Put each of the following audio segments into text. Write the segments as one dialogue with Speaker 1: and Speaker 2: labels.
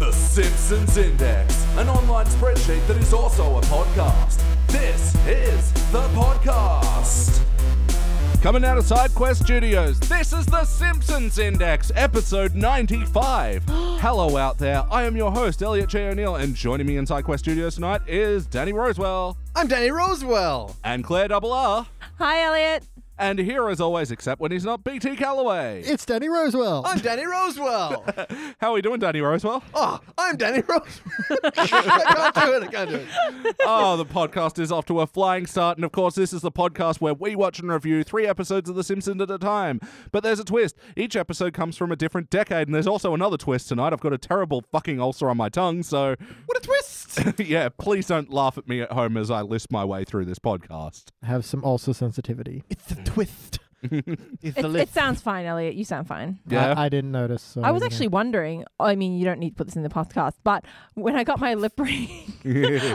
Speaker 1: Simpsons Index, an online spreadsheet that is also a podcast. This is the podcast. Coming out of SideQuest Studios, this is the Simpsons Index, episode 95. Hello out there, I am your host, Elliot J. O'Neill, and joining me in SideQuest Studios tonight is Danny Rosewell
Speaker 2: I'm Danny Rosewell.
Speaker 1: and Claire Double R.
Speaker 3: Hi, Elliot.
Speaker 1: And here as always, except when he's not, BT Calloway.
Speaker 4: It's Danny Rosewell.
Speaker 2: I'm Danny Rosewell.
Speaker 1: How are we doing, Danny Rosewell?
Speaker 2: oh, I'm Danny Rosewell. I can't do it. I can't do it.
Speaker 1: oh, the podcast is off to a flying start. And of course, this is the podcast where we watch and review three episodes of The Simpsons at a time. But there's a twist. Each episode comes from a different decade, and there's also another twist tonight. I've got a terrible fucking ulcer on my tongue, so
Speaker 2: What a twist.
Speaker 1: yeah, please don't laugh at me at home as I list my way through this podcast.
Speaker 4: Have some ulcer sensitivity.
Speaker 2: It's a twist. it's
Speaker 3: It, it sounds fine, Elliot. You sound fine.
Speaker 1: Yeah.
Speaker 4: Uh, I, I didn't notice. So
Speaker 2: Oh,
Speaker 3: I was
Speaker 4: didn't know.
Speaker 3: actually wondering. I mean, you don't need to put this in the podcast, but when I got my lip ring,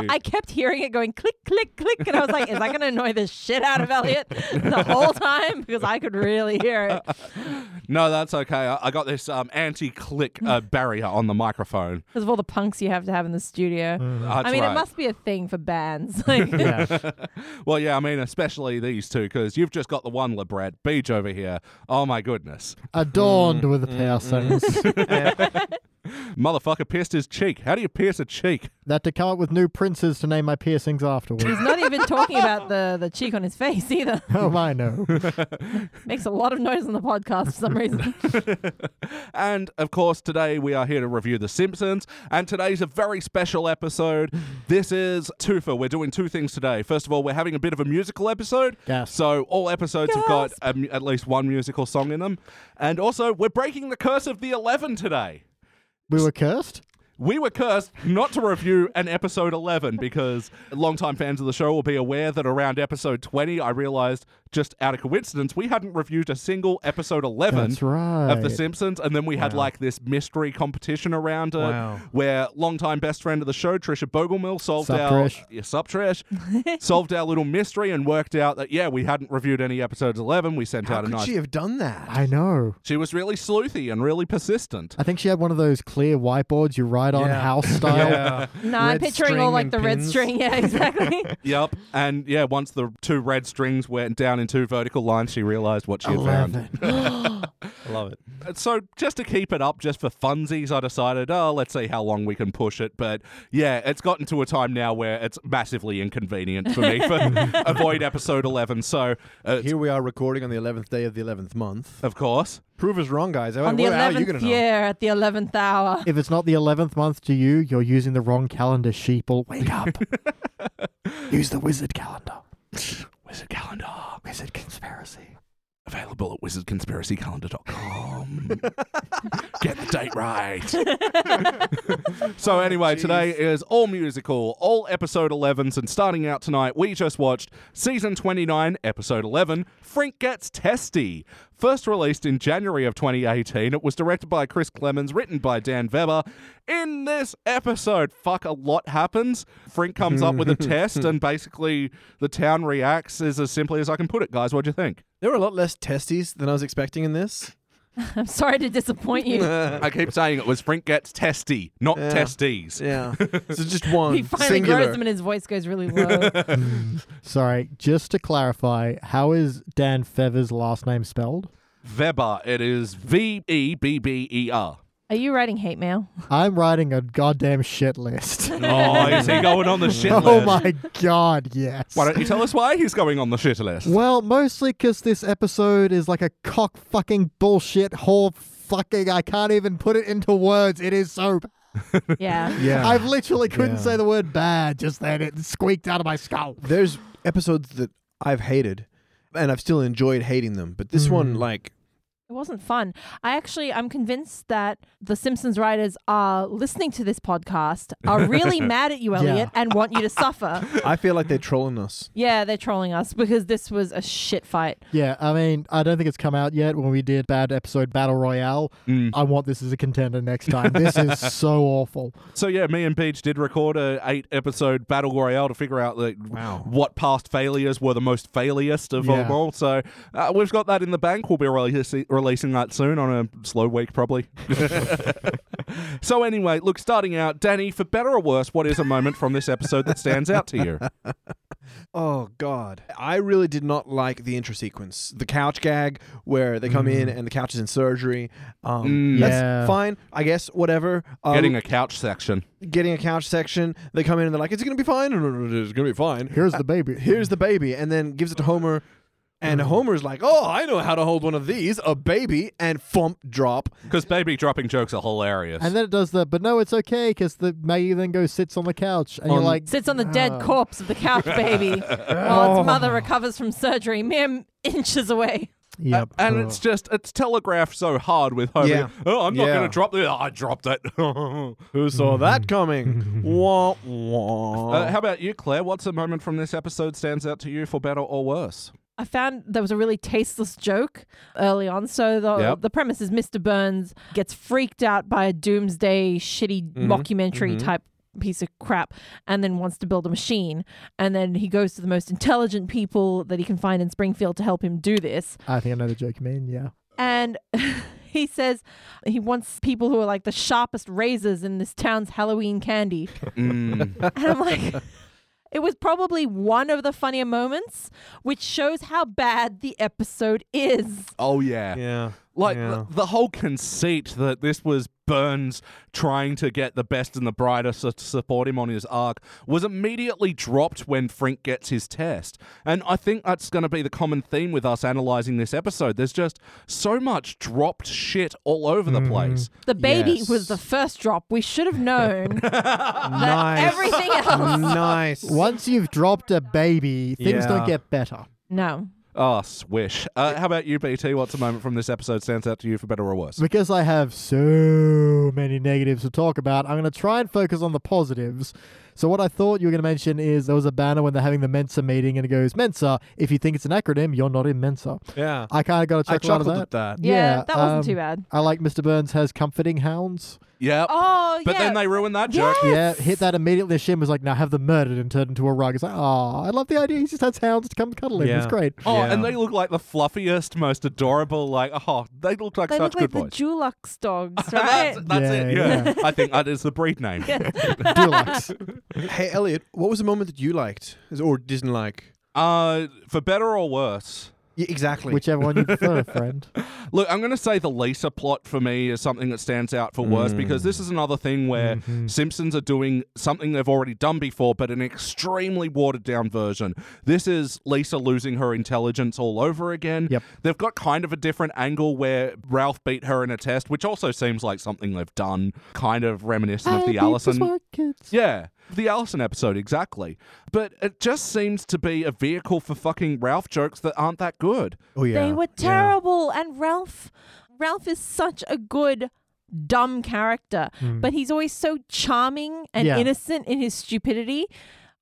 Speaker 3: I kept hearing it going click, click, click, and I was like, "Is that going to annoy the shit out of Elliot the whole time?" Because I could really hear it.
Speaker 1: no, that's okay. I, I got this um, anti click uh, barrier on the microphone.
Speaker 3: Because of all the punks you have to have in the studio.
Speaker 2: Mm,
Speaker 1: That's
Speaker 3: I mean,
Speaker 1: right.
Speaker 3: it must be a thing for bands. Like,
Speaker 4: Yeah.
Speaker 1: Well, yeah, I mean, especially these two, because you've just got the one Libret Beach over here. Oh, my goodness.
Speaker 4: Adorned with piercings.
Speaker 1: Motherfucker pierced his cheek. How do you pierce a cheek?
Speaker 4: that to come up with new princes to name my piercings afterwards.
Speaker 3: he's not even talking about the the cheek on his face either.
Speaker 4: oh, I know.
Speaker 3: Makes a lot of noise on the podcast for some reason.
Speaker 1: And of course, today we are here to review The Simpsons. And today's a very special episode. This is Twofer. We're doing two things today. First of all, we're having a bit of a musical episode.
Speaker 4: Gasp.
Speaker 1: So all episodes have got um, at least one musical song in them. And also, we're breaking the curse of the 11 today.
Speaker 4: We were cursed.
Speaker 1: We were cursed not to review an episode 11 because longtime fans of the show will be aware that around episode 20, I realized just out of coincidence, we hadn't reviewed a single episode 11
Speaker 4: That's right.
Speaker 1: of The Simpsons. And then we had like this mystery competition around it
Speaker 2: Wow.
Speaker 1: where longtime best friend of the show, Trisha Boglemill, solved
Speaker 4: Sup,
Speaker 1: our.
Speaker 4: Trish.
Speaker 1: Yeah, sup, Trish. solved our little mystery and worked out that, yeah, we hadn't reviewed any episodes 11. We sent
Speaker 2: How
Speaker 1: out a
Speaker 2: could
Speaker 1: nice.
Speaker 2: she have done that?
Speaker 4: I know.
Speaker 1: she was really sleuthy and really persistent.
Speaker 4: I think she had one of those clear whiteboards you write on
Speaker 2: Yeah.
Speaker 4: house style.
Speaker 3: No, I'm
Speaker 2: Red
Speaker 3: picturing all
Speaker 2: string
Speaker 3: like
Speaker 2: and
Speaker 3: the red
Speaker 2: pins.
Speaker 3: string. Yeah, exactly.
Speaker 1: Yep. And yeah, once the two red strings went down in two vertical lines, she realized what she had found.
Speaker 4: Eleven.
Speaker 2: I love it.
Speaker 1: And So just to keep it up, just for funsies, I decided, oh, let's see how long we can push it. But yeah, it's gotten to a time now where it's massively inconvenient for me to avoid episode 11. So, uh,
Speaker 2: Here we are recording on the 11th day of the 11th month.
Speaker 1: of course.
Speaker 2: Prove us wrong, guys.
Speaker 3: on the
Speaker 2: How are you going
Speaker 3: 11th
Speaker 2: to know?
Speaker 3: year at the 11th hour.
Speaker 4: If it's not the eleventh month to you, you're using the wrong calendar, sheeple. Wake up. Use the wizard calendar.
Speaker 1: Wizard Calendar.
Speaker 4: Wizard conspiracy.
Speaker 1: Available at wizardconspiracycalendar.com. Get the date right. so, anyway, today is all musical, all episode 11s, and starting out tonight, we just watched season 29, episode 11 Frink Gets Testy. First released in January of 2018, it was directed by Chris Clemens, written by Dan Weber. In this episode, fuck, a lot happens. Frink comes up with a test, and basically the town reacts is as simply as I can put it, guys. What do you think?
Speaker 2: There were a lot less testes than I was expecting in this.
Speaker 3: I'm sorry to disappoint you.
Speaker 2: yeah.
Speaker 1: I keep saying it was Frink gets testy, not
Speaker 2: Yeah.
Speaker 1: testes.
Speaker 2: So just one.
Speaker 3: He finally
Speaker 2: singular.
Speaker 3: grows them and his voice goes really low.
Speaker 4: Sorry, just to clarify, how is Dan Fever's last name spelled?
Speaker 1: Weber, it is V E B B E R.
Speaker 3: Are you writing hate mail?
Speaker 4: I'm writing a goddamn shit list.
Speaker 1: Oh, is he going on the shit list?
Speaker 4: oh my god, yes.
Speaker 1: Why don't you tell us why he's going on the shit list?
Speaker 4: Well, mostly because this episode is like a cock fucking bullshit whore fucking. I can't even put it into words. It is so. Bad.
Speaker 3: Yeah.
Speaker 2: Yeah.
Speaker 4: I've literally couldn't
Speaker 2: Yeah.
Speaker 4: say the word bad just then. It squeaked out of my skull.
Speaker 2: there's episodes that I've hated and I've still enjoyed hating them, but this one like
Speaker 3: It wasn't fun. I actually, I'm convinced that the Simpsons writers are listening to this podcast, are really mad at you,
Speaker 4: Yeah.
Speaker 3: Elliot, and want you to suffer.
Speaker 2: I feel like they're trolling us.
Speaker 3: Yeah, they're trolling us because this was a shit fight.
Speaker 4: Yeah, I mean, I don't think it's come out yet. When we did bad episode battle royale,
Speaker 1: Mm.
Speaker 4: I want this as a contender next time. This is so awful.
Speaker 1: So yeah, me and Beach did record a eight episode battle royale to figure out like
Speaker 2: Wow.
Speaker 1: what past failures were the most failurest of
Speaker 4: Yeah.
Speaker 1: them all. So uh, we've got that in the bank. We'll be releasing, releasing that soon on a slow week, probably. so, anyway, look, starting out, Danny, for better or worse, what is a moment from this episode that stands out to you?
Speaker 2: Oh God! I really did not like the intro sequence, the couch gag where they come in and the couch is in surgery. Um,
Speaker 1: Mm.
Speaker 2: That's
Speaker 4: Mm. Yeah.
Speaker 2: fine, I guess. Whatever. Um,
Speaker 1: Getting a couch section.
Speaker 2: getting a couch section. They come in and they're like, "It's gonna be fine. It's gonna be fine."
Speaker 4: Here's the baby.
Speaker 2: Here's the baby, and then gives it to Homer.
Speaker 4: Mm.
Speaker 2: And Homer's like, "Oh, I know how to hold one of these, a baby," and thump drop.
Speaker 1: Because baby dropping jokes are hilarious.
Speaker 4: and then it does the, but no, it's okay because the Maggie then goes sits on the couch and
Speaker 1: On-
Speaker 4: you're like,
Speaker 3: Sits on the dead
Speaker 2: Ah.
Speaker 4: Oh.
Speaker 3: corpse of the couch baby while
Speaker 2: Oh.
Speaker 3: its mother recovers from surgery, mere inches away.
Speaker 4: yep.
Speaker 1: uh, and it's just it's telegraphed so hard with Homer.
Speaker 2: Yeah.
Speaker 1: Oh, I'm not
Speaker 2: Yeah. Oh.
Speaker 1: going to drop this. I dropped it. Uh,
Speaker 2: Who saw that coming? wah wah.
Speaker 1: Uh, how about you, Claire? What's a moment from this episode stands out to you for better or worse?
Speaker 3: I found there was a really tasteless joke early on. So the
Speaker 1: Yep.
Speaker 3: the premise is Mr. Burns gets freaked out by a doomsday shitty mockumentary type piece of crap and then wants to build a machine and then he goes to the most intelligent people that he can find in Springfield to help him do this
Speaker 4: I think I know the joke you mean. Yeah.
Speaker 3: and he says he wants people who are like the sharpest razors in this town's Halloween candy
Speaker 1: Mm.
Speaker 3: and I'm like, it was probably one of the funnier moments, which shows how bad the episode is.
Speaker 1: oh yeah.
Speaker 2: yeah.
Speaker 1: Like
Speaker 2: Yeah.
Speaker 1: the, the whole conceit that this was Burns trying to get the best and the brightest to support him on his arc was immediately dropped when Frink gets his test. And I think that's going to be the common theme with us analyzing this episode. There's just so much dropped shit all over
Speaker 2: Mm-hmm.
Speaker 1: the place.
Speaker 3: The baby
Speaker 2: Yes.
Speaker 3: was the first drop. We should have known that
Speaker 2: nice.
Speaker 3: everything else.
Speaker 2: nice.
Speaker 4: Once you've dropped a baby, things
Speaker 2: Yeah.
Speaker 4: don't get better.
Speaker 3: No.
Speaker 1: Oh, swish. Uh, how about you, BT? What's a moment from this episode stands out to you for better or worse?
Speaker 4: Because I have so many negatives to talk about, I'm going to try and focus on the positives. So, what I thought you were going to mention is there was a banner when they're having the Mensa meeting and it goes, Mensa, if you think it's an acronym, you're not in Mensa.
Speaker 2: Yeah.
Speaker 4: I kind of got a
Speaker 2: I
Speaker 4: chuckle out of
Speaker 2: chuckled
Speaker 4: that.
Speaker 2: at that.
Speaker 3: Yeah, that wasn't
Speaker 4: um,
Speaker 3: too bad.
Speaker 4: I like Mr. Burns has comforting hounds.
Speaker 1: Yeah.
Speaker 3: Oh,
Speaker 1: But
Speaker 3: yeah.
Speaker 1: then they ruined that joke.
Speaker 4: Yeah, hit that immediately. Shim was like, now have them murdered and turned into a rug. It's like, oh, I love the idea. He just has hounds to come cuddle him. It's
Speaker 2: Yeah.
Speaker 4: great.
Speaker 1: Oh, and
Speaker 2: Yeah.
Speaker 1: they look like the fluffiest, most adorable. Like, oh, they look like
Speaker 3: they
Speaker 1: such
Speaker 3: look like
Speaker 1: good
Speaker 3: the
Speaker 1: boys.
Speaker 3: Dulux dogs, right?
Speaker 1: that's that's it.
Speaker 4: Yeah,
Speaker 1: Yeah. I think that is the breed name.
Speaker 4: Dulux.
Speaker 2: Hey Elliot, what was the moment that you liked or didn't like?
Speaker 1: Uh, for better or worse,
Speaker 2: Yeah, exactly.
Speaker 4: Whichever one you prefer, friend.
Speaker 1: look, I'm going to say the Lisa plot for me is something that stands out for
Speaker 4: Mm.
Speaker 1: worse because this is another thing where
Speaker 4: Mm-hmm.
Speaker 1: Simpsons are doing something they've already done before, but an extremely watered down version. This is Lisa losing her intelligence all over again.
Speaker 4: Yep.
Speaker 1: They've got kind of a different angle where Ralph beat her in a test, which also seems like something they've done, kind of reminiscent of the Allison Yeah. The Allison episode, exactly. But it just seems to be a vehicle for fucking Ralph jokes that aren't that good.
Speaker 2: oh yeah.
Speaker 3: They were terrible. And Ralph, Ralph is such a good dumb character,
Speaker 2: Hmm.
Speaker 3: but he's always so charming and
Speaker 4: Yeah.
Speaker 3: innocent in his stupidity.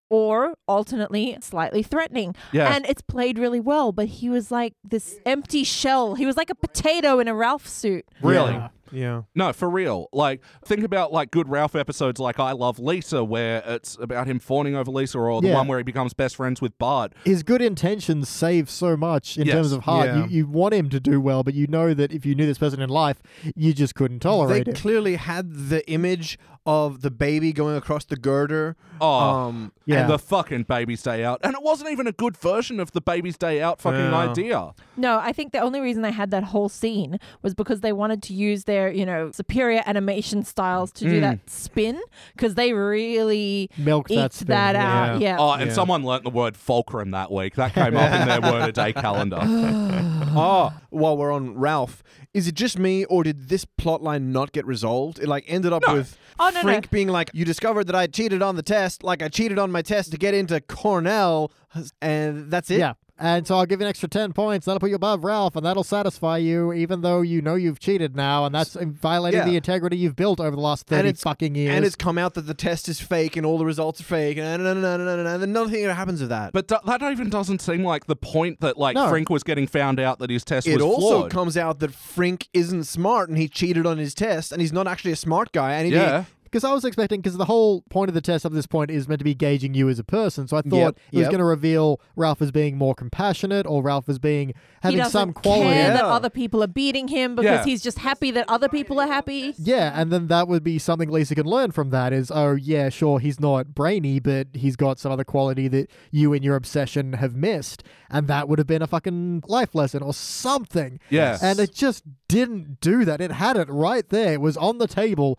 Speaker 3: Or alternately, slightly threatening.
Speaker 1: Yeah.
Speaker 3: And it's played really well, but he was like this empty shell. He was like a potato in a Ralph suit.
Speaker 1: Really?
Speaker 4: Yeah.
Speaker 2: Yeah.
Speaker 1: No, for real. Like, think about like good Ralph episodes like I Love Lisa, where it's about him fawning over Lisa, or the
Speaker 4: Yeah.
Speaker 1: one where he becomes best friends with Bart.
Speaker 4: His good intentions save so much in
Speaker 1: Yes.
Speaker 4: terms of heart.
Speaker 2: Yeah.
Speaker 4: You, you want him to do well, but you know that if you knew this person in life, you just couldn't
Speaker 2: They
Speaker 4: tolerate it.
Speaker 2: clearly had the image of the baby going across the girder.
Speaker 1: Oh.
Speaker 2: Um,
Speaker 4: Uh, Yeah.
Speaker 1: And the fucking Baby's Day Out. And it wasn't even a good version of the Baby's Day Out fucking
Speaker 2: Yeah.
Speaker 1: idea.
Speaker 3: No, I think the only reason they had that whole scene was because they wanted to use their, you know, superior animation styles to do that spin because they really
Speaker 4: Milk that
Speaker 3: eked
Speaker 4: spin,
Speaker 3: that
Speaker 2: yeah.
Speaker 3: out. Yeah.
Speaker 1: Oh, and
Speaker 2: Yeah.
Speaker 1: someone learnt the word fulcrum that week. That came up in their word a day calendar.
Speaker 2: oh, while we're on Ralph, is it just me or did this plot line not get resolved? It like ended up with
Speaker 3: Oh, no, no.
Speaker 2: Frank being like, "You discovered that I cheated on the test. Like I cheated on my test to get into Cornell, and that's it."
Speaker 4: Yeah. And so I'll give you an extra 10 points. That'll put you above Ralph, and that'll satisfy you, even though you know you've cheated now, and that's violating
Speaker 2: Yeah.
Speaker 4: the integrity you've built over the last 30
Speaker 2: it's-
Speaker 4: fucking years.
Speaker 2: And it's come out that the test is fake and all the results are fake, and, and, and, and, and, and, and then nothing ever happens of that.
Speaker 1: But do- that even doesn't seem like the point that like
Speaker 4: No.
Speaker 1: Frank was getting found out that his test
Speaker 2: it
Speaker 1: was
Speaker 2: also
Speaker 1: flawed.
Speaker 2: comes out that Frink isn't smart and he cheated on his test and he's not actually a smart guy and he
Speaker 1: Yeah.
Speaker 4: Because I was expecting, because the whole point of the test up to this point is meant to be gauging you as a person. So I thought
Speaker 2: Yep,
Speaker 4: it was
Speaker 2: yep.
Speaker 4: going to reveal Ralph as being more compassionate or Ralph as being
Speaker 3: he
Speaker 4: having
Speaker 3: doesn't
Speaker 4: some quality.
Speaker 3: care that
Speaker 2: Yeah.
Speaker 3: other people are beating him because
Speaker 1: Yeah.
Speaker 3: he's just happy that other people are happy.
Speaker 4: Yeah, and then that would be something Lisa can learn from that is, oh, yeah, sure, he's not brainy, but he's got some other quality that you and your obsession have missed. And that would have been a fucking life lesson or something.
Speaker 1: Yes.
Speaker 4: And it just didn't do that. It had it right there, it was on the table,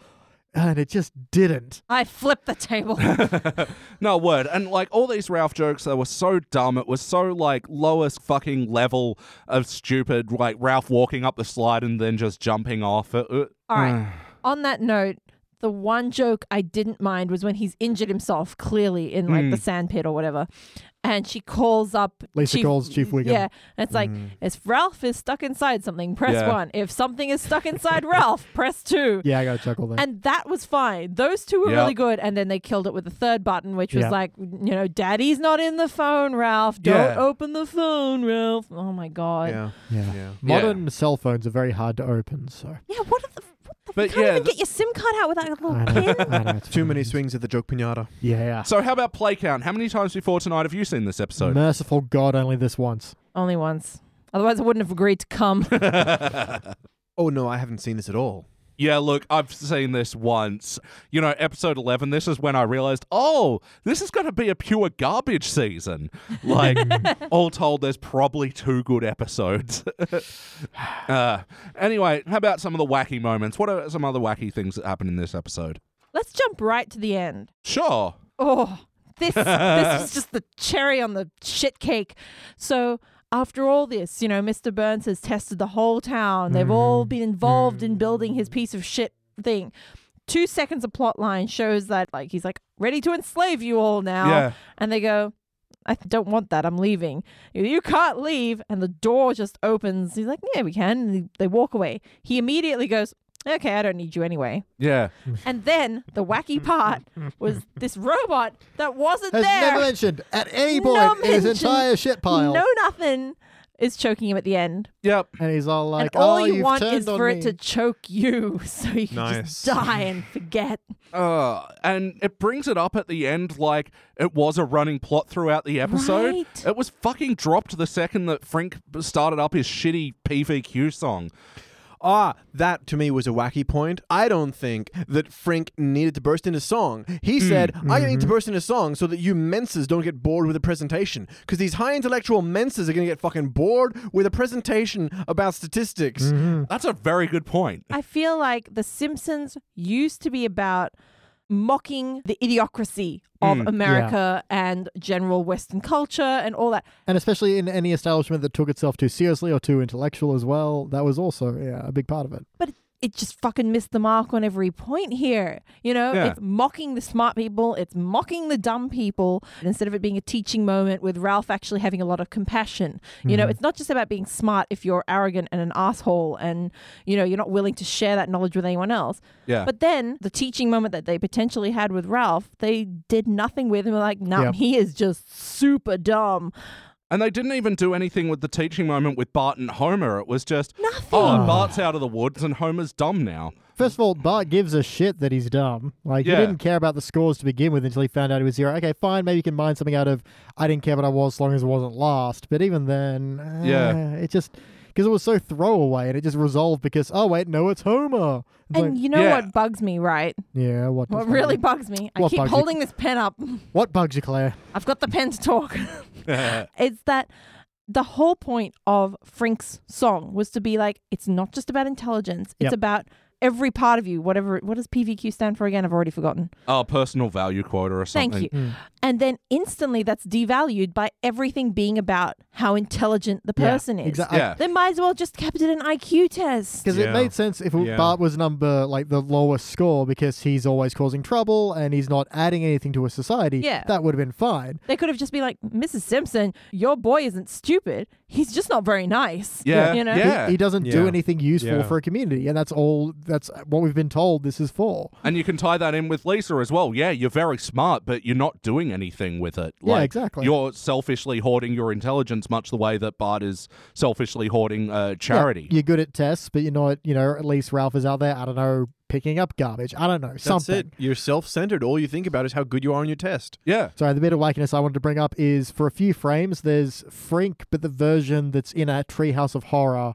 Speaker 4: and it just didn't.
Speaker 3: I flip the table.
Speaker 1: No word, and like all these Ralph jokes, they were so dumb. It was so like lowest fucking level of stupid. Like Ralph walking up the slide and then just jumping off. Uh, It, it-
Speaker 3: All right. On that note, the one joke I didn't mind was when he's injured himself, clearly in like the sandpit or whatever, and she calls up
Speaker 4: Hmm. Lisa calls Chief Wiggum. Hmm.
Speaker 3: Yeah, and it's like if Ralph is stuck inside something, press
Speaker 1: Yeah.
Speaker 3: one. If something is stuck inside Ralph, press two.
Speaker 4: Yeah, I got a chuckle there.
Speaker 3: And that was fine. Those two were
Speaker 1: Yeah.
Speaker 3: really good. And then they killed it with the third button, which was
Speaker 4: Yeah.
Speaker 3: like, you know, daddy's not in the phone, Ralph. Don't
Speaker 1: Yeah.
Speaker 3: open the phone, Ralph. Oh my God. Yeah,
Speaker 2: Yeah.
Speaker 4: yeah.
Speaker 2: Yeah.
Speaker 4: Modern cell phones are very hard to open, so.
Speaker 3: what the. What the
Speaker 1: But
Speaker 3: you can't
Speaker 1: yeah,
Speaker 3: even
Speaker 1: th-
Speaker 3: get your SIM card out without a
Speaker 4: I
Speaker 3: little
Speaker 4: know,
Speaker 3: pin.
Speaker 4: I know, it's
Speaker 2: Too many
Speaker 4: fine.
Speaker 2: swings at the joke pinata.
Speaker 4: Yeah.
Speaker 1: So how about play count? How many times before tonight have you seen this episode?
Speaker 4: Merciful God, only this once.
Speaker 3: Only once. Otherwise, I wouldn't have agreed to come.
Speaker 2: Oh no, I haven't seen this at all.
Speaker 1: Yeah, look, I've seen this once. You know, episode 11, this is when I realized, oh, this is going to be a pure garbage season. Like, all told, there's probably two good episodes. uh, anyway, how about some of the wacky moments? What are some other wacky things that happened in this episode?
Speaker 3: Let's jump right to the end.
Speaker 1: Sure.
Speaker 3: Oh, this this is just the cherry on the shit cake. So after all this, you know, Mr. Burns has tested the whole town. They've all been involved in building his piece of shit thing. Two seconds of plot line shows that like he's like ready to enslave you all now.
Speaker 1: Yeah.
Speaker 3: And they go, I don't want that. I'm leaving. You can't leave. And the door just opens. He's like, Yeah, we can. And they walk away. He immediately goes, Okay, I don't need you anyway.
Speaker 1: Yeah.
Speaker 3: And then the wacky part was this robot that wasn't
Speaker 4: Has
Speaker 3: there.
Speaker 4: never mentioned at any point
Speaker 3: No
Speaker 4: in
Speaker 3: mention.
Speaker 4: his entire shit pile.
Speaker 3: No nothing is choking him at the end.
Speaker 1: Yep.
Speaker 4: And he's all like,
Speaker 3: and all
Speaker 4: oh,
Speaker 3: you
Speaker 4: you've
Speaker 3: want
Speaker 4: turned
Speaker 3: is
Speaker 4: on
Speaker 3: for
Speaker 4: me."
Speaker 3: it to choke you so you can
Speaker 2: Nice.
Speaker 3: just die and forget.
Speaker 1: Uh, and it brings it up at the end like it was a running plot throughout the episode.
Speaker 3: Right.
Speaker 1: It was fucking dropped the second that Frank started up his shitty PVQ song.
Speaker 2: Ah, that to me was a wacky point. I don't think that Frink needed to burst into song. He said, I need to burst into song so that you menses don't get bored with a presentation. Because these high intellectual menses are going to get fucking bored with a presentation about statistics.
Speaker 1: That's a very good point.
Speaker 3: I feel like The Simpsons used to be about mocking the idiocracy of America and general Western culture and all that.
Speaker 4: and especially in any establishment that took itself too seriously or too intellectual as well, that was also yeah, a big part of it.
Speaker 3: but it- it just fucking missed the mark on every point here. You know,
Speaker 1: Yeah.
Speaker 3: it's mocking the smart people, it's mocking the dumb people. Instead of it being a teaching moment with Ralph actually having a lot of compassion, you know, it's not just about being smart if you're arrogant and an asshole and, you know, you're not willing to share that knowledge with anyone else.
Speaker 1: Yeah.
Speaker 3: But then the teaching moment that they potentially had with Ralph, they did nothing with him. They're like, nah,
Speaker 4: Yep.
Speaker 3: he is just super dumb.
Speaker 1: And they didn't even do anything with the teaching moment with Bart and Homer. It was just
Speaker 3: Nothing.
Speaker 1: Oh, Bart's out of the woods and Homer's dumb now.
Speaker 4: First of all, Bart gives a shit that he's dumb. Like
Speaker 1: Yeah.
Speaker 4: he didn't care about the scores to begin with until he found out he was zero. Okay, fine, maybe you can mine something out of I didn't care what I was, as long as it wasn't last. But even then, uh,
Speaker 1: Yeah.
Speaker 4: it just because it was so throwaway and it just resolved because oh wait, no, it's Homer. It's
Speaker 3: And
Speaker 4: like,
Speaker 3: you know
Speaker 1: Yeah.
Speaker 3: what bugs me, right?
Speaker 4: yeah, what? does
Speaker 3: What
Speaker 4: that
Speaker 3: really
Speaker 4: mean?
Speaker 3: bugs me? I
Speaker 4: What
Speaker 3: keep
Speaker 4: bugs you?
Speaker 3: holding this pen up.
Speaker 4: What bugs you, Claire?
Speaker 3: I've got the pen to talk. it's that the whole point of Frink's song was to be like, it's not just about intelligence. It's
Speaker 4: Yep.
Speaker 3: about every part of you, whatever. What does PVQ stand for again? I've already forgotten.
Speaker 1: Oh, personal value quota or something.
Speaker 3: Thank you.
Speaker 4: Mm.
Speaker 3: And then instantly that's devalued by everything being about how intelligent the
Speaker 4: Yeah,
Speaker 3: person is.
Speaker 4: exac- I-
Speaker 1: Yeah.
Speaker 3: Then might as well just kept it an IQ test.
Speaker 4: Because
Speaker 2: Yeah.
Speaker 4: it made sense if
Speaker 2: Yeah.
Speaker 4: Bart was number like the lowest score because he's always causing trouble and he's not adding anything to a society.
Speaker 3: Yeah.
Speaker 4: that would have been fine.
Speaker 3: They could have just been like, Mrs. Simpson, your boy isn't stupid. He's just not very nice.
Speaker 1: Yeah.
Speaker 3: You know?
Speaker 1: Yeah.
Speaker 4: He doesn't do
Speaker 2: Yeah.
Speaker 4: anything useful
Speaker 2: Yeah.
Speaker 4: for a community, and that's all. That's what we've been told. This is for.
Speaker 1: And you can tie that in with Lisa as well. Yeah, you're very smart, but you're not doing anything with it.
Speaker 4: Yeah,
Speaker 1: Like,
Speaker 4: exactly.
Speaker 1: You're selfishly hoarding your intelligence, much the way that Bart is selfishly hoarding uh,
Speaker 4: Yeah,
Speaker 1: charity.
Speaker 4: you're good at tests, but you're not. You know, at least Ralph is out there. I don't know, picking up garbage. I don't know. something.
Speaker 2: That's it. You're self-centered. All you think about is how good you are on your test.
Speaker 1: Yeah.
Speaker 4: Sorry, the bit of wackiness I wanted to bring up is for a few frames, there's Frink, but the version that's in a Treehouse of Horror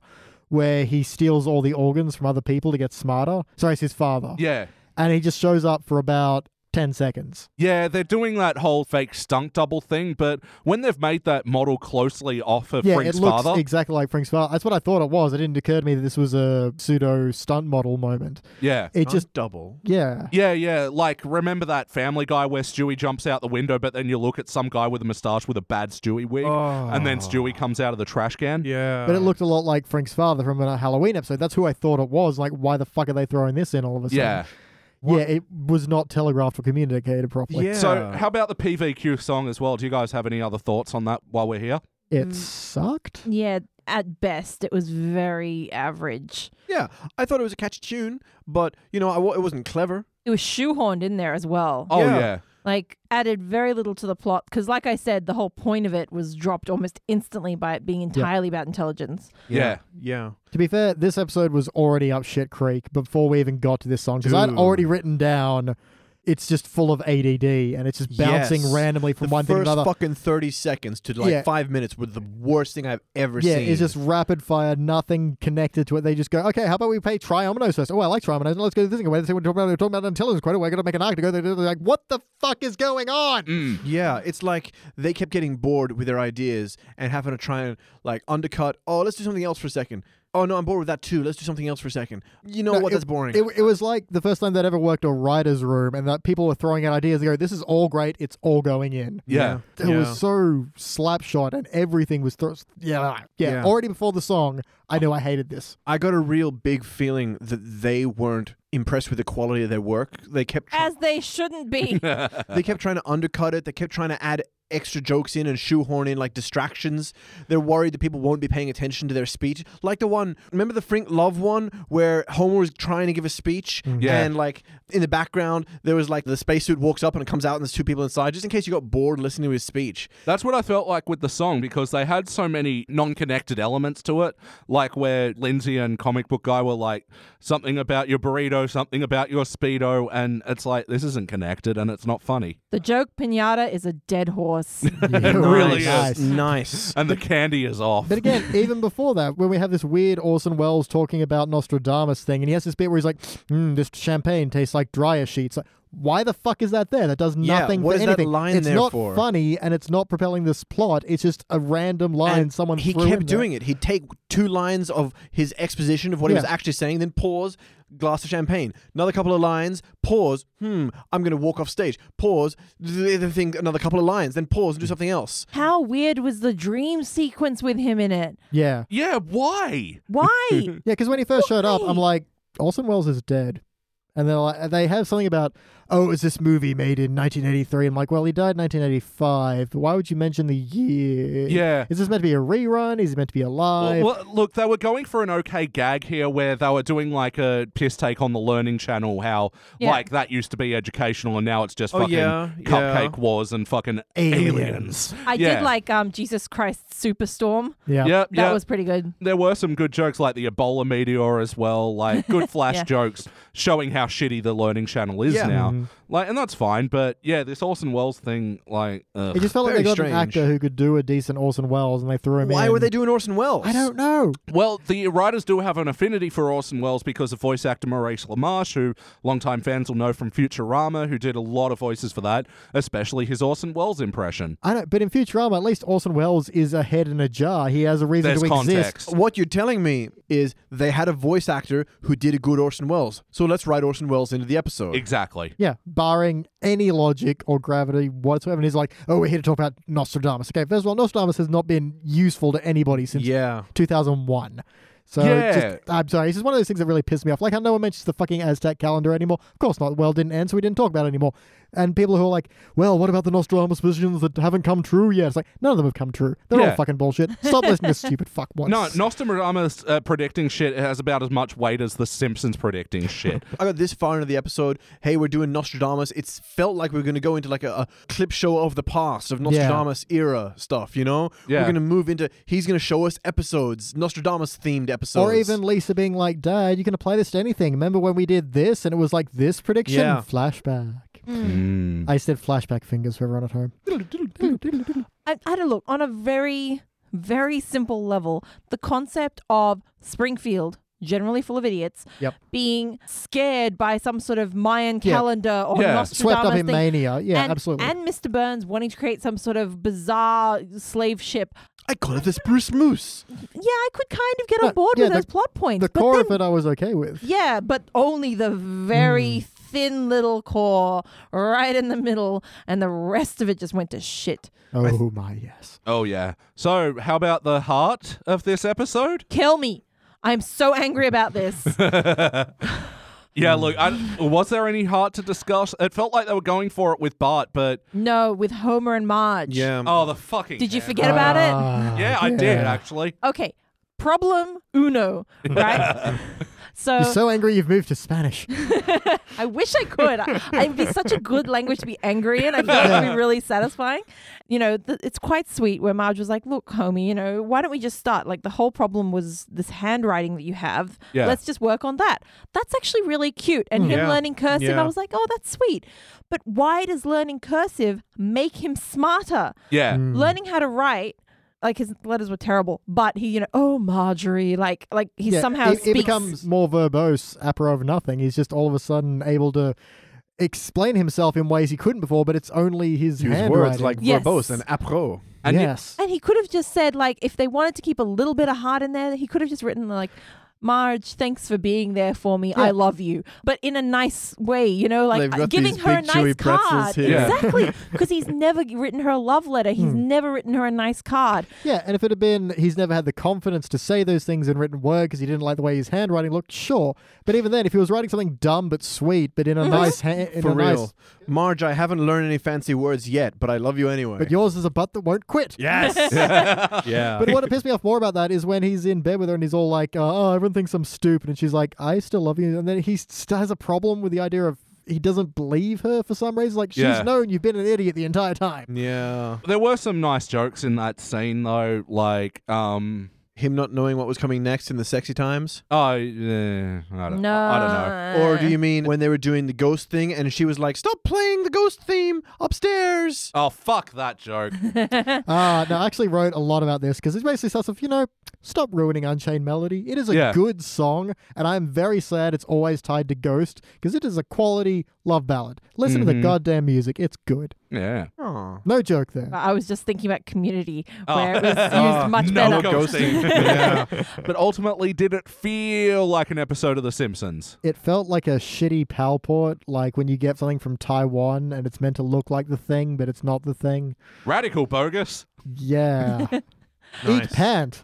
Speaker 4: where he steals all the organs from other people to get smarter. Sorry, it's his father.
Speaker 1: Yeah.
Speaker 4: And he just shows up for about 10 seconds.
Speaker 1: Yeah, they're doing that whole fake stunk double thing, but when they've made that model closely off of
Speaker 4: Yeah,
Speaker 1: Frink's
Speaker 4: it looks
Speaker 1: father,
Speaker 4: exactly like Frink's father. That's what I thought it was. It didn't occur to me that this was a pseudo stunt model moment.
Speaker 1: yeah.
Speaker 4: It just,
Speaker 2: double.
Speaker 4: yeah.
Speaker 1: Yeah, yeah. Like, remember that Family Guy where Stewie jumps out the window, but then you look at some guy with a moustache with a bad Stewie wig, and then Stewie comes out of the trash can.
Speaker 2: Oh. Yeah.
Speaker 4: But it looked a lot like Frink's father from a Halloween episode. That's who I thought it was. Like, why the fuck are they throwing this in all of a sudden?
Speaker 1: Yeah.
Speaker 4: Yeah, it was not telegraphed or communicated properly.
Speaker 2: Yeah.
Speaker 1: So, how about the PVQ song as well? Do you guys have any other thoughts on that while we're here?
Speaker 4: It sucked.
Speaker 3: Yeah, at best, it was very average.
Speaker 2: Yeah. I thought it was a catchy tune, but you know, I, wa- it wasn't clever.
Speaker 3: It was shoehorned in there as well.
Speaker 1: Oh,
Speaker 2: Yeah.
Speaker 1: yeah.
Speaker 3: Like, added very little to the plot. Because, like I said, the whole point of it was dropped almost instantly by it being entirely about intelligence.
Speaker 1: Yeah.
Speaker 2: Yeah.
Speaker 4: To be fair, this episode was already up shit creek before we even got to this song because I'd
Speaker 2: Dude.
Speaker 4: already written down. It's just full of ADD and it's just bouncing
Speaker 2: Yes.
Speaker 4: randomly from
Speaker 2: the
Speaker 4: one
Speaker 2: first
Speaker 4: thing to another.
Speaker 2: fucking 30 seconds to like
Speaker 4: Yeah.
Speaker 2: five minutes were the worst thing I've ever
Speaker 4: yeah,
Speaker 2: seen.
Speaker 4: it's just rapid fire, nothing connected to it. They just go, okay, how about we pay Triominoes first? Oh, I like Triominoes. Let's go to this thing. We're talking about, we're talking about intelligence quite a way. I got to make an arc to go there. They're Like, what the fuck is going on?
Speaker 1: Mm.
Speaker 2: Yeah, it's like they kept getting bored with their ideas and having to try and like undercut. Oh, let's do something else for a second. Oh no, I'm bored with that too. Let's do something else for a second. You know
Speaker 4: No,
Speaker 2: what? That's boring.
Speaker 4: It, it was like the first time that ever worked a writer's room and that people were throwing out ideas. They go, this is all great. It's all going in.
Speaker 1: Yeah.
Speaker 4: It was so slapshot and everything was thro- yeah, yeah
Speaker 2: Yeah.
Speaker 4: already before the song I knew I hated this
Speaker 2: I got a real big feeling that they weren't impressed with the quality of their work. They kept try-
Speaker 3: As they shouldn't be.
Speaker 1: Uh-huh.
Speaker 2: they kept trying to undercut it. They kept trying to add extra jokes in and shoehorn in like distractions. They're worried that people won't be paying attention to their speech. Like the one, remember the Frink Love one where Homer was trying to give a speech
Speaker 1: Yeah.
Speaker 2: and like in the background there was like the spacesuit walks up and it comes out and there's two people inside just in case you got bored listening to his speech.
Speaker 1: That's what I felt like with the song because they had so many non connected elements to it, like where Lindsay and Comic Book Guy were like, something about your burrito, something about your Speedo, and it's like, this isn't connected and it's not funny.
Speaker 3: the joke pinata is a dead horse.
Speaker 1: It really
Speaker 4: Nice.
Speaker 1: is.
Speaker 2: Nice.
Speaker 1: And the candy is off.
Speaker 4: but again even before that when we have this weird Orson Welles talking about Nostradamus thing and he has this bit where he's like mm, this champagne tastes like dryer sheets like why the fuck is that there that does
Speaker 2: Yeah,
Speaker 4: nothing
Speaker 2: what
Speaker 4: for
Speaker 2: is that
Speaker 4: anything
Speaker 2: line
Speaker 4: it's
Speaker 2: there
Speaker 4: not
Speaker 2: for?
Speaker 4: funny and it's not propelling this plot it's just a random line
Speaker 2: And
Speaker 4: someone
Speaker 2: he
Speaker 4: threw
Speaker 2: kept
Speaker 4: in there.
Speaker 2: doing it. He'd take two lines of his exposition of what he was
Speaker 4: Yeah.
Speaker 2: actually saying, then pause, glass of champagne, another couple of lines, pause. Hmm, I'm going to walk off stage. Pause, the other thing, another couple of lines, then pause and do something else.
Speaker 3: How weird was the dream sequence with him in it?
Speaker 4: yeah
Speaker 1: yeah, why?
Speaker 3: Why?
Speaker 4: Yeah, because when he first showed up, I'm
Speaker 3: Why?
Speaker 4: like, Orson Welles is dead. And they're like, they have something about, oh, is this movie made in 1983? I'm like, well, he died in 1985. but Why would you mention the year?
Speaker 1: Yeah.
Speaker 4: Is this meant to be a rerun? Is he meant to be alive?
Speaker 1: Well, well, look, they were going for an okay gag here where they were doing like a piss take on the Learning Channel, how
Speaker 3: Yeah.
Speaker 1: like that used to be educational and now it's just
Speaker 2: Oh,
Speaker 1: fucking
Speaker 2: yeah,
Speaker 1: Cupcake
Speaker 2: yeah.
Speaker 1: Wars and fucking
Speaker 4: Aliens.
Speaker 1: aliens.
Speaker 3: I
Speaker 1: Yeah.
Speaker 3: did like um, Jesus Christ Superstorm.
Speaker 4: yeah.
Speaker 1: Yeah,
Speaker 3: That
Speaker 1: yeah.
Speaker 3: was pretty good.
Speaker 1: there were some good jokes like the Ebola meteor as well, like good flash
Speaker 3: Yeah.
Speaker 1: jokes showing how shitty the learning channel is
Speaker 2: Yeah.
Speaker 1: now. Like and that's fine, but yeah, this Orson Welles thing, like ugh.
Speaker 4: It just felt like
Speaker 2: Very
Speaker 4: they got
Speaker 2: strange.
Speaker 4: an actor who could do a decent Orson Welles and they threw him
Speaker 2: Why
Speaker 4: in.
Speaker 2: were they doing Orson Welles?
Speaker 4: I don't know.
Speaker 1: Well, the writers do have an affinity for Orson Welles because of voice actor Maurice LaMarche, who longtime fans will know from Futurama, who did a lot of voices for that, especially his Orson Welles impression.
Speaker 4: I don't, but in Futurama, at least Orson Welles is a head in a jar. He has a reason
Speaker 1: There's
Speaker 4: to
Speaker 1: context.
Speaker 4: exist. Oh,
Speaker 2: What you're telling me is they had a voice actor who did a good Orson Welles. So let's write Orson Welles into the episode.
Speaker 1: Exactly.
Speaker 4: Yeah, barring any logic or gravity whatsoever. And he's like, oh, we're here to talk about Nostradamus. Okay, first of all, Nostradamus has not been useful to anybody since
Speaker 2: yeah.
Speaker 4: 2001. So
Speaker 1: Yeah.
Speaker 4: just, I'm sorry, it's just one of those things that really pissed me off. Like how no one mentions the fucking Aztec calendar anymore. Of course not. Well, didn't end, so we didn't talk about it anymore. And people who are like, well, what about the Nostradamus visions that haven't come true yet? It's like, none of them have come true. They're
Speaker 1: Yeah.
Speaker 4: all fucking bullshit. Stop listening to stupid fuck once.
Speaker 1: No, Nostradamus uh, predicting shit has about as much weight as The Simpsons predicting shit.
Speaker 2: I got this far into the episode. Hey, we're doing Nostradamus. It's felt like we were going to go into like a, a clip show of the past of Nostradamus era stuff. You know,
Speaker 1: Yeah.
Speaker 2: we're going to move into. He's going to show us episodes, Nostradamus themed episodes,
Speaker 4: Or even Lisa being like, Dad, you can apply this to anything. Remember when we did this and it was like this prediction?
Speaker 2: Yeah.
Speaker 4: Flashback.
Speaker 1: Mm.
Speaker 4: I said flashback fingers for everyone at home.
Speaker 3: I, I had a look on a very, very simple level. The concept of Springfield, generally full of idiots,
Speaker 4: Yep.
Speaker 3: being scared by some sort of Mayan
Speaker 4: Yeah.
Speaker 3: calendar or
Speaker 1: Yeah.
Speaker 4: Swept
Speaker 3: Nostradamus
Speaker 4: up in
Speaker 3: thing.
Speaker 4: mania. Yeah,
Speaker 3: and,
Speaker 4: absolutely.
Speaker 3: And Mr. Burns wanting to create some sort of bizarre slave ship.
Speaker 2: I call it this Bruce Moose.
Speaker 3: Yeah, I could kind of get
Speaker 4: No,
Speaker 3: on board
Speaker 4: yeah,
Speaker 3: with
Speaker 4: the-
Speaker 3: those plot points.
Speaker 4: the
Speaker 3: but
Speaker 4: core
Speaker 3: then
Speaker 4: of it I was okay with.
Speaker 3: Yeah, but only the very thin little core right in the middle, and the rest of it just went to shit.
Speaker 4: Oh my yes.
Speaker 1: Oh yeah. So how about the heart of this episode?
Speaker 3: Kill me. I'm so angry about this.
Speaker 4: Mm.
Speaker 1: Yeah. Look, I, was there any heart to discuss? It felt like they were going for it with Bart, but
Speaker 3: no, with Homer and Marge.
Speaker 2: Yeah.
Speaker 1: oh, the fucking.
Speaker 3: Did you
Speaker 1: hell.
Speaker 3: forget about it?
Speaker 4: Ah,
Speaker 1: Yeah, I did actually.
Speaker 3: Okay. Problem uno, right? so,
Speaker 4: You're so angry you've moved to Spanish.
Speaker 3: I wish I could. I, it'd be such a good language to be angry in. I feel like it'd be really satisfying. You know, th- it's quite sweet where Marge was like, "Look, homie, you know, why don't we just start? Like the whole problem was this handwriting that you have.
Speaker 1: Yeah.
Speaker 3: Let's just work on that. That's actually really cute." And him
Speaker 2: Yeah.
Speaker 3: learning cursive,
Speaker 2: Yeah.
Speaker 3: I was like, "Oh, that's sweet." But why does learning cursive make him smarter?
Speaker 1: Yeah.
Speaker 4: Mm.
Speaker 3: Learning how to write. Like his letters were terrible, but he, you know, oh Marjorie, like, like he
Speaker 4: Yeah,
Speaker 3: somehow
Speaker 4: he,
Speaker 3: speaks.
Speaker 4: he becomes more verbose, apropos of nothing. He's just all of a sudden able to explain himself in ways he couldn't before, but it's only his
Speaker 2: Use
Speaker 4: handwriting.
Speaker 2: words like
Speaker 3: Yes.
Speaker 2: verbose and apro.
Speaker 1: And you-
Speaker 4: yes.
Speaker 3: And he could have just said, like, if they wanted to keep a little bit of heart in there, he could have just written, like, Marge, thanks for being there for me. I
Speaker 4: Yeah.
Speaker 3: love you. But in a nice way, you know, like
Speaker 2: They've
Speaker 3: uh,
Speaker 2: got
Speaker 3: giving
Speaker 2: these
Speaker 3: her a
Speaker 2: big chewy
Speaker 3: nice
Speaker 2: pretzels
Speaker 3: card.
Speaker 2: here.
Speaker 1: Yeah.
Speaker 3: Exactly. Because he's never g- written her a love letter. He's
Speaker 2: Hmm.
Speaker 3: never written her a nice card.
Speaker 4: yeah, and if it had been he's never had the confidence to say those things in written word because he didn't like the way his handwriting looked, sure. But even then, if he was writing something dumb but sweet, but in a nice ha- in
Speaker 2: For
Speaker 4: a
Speaker 2: real,
Speaker 4: nice,
Speaker 2: Marge, I haven't learned any fancy words yet, but I love you anyway.
Speaker 4: but yours is a butt that won't quit.
Speaker 2: yes, yeah.
Speaker 4: But what pissed me off more about that is when he's in bed with her and he's all like, uh, "Oh, everyone thinks I'm stupid," and she's like, "I still love you." And then he st- has a problem with the idea of he doesn't believe her for some reason. Like she's
Speaker 1: Yeah.
Speaker 4: known you've been an idiot the entire time.
Speaker 2: yeah,
Speaker 1: there were some nice jokes in that scene though, like um.
Speaker 2: him not knowing what was coming next in the sexy times.
Speaker 1: Oh, yeah, I don't,
Speaker 3: No.
Speaker 1: I don't know.
Speaker 3: Uh.
Speaker 2: Or do you mean when they were doing the ghost thing and she was like, "Stop playing the ghost theme upstairs"?
Speaker 1: Oh, fuck that joke.
Speaker 4: Ah, no, I actually wrote a lot about this because it's basically stuff of you know, stop ruining Unchained Melody. It is a
Speaker 1: Yeah.
Speaker 4: good song, and I'm very sad it's always tied to Ghost because it is a quality love ballad. Listen to the
Speaker 1: Mhm.
Speaker 4: goddamn music; it's good.
Speaker 1: yeah.
Speaker 2: Oh.
Speaker 4: No joke there.
Speaker 3: I was just thinking about community,
Speaker 1: Oh.
Speaker 3: where it was used
Speaker 2: Oh,
Speaker 3: much
Speaker 1: no
Speaker 3: better.
Speaker 1: ghosting.
Speaker 2: ghosting. Yeah.
Speaker 1: But ultimately, did it feel like an episode of The Simpsons?
Speaker 4: it felt like a shitty palport, like when you get something from Taiwan and it's meant to look like the thing, but it's not the thing.
Speaker 1: Radical bogus.
Speaker 4: Yeah. Eat pant.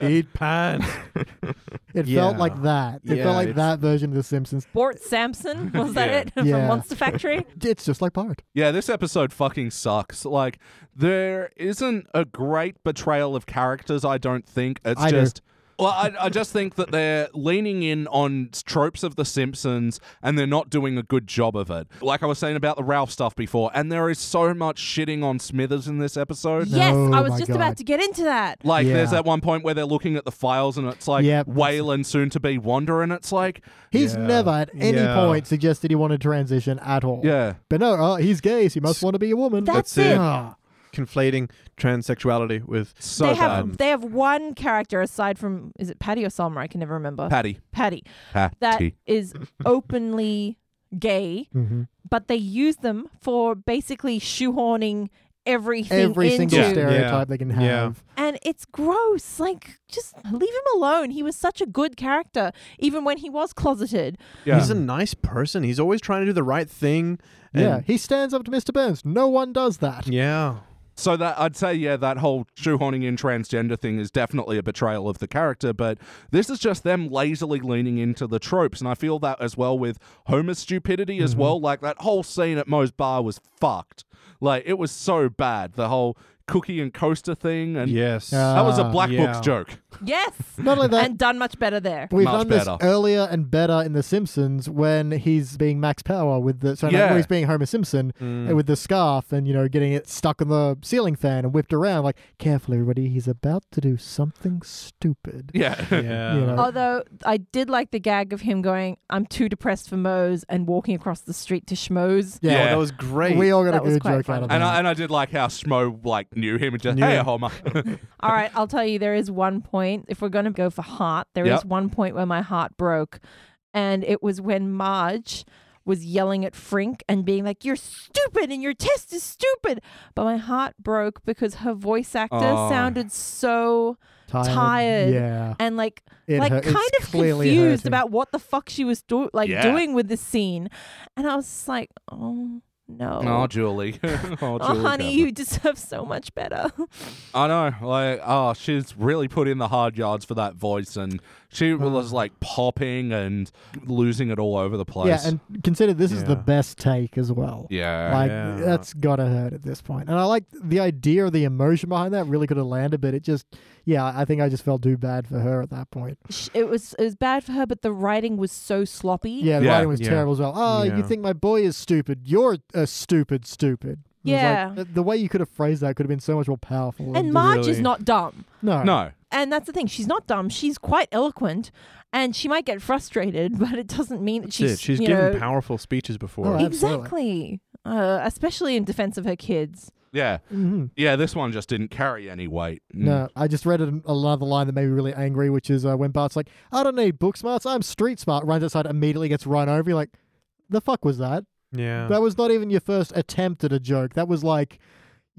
Speaker 2: Eat pan.
Speaker 4: It
Speaker 2: Yeah.
Speaker 4: felt like that. It
Speaker 2: Yeah,
Speaker 4: felt like
Speaker 2: it's-
Speaker 4: that version of The Simpsons.
Speaker 3: Bort Sampson, was that
Speaker 1: Yeah.
Speaker 3: it? From
Speaker 4: Yeah.
Speaker 3: Monster Factory?
Speaker 4: It's just like Pirate.
Speaker 1: Yeah, this episode fucking sucks. Like, there isn't a great betrayal of characters, I don't think. It's
Speaker 4: I do.
Speaker 1: just. Well, I, I just think that they're leaning in on tropes of The Simpsons and they're not doing a good job of it. Like I was saying about the Ralph stuff before, and there is so much shitting on Smithers in this episode.
Speaker 3: yes,
Speaker 4: No,
Speaker 3: I was
Speaker 4: Oh my
Speaker 3: just
Speaker 4: God.
Speaker 3: about to get into that.
Speaker 1: Like
Speaker 4: Yeah.
Speaker 1: there's that one point where they're looking at the files and it's like
Speaker 4: Yep.
Speaker 1: Whalen soon to be Wander and it's like
Speaker 4: He's
Speaker 2: Yeah.
Speaker 4: never at any
Speaker 2: Yeah.
Speaker 4: point suggested he wanted to transition at all.
Speaker 1: Yeah.
Speaker 4: But no, oh, he's gay, so he must want to be a woman.
Speaker 3: That's
Speaker 2: That's it.
Speaker 3: it.
Speaker 4: Ah.
Speaker 2: Conflating transsexuality with
Speaker 1: So
Speaker 3: they have
Speaker 1: bad.
Speaker 3: they have one character aside from is it Patty or Selma? I can never remember.
Speaker 1: Patty.
Speaker 3: Patty
Speaker 1: Patty.
Speaker 3: that is openly gay,
Speaker 4: Mhm.
Speaker 3: but they use them for basically shoehorning everything
Speaker 4: Every
Speaker 3: into.
Speaker 4: single
Speaker 2: Yeah.
Speaker 4: stereotype
Speaker 2: Yeah.
Speaker 4: they can have.
Speaker 2: Yeah.
Speaker 3: And it's gross. Like just leave him alone. He was such a good character, even when he was closeted.
Speaker 1: yeah.
Speaker 2: he's a nice person. He's always trying to do the right thing.
Speaker 4: Yeah,
Speaker 2: and-
Speaker 4: he stands up to Mr. Burns. No one does that.
Speaker 2: yeah.
Speaker 1: So that I'd say, yeah, that whole shoehorning in transgender thing is definitely a betrayal of the character, but this is just them lazily leaning into the tropes, and I feel that as well with Homer's stupidity as
Speaker 2: Mm-hmm.
Speaker 1: well. Like that whole scene at Moe's bar was fucked. Like it was so bad. The whole cookie and coaster thing, and
Speaker 2: Yes.
Speaker 4: Uh,
Speaker 1: that was a
Speaker 4: Ah,
Speaker 1: black
Speaker 2: yeah.
Speaker 1: books joke.
Speaker 3: Yes.
Speaker 4: Not only that,
Speaker 3: and done much better there.
Speaker 4: we've
Speaker 1: Much
Speaker 4: done
Speaker 1: better.
Speaker 4: this earlier and better in The Simpsons when he's being Max Power with the sorry, no,
Speaker 1: Yeah. Mm.
Speaker 4: when he's being Homer Simpson
Speaker 2: Mm.
Speaker 4: and with the scarf and you know getting it stuck in the ceiling fan and whipped around like careful everybody he's about to do something stupid.
Speaker 1: Yeah.
Speaker 2: yeah.
Speaker 4: You know.
Speaker 3: Although I did like the gag of him going, "I'm too depressed for Moe's," and walking across the street to Schmoe's.
Speaker 2: Oh,
Speaker 1: Yeah.
Speaker 2: that was great.
Speaker 4: We all got
Speaker 3: That
Speaker 4: a
Speaker 3: was
Speaker 4: good
Speaker 3: quite
Speaker 4: joke out
Speaker 3: funny.
Speaker 4: of that.
Speaker 1: And I, and I did like how Schmo like knew him and just
Speaker 2: Knew
Speaker 1: hey
Speaker 2: him.
Speaker 1: Homer.
Speaker 3: All right, I'll tell you, there is one point. If we're going to go for heart, there is
Speaker 1: Yep.
Speaker 3: one point where my heart broke. And it was when Marge was yelling at Frink and being like, You're stupid and your test is stupid. But my heart broke because her voice actor
Speaker 1: Oh.
Speaker 3: sounded so tired.
Speaker 4: Yeah.
Speaker 3: and like
Speaker 4: It
Speaker 3: like
Speaker 4: hurt- it's
Speaker 3: kind of
Speaker 4: clearly
Speaker 3: confused
Speaker 4: hurting.
Speaker 3: about what the fuck she was do- like
Speaker 1: Yeah.
Speaker 3: doing with this scene. And I was just like, Oh no.
Speaker 1: oh, Julie. oh,
Speaker 3: Oh,
Speaker 1: Julie
Speaker 3: honey,
Speaker 1: Garner.
Speaker 3: you deserve so much better.
Speaker 1: I know, like, oh, she's really put in the hard yards for that voice, and she was like popping and losing it all over the place.
Speaker 4: Yeah, and consider this is the
Speaker 2: Yeah.
Speaker 4: best take as well.
Speaker 1: yeah,
Speaker 4: Like
Speaker 2: Oh, Yeah.
Speaker 4: that's gotta hurt at this point. And I like the idea of the emotion behind that really could have landed, but it just yeah, I think I just felt too bad for her at that point.
Speaker 3: Sh- it was it was bad for her, but the writing was so sloppy.
Speaker 4: Yeah, the
Speaker 1: Yeah.
Speaker 4: writing was
Speaker 2: Yeah.
Speaker 4: terrible as well. Oh,
Speaker 2: Yeah.
Speaker 4: you think my boy is stupid. You're a stupid stupid. It was like,
Speaker 3: Yeah.
Speaker 4: th- the way you could have phrased that could have been so much more powerful.
Speaker 3: And Marge is
Speaker 2: Really?
Speaker 3: not dumb.
Speaker 4: no.
Speaker 1: no,
Speaker 3: And that's the thing. She's not dumb. She's quite eloquent, and she might get frustrated, but it doesn't mean that
Speaker 2: That's
Speaker 3: she's
Speaker 2: it. She's
Speaker 3: you
Speaker 2: given
Speaker 3: know-
Speaker 2: powerful speeches before.
Speaker 4: Oh,
Speaker 3: Exactly. Uh, especially in defense of her kids.
Speaker 1: yeah,
Speaker 4: Mhm.
Speaker 2: Mm.
Speaker 1: yeah. This one just didn't carry any weight. Mm.
Speaker 4: No, I just read an- another line that made me really angry, which is uh, when Bart's like, "I don't need book smarts, I'm street smart." Runs outside, immediately gets run over. You're like, "The fuck was that?
Speaker 2: yeah.
Speaker 4: That was not even your first attempt at a joke. That was like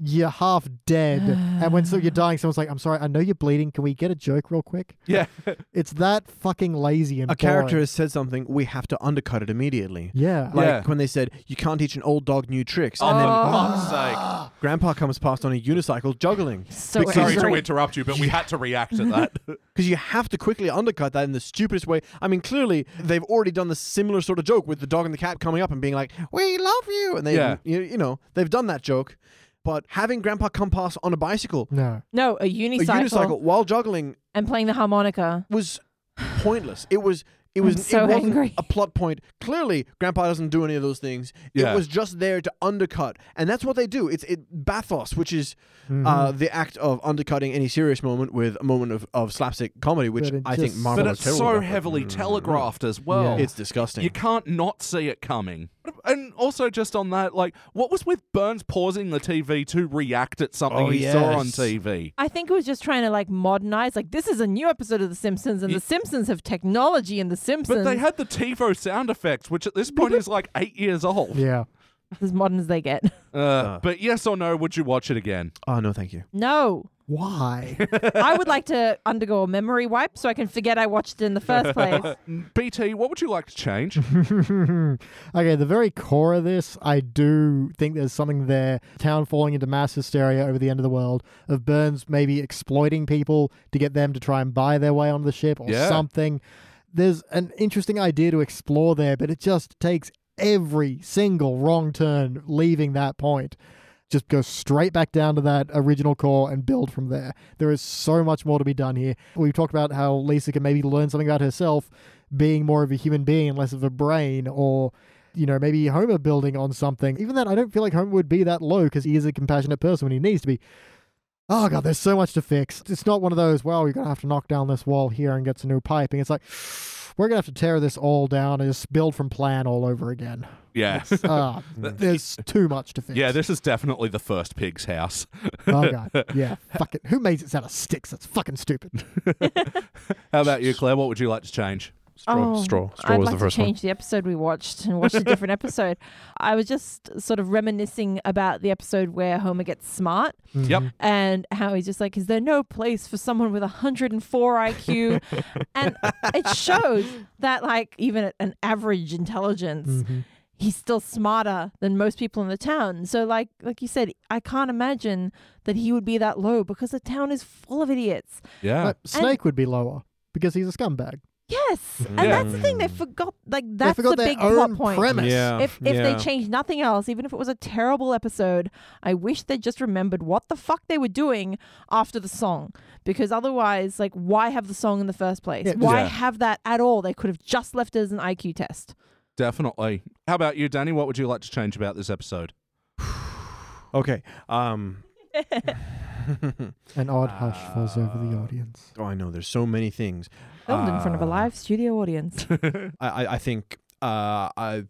Speaker 4: you're half dead, and when so you're dying, someone's like, "I'm sorry, I know you're bleeding. Can we get a joke real quick?"
Speaker 1: yeah,
Speaker 4: It's that fucking lazy and
Speaker 2: a
Speaker 4: boring.
Speaker 2: character has said something, we have to undercut it immediately.
Speaker 4: Yeah,
Speaker 2: Like
Speaker 1: Yeah.
Speaker 2: when they said, you can't teach an old dog new tricks. And
Speaker 1: Oh,
Speaker 2: then
Speaker 1: fuck's sake!
Speaker 2: grandpa comes past on a unicycle juggling.
Speaker 3: So
Speaker 2: Because-
Speaker 1: Sorry to
Speaker 3: angry.
Speaker 1: interrupt you, but we had to react to that.
Speaker 2: Because you have to quickly undercut that in the stupidest way. I mean, clearly, they've already done the similar sort of joke with the dog and the cat coming up and being like, we love you. And they,
Speaker 1: Yeah.
Speaker 2: you, you know, they've done that joke. But having grandpa come past on a bicycle,
Speaker 4: no.
Speaker 3: No, a
Speaker 2: a
Speaker 3: unicycle,
Speaker 2: unicycle while juggling
Speaker 3: and playing the harmonica.
Speaker 2: was pointless. It was it
Speaker 3: I'm
Speaker 2: was
Speaker 3: so
Speaker 2: it wasn't
Speaker 3: angry.
Speaker 2: a plot point. Clearly, Grandpa doesn't do any of those things.
Speaker 1: Yeah.
Speaker 2: It was just there to undercut, and that's what they do. It's it bathos, which is
Speaker 4: Mm-hmm.
Speaker 2: uh, the act of undercutting any serious moment with a moment of, of slapstick comedy, which
Speaker 4: But it
Speaker 2: I think
Speaker 4: just-
Speaker 2: Marvel
Speaker 1: but
Speaker 2: was
Speaker 1: it's
Speaker 2: terrible
Speaker 1: so
Speaker 2: at.
Speaker 1: heavily
Speaker 2: Mm.
Speaker 1: telegraphed as well.
Speaker 4: Yeah.
Speaker 2: It's disgusting.
Speaker 1: You can't not see it coming. And also, just on that, like, what was with Burns pausing the TV to react at something
Speaker 2: Oh,
Speaker 1: he saw on
Speaker 2: yes.
Speaker 1: TV?
Speaker 3: I think it was just trying to like modernize. Like this is a new episode of The Simpsons, and
Speaker 1: Ye-
Speaker 3: The Simpsons have technology. And The Simpsons,
Speaker 1: But they had the TiVo sound effects, which at this point is like eight years old.
Speaker 4: Yeah.
Speaker 3: as modern as they get.
Speaker 1: Uh, But yes or no, would you watch it again?
Speaker 2: Oh no, thank you.
Speaker 3: No,
Speaker 4: Why?
Speaker 3: I would like to undergo a memory wipe so I can forget I watched it in the first place.
Speaker 1: BT, Mm, what would you like to change?
Speaker 4: okay, the very core of this, I do think there's something there. Town falling into mass hysteria over the end of the world, of Burns maybe exploiting people to get them to try and buy their way onto the ship or
Speaker 1: Yeah.
Speaker 4: something. There's an interesting idea to explore there, but it just takes every single wrong turn leaving that point. Just go straight back down to that original core and build from there. There is so much more to be done here. We've talked about how Lisa can maybe learn something about herself being more of a human being and less of a brain, or, you know, maybe Homer building on something. Even then, I don't feel like Homer would be that low because he is a compassionate person when he needs to be. Oh, God, there's so much to fix. It's not one of those, well, you're going to have to knock down this wall here and get some new piping. It's like, we're going to have to tear this all down and just build from plan all over again.
Speaker 1: yeah.
Speaker 4: Uh, there's too much to fix.
Speaker 1: Yeah, this is definitely the first pig's house.
Speaker 4: oh, God. Yeah. Fuck it. Who made it out of sticks? That's fucking stupid.
Speaker 1: How about you, Claire? What would you like to change?
Speaker 2: Straw, straw, straw
Speaker 3: Oh, I'd
Speaker 2: was
Speaker 3: like
Speaker 2: the first
Speaker 3: to
Speaker 2: one.
Speaker 3: change the episode we watched and watch a different episode. I was just sort of reminiscing about the episode where Homer gets smart
Speaker 1: Yep.
Speaker 3: and how he's just like, "Is there no place for someone with 104 IQ?"
Speaker 4: Mm-hmm.
Speaker 2: Hmm.
Speaker 3: and it shows that, like, even at an average intelligence, he's still smarter than most people in the town. So like like you said, I can't imagine that he would be that low because the town is full of idiots.
Speaker 1: Yeah.
Speaker 4: No, Snake would be lower because he's a scumbag.
Speaker 3: Yes,
Speaker 2: Mm-hmm.
Speaker 3: and that's the thing
Speaker 2: Mm.
Speaker 3: they forgot. Like that's
Speaker 4: forgot
Speaker 3: the
Speaker 4: their
Speaker 3: big plot
Speaker 4: own
Speaker 3: point.
Speaker 4: premise.
Speaker 2: Yeah.
Speaker 3: If if
Speaker 2: Yeah.
Speaker 3: they changed nothing else, even if it was a terrible episode, I wish they just remembered what the fuck they were doing after the song. Because otherwise, like, why have the song in the first place?
Speaker 4: Yeah.
Speaker 3: Why
Speaker 1: Yeah.
Speaker 3: have that at all? They could have just left it as an IQ test.
Speaker 1: Definitely. How about you, Danny? What would you like to change about this episode?
Speaker 2: Okay. Um.
Speaker 4: An odd hush falls over the audience.
Speaker 2: Oh, I know. There's so many things.
Speaker 3: Filmed in front of a
Speaker 2: Uh,
Speaker 3: live studio audience.
Speaker 2: I, I, I think. Uh. I.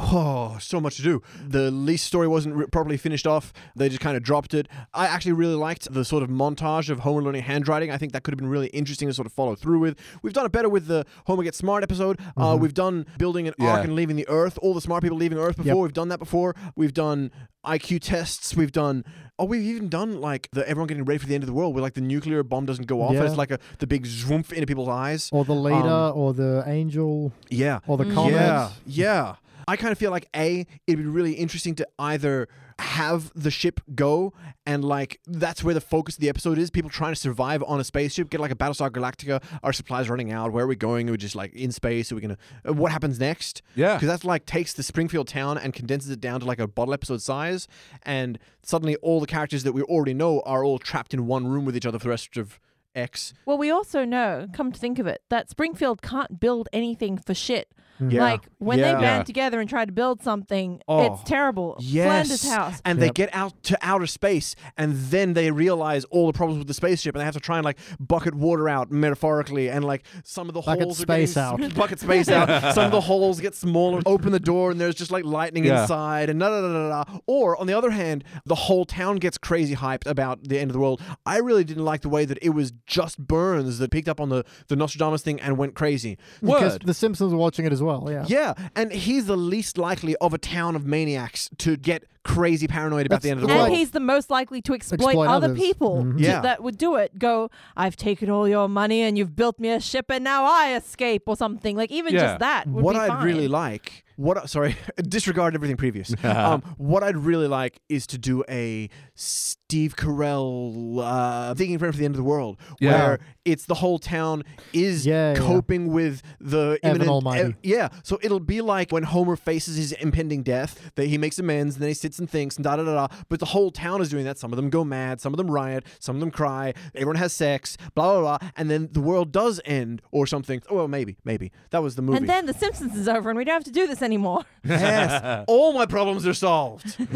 Speaker 2: Oh, so much to do. The least story wasn't re- properly finished off. They just kind of dropped it. I actually really liked the sort of montage of Homer learning handwriting. I think that could have been really interesting to sort of follow through with. We've done it better with the Homer Gets Smart episode. Uh,
Speaker 4: Mm-hmm.
Speaker 2: we've done building an
Speaker 1: Yeah.
Speaker 2: arc and leaving the Earth. All the smart people leaving Earth before.
Speaker 4: Yep.
Speaker 2: We've done that before. We've done IQ tests. We've done. Oh, we've even done like the everyone getting ready for the end of the world, where like the nuclear bomb doesn't go off. and
Speaker 4: Yeah.
Speaker 2: it's like a the big zwoomf into people's eyes.
Speaker 4: Or the leader,
Speaker 2: Um,
Speaker 4: or the angel,
Speaker 2: Yeah.
Speaker 4: or the
Speaker 3: Mm.
Speaker 4: comet.
Speaker 2: Yeah, yeah. I kind of feel like a it'd be really interesting to either have the ship go and like that's where the focus of the episode is people trying to survive on a spaceship get like a Battlestar Galactica our supplies running out where are we going we're just like in space are we gonna uh, what happens next
Speaker 1: Yeah.
Speaker 2: because that's like takes the Springfield town and condenses it down to like a bottle episode size and suddenly all the characters that we already know are all trapped in one room with each other for the rest of X
Speaker 3: well, we also know, come to think of it, that Springfield can't build anything for shit.
Speaker 2: Yeah.
Speaker 3: Like when
Speaker 2: Yeah.
Speaker 3: they
Speaker 1: Yeah.
Speaker 3: band together and try to build something,
Speaker 2: Oh,
Speaker 3: it's terrible.
Speaker 2: Yes.
Speaker 3: Flanders House.
Speaker 2: And they
Speaker 4: Yep.
Speaker 2: get out to outer space, and then they realize all the problems with the spaceship, and they have to try and like bucket water out metaphorically, and like some of the
Speaker 4: Bucket
Speaker 2: holes are
Speaker 4: space
Speaker 2: getting-
Speaker 4: out.
Speaker 2: bucket space out. Some of the holes get smaller. Open the door, and there's just like lightning
Speaker 1: Yeah.
Speaker 2: inside, and da da da da da. Or on the other hand, the whole town gets crazy hyped about the end of the world. I really didn't like the way that it was just Burns that picked up on the the Nostradamus thing and went crazy.
Speaker 4: Because
Speaker 2: Word.
Speaker 4: the Simpsons were watching it as well. Yeah.
Speaker 2: Yeah, and he's the least likely of a town of maniacs to get crazy paranoid about the end
Speaker 4: That's
Speaker 2: of the
Speaker 4: right.
Speaker 2: world.
Speaker 3: And he's the most likely to exploit,
Speaker 4: Exploit
Speaker 3: other
Speaker 4: others.
Speaker 3: people
Speaker 4: Mhm.
Speaker 3: to-
Speaker 2: Yeah.
Speaker 3: that would do it. Go, I've taken all your money and you've built me a ship and now I escape or something. Like even
Speaker 1: Yeah.
Speaker 3: just that would
Speaker 2: what
Speaker 3: be
Speaker 2: I'd
Speaker 3: fine.
Speaker 2: really like, what I- sorry, disregard everything previous. um, what I'd really like is to do a Steve Carell uh, thinking frame for the end of the world,
Speaker 1: Yeah.
Speaker 2: where it's the whole town is
Speaker 4: Yeah, yeah.
Speaker 2: coping with the
Speaker 4: Evan
Speaker 2: imminent. e-,
Speaker 4: Almighty.
Speaker 2: yeah, so it'll be like when Homer faces his impending death, that he makes amends and then he sits and thinks and da da da da. But the whole town is doing that. Some of them go mad, some of them riot, some of them cry. Everyone has sex, blah blah blah, and then the world does end or something. Oh, well, maybe, maybe that was the movie.
Speaker 3: And then The Simpsons is over and we don't have to do this anymore.
Speaker 2: Yes, all my problems are solved.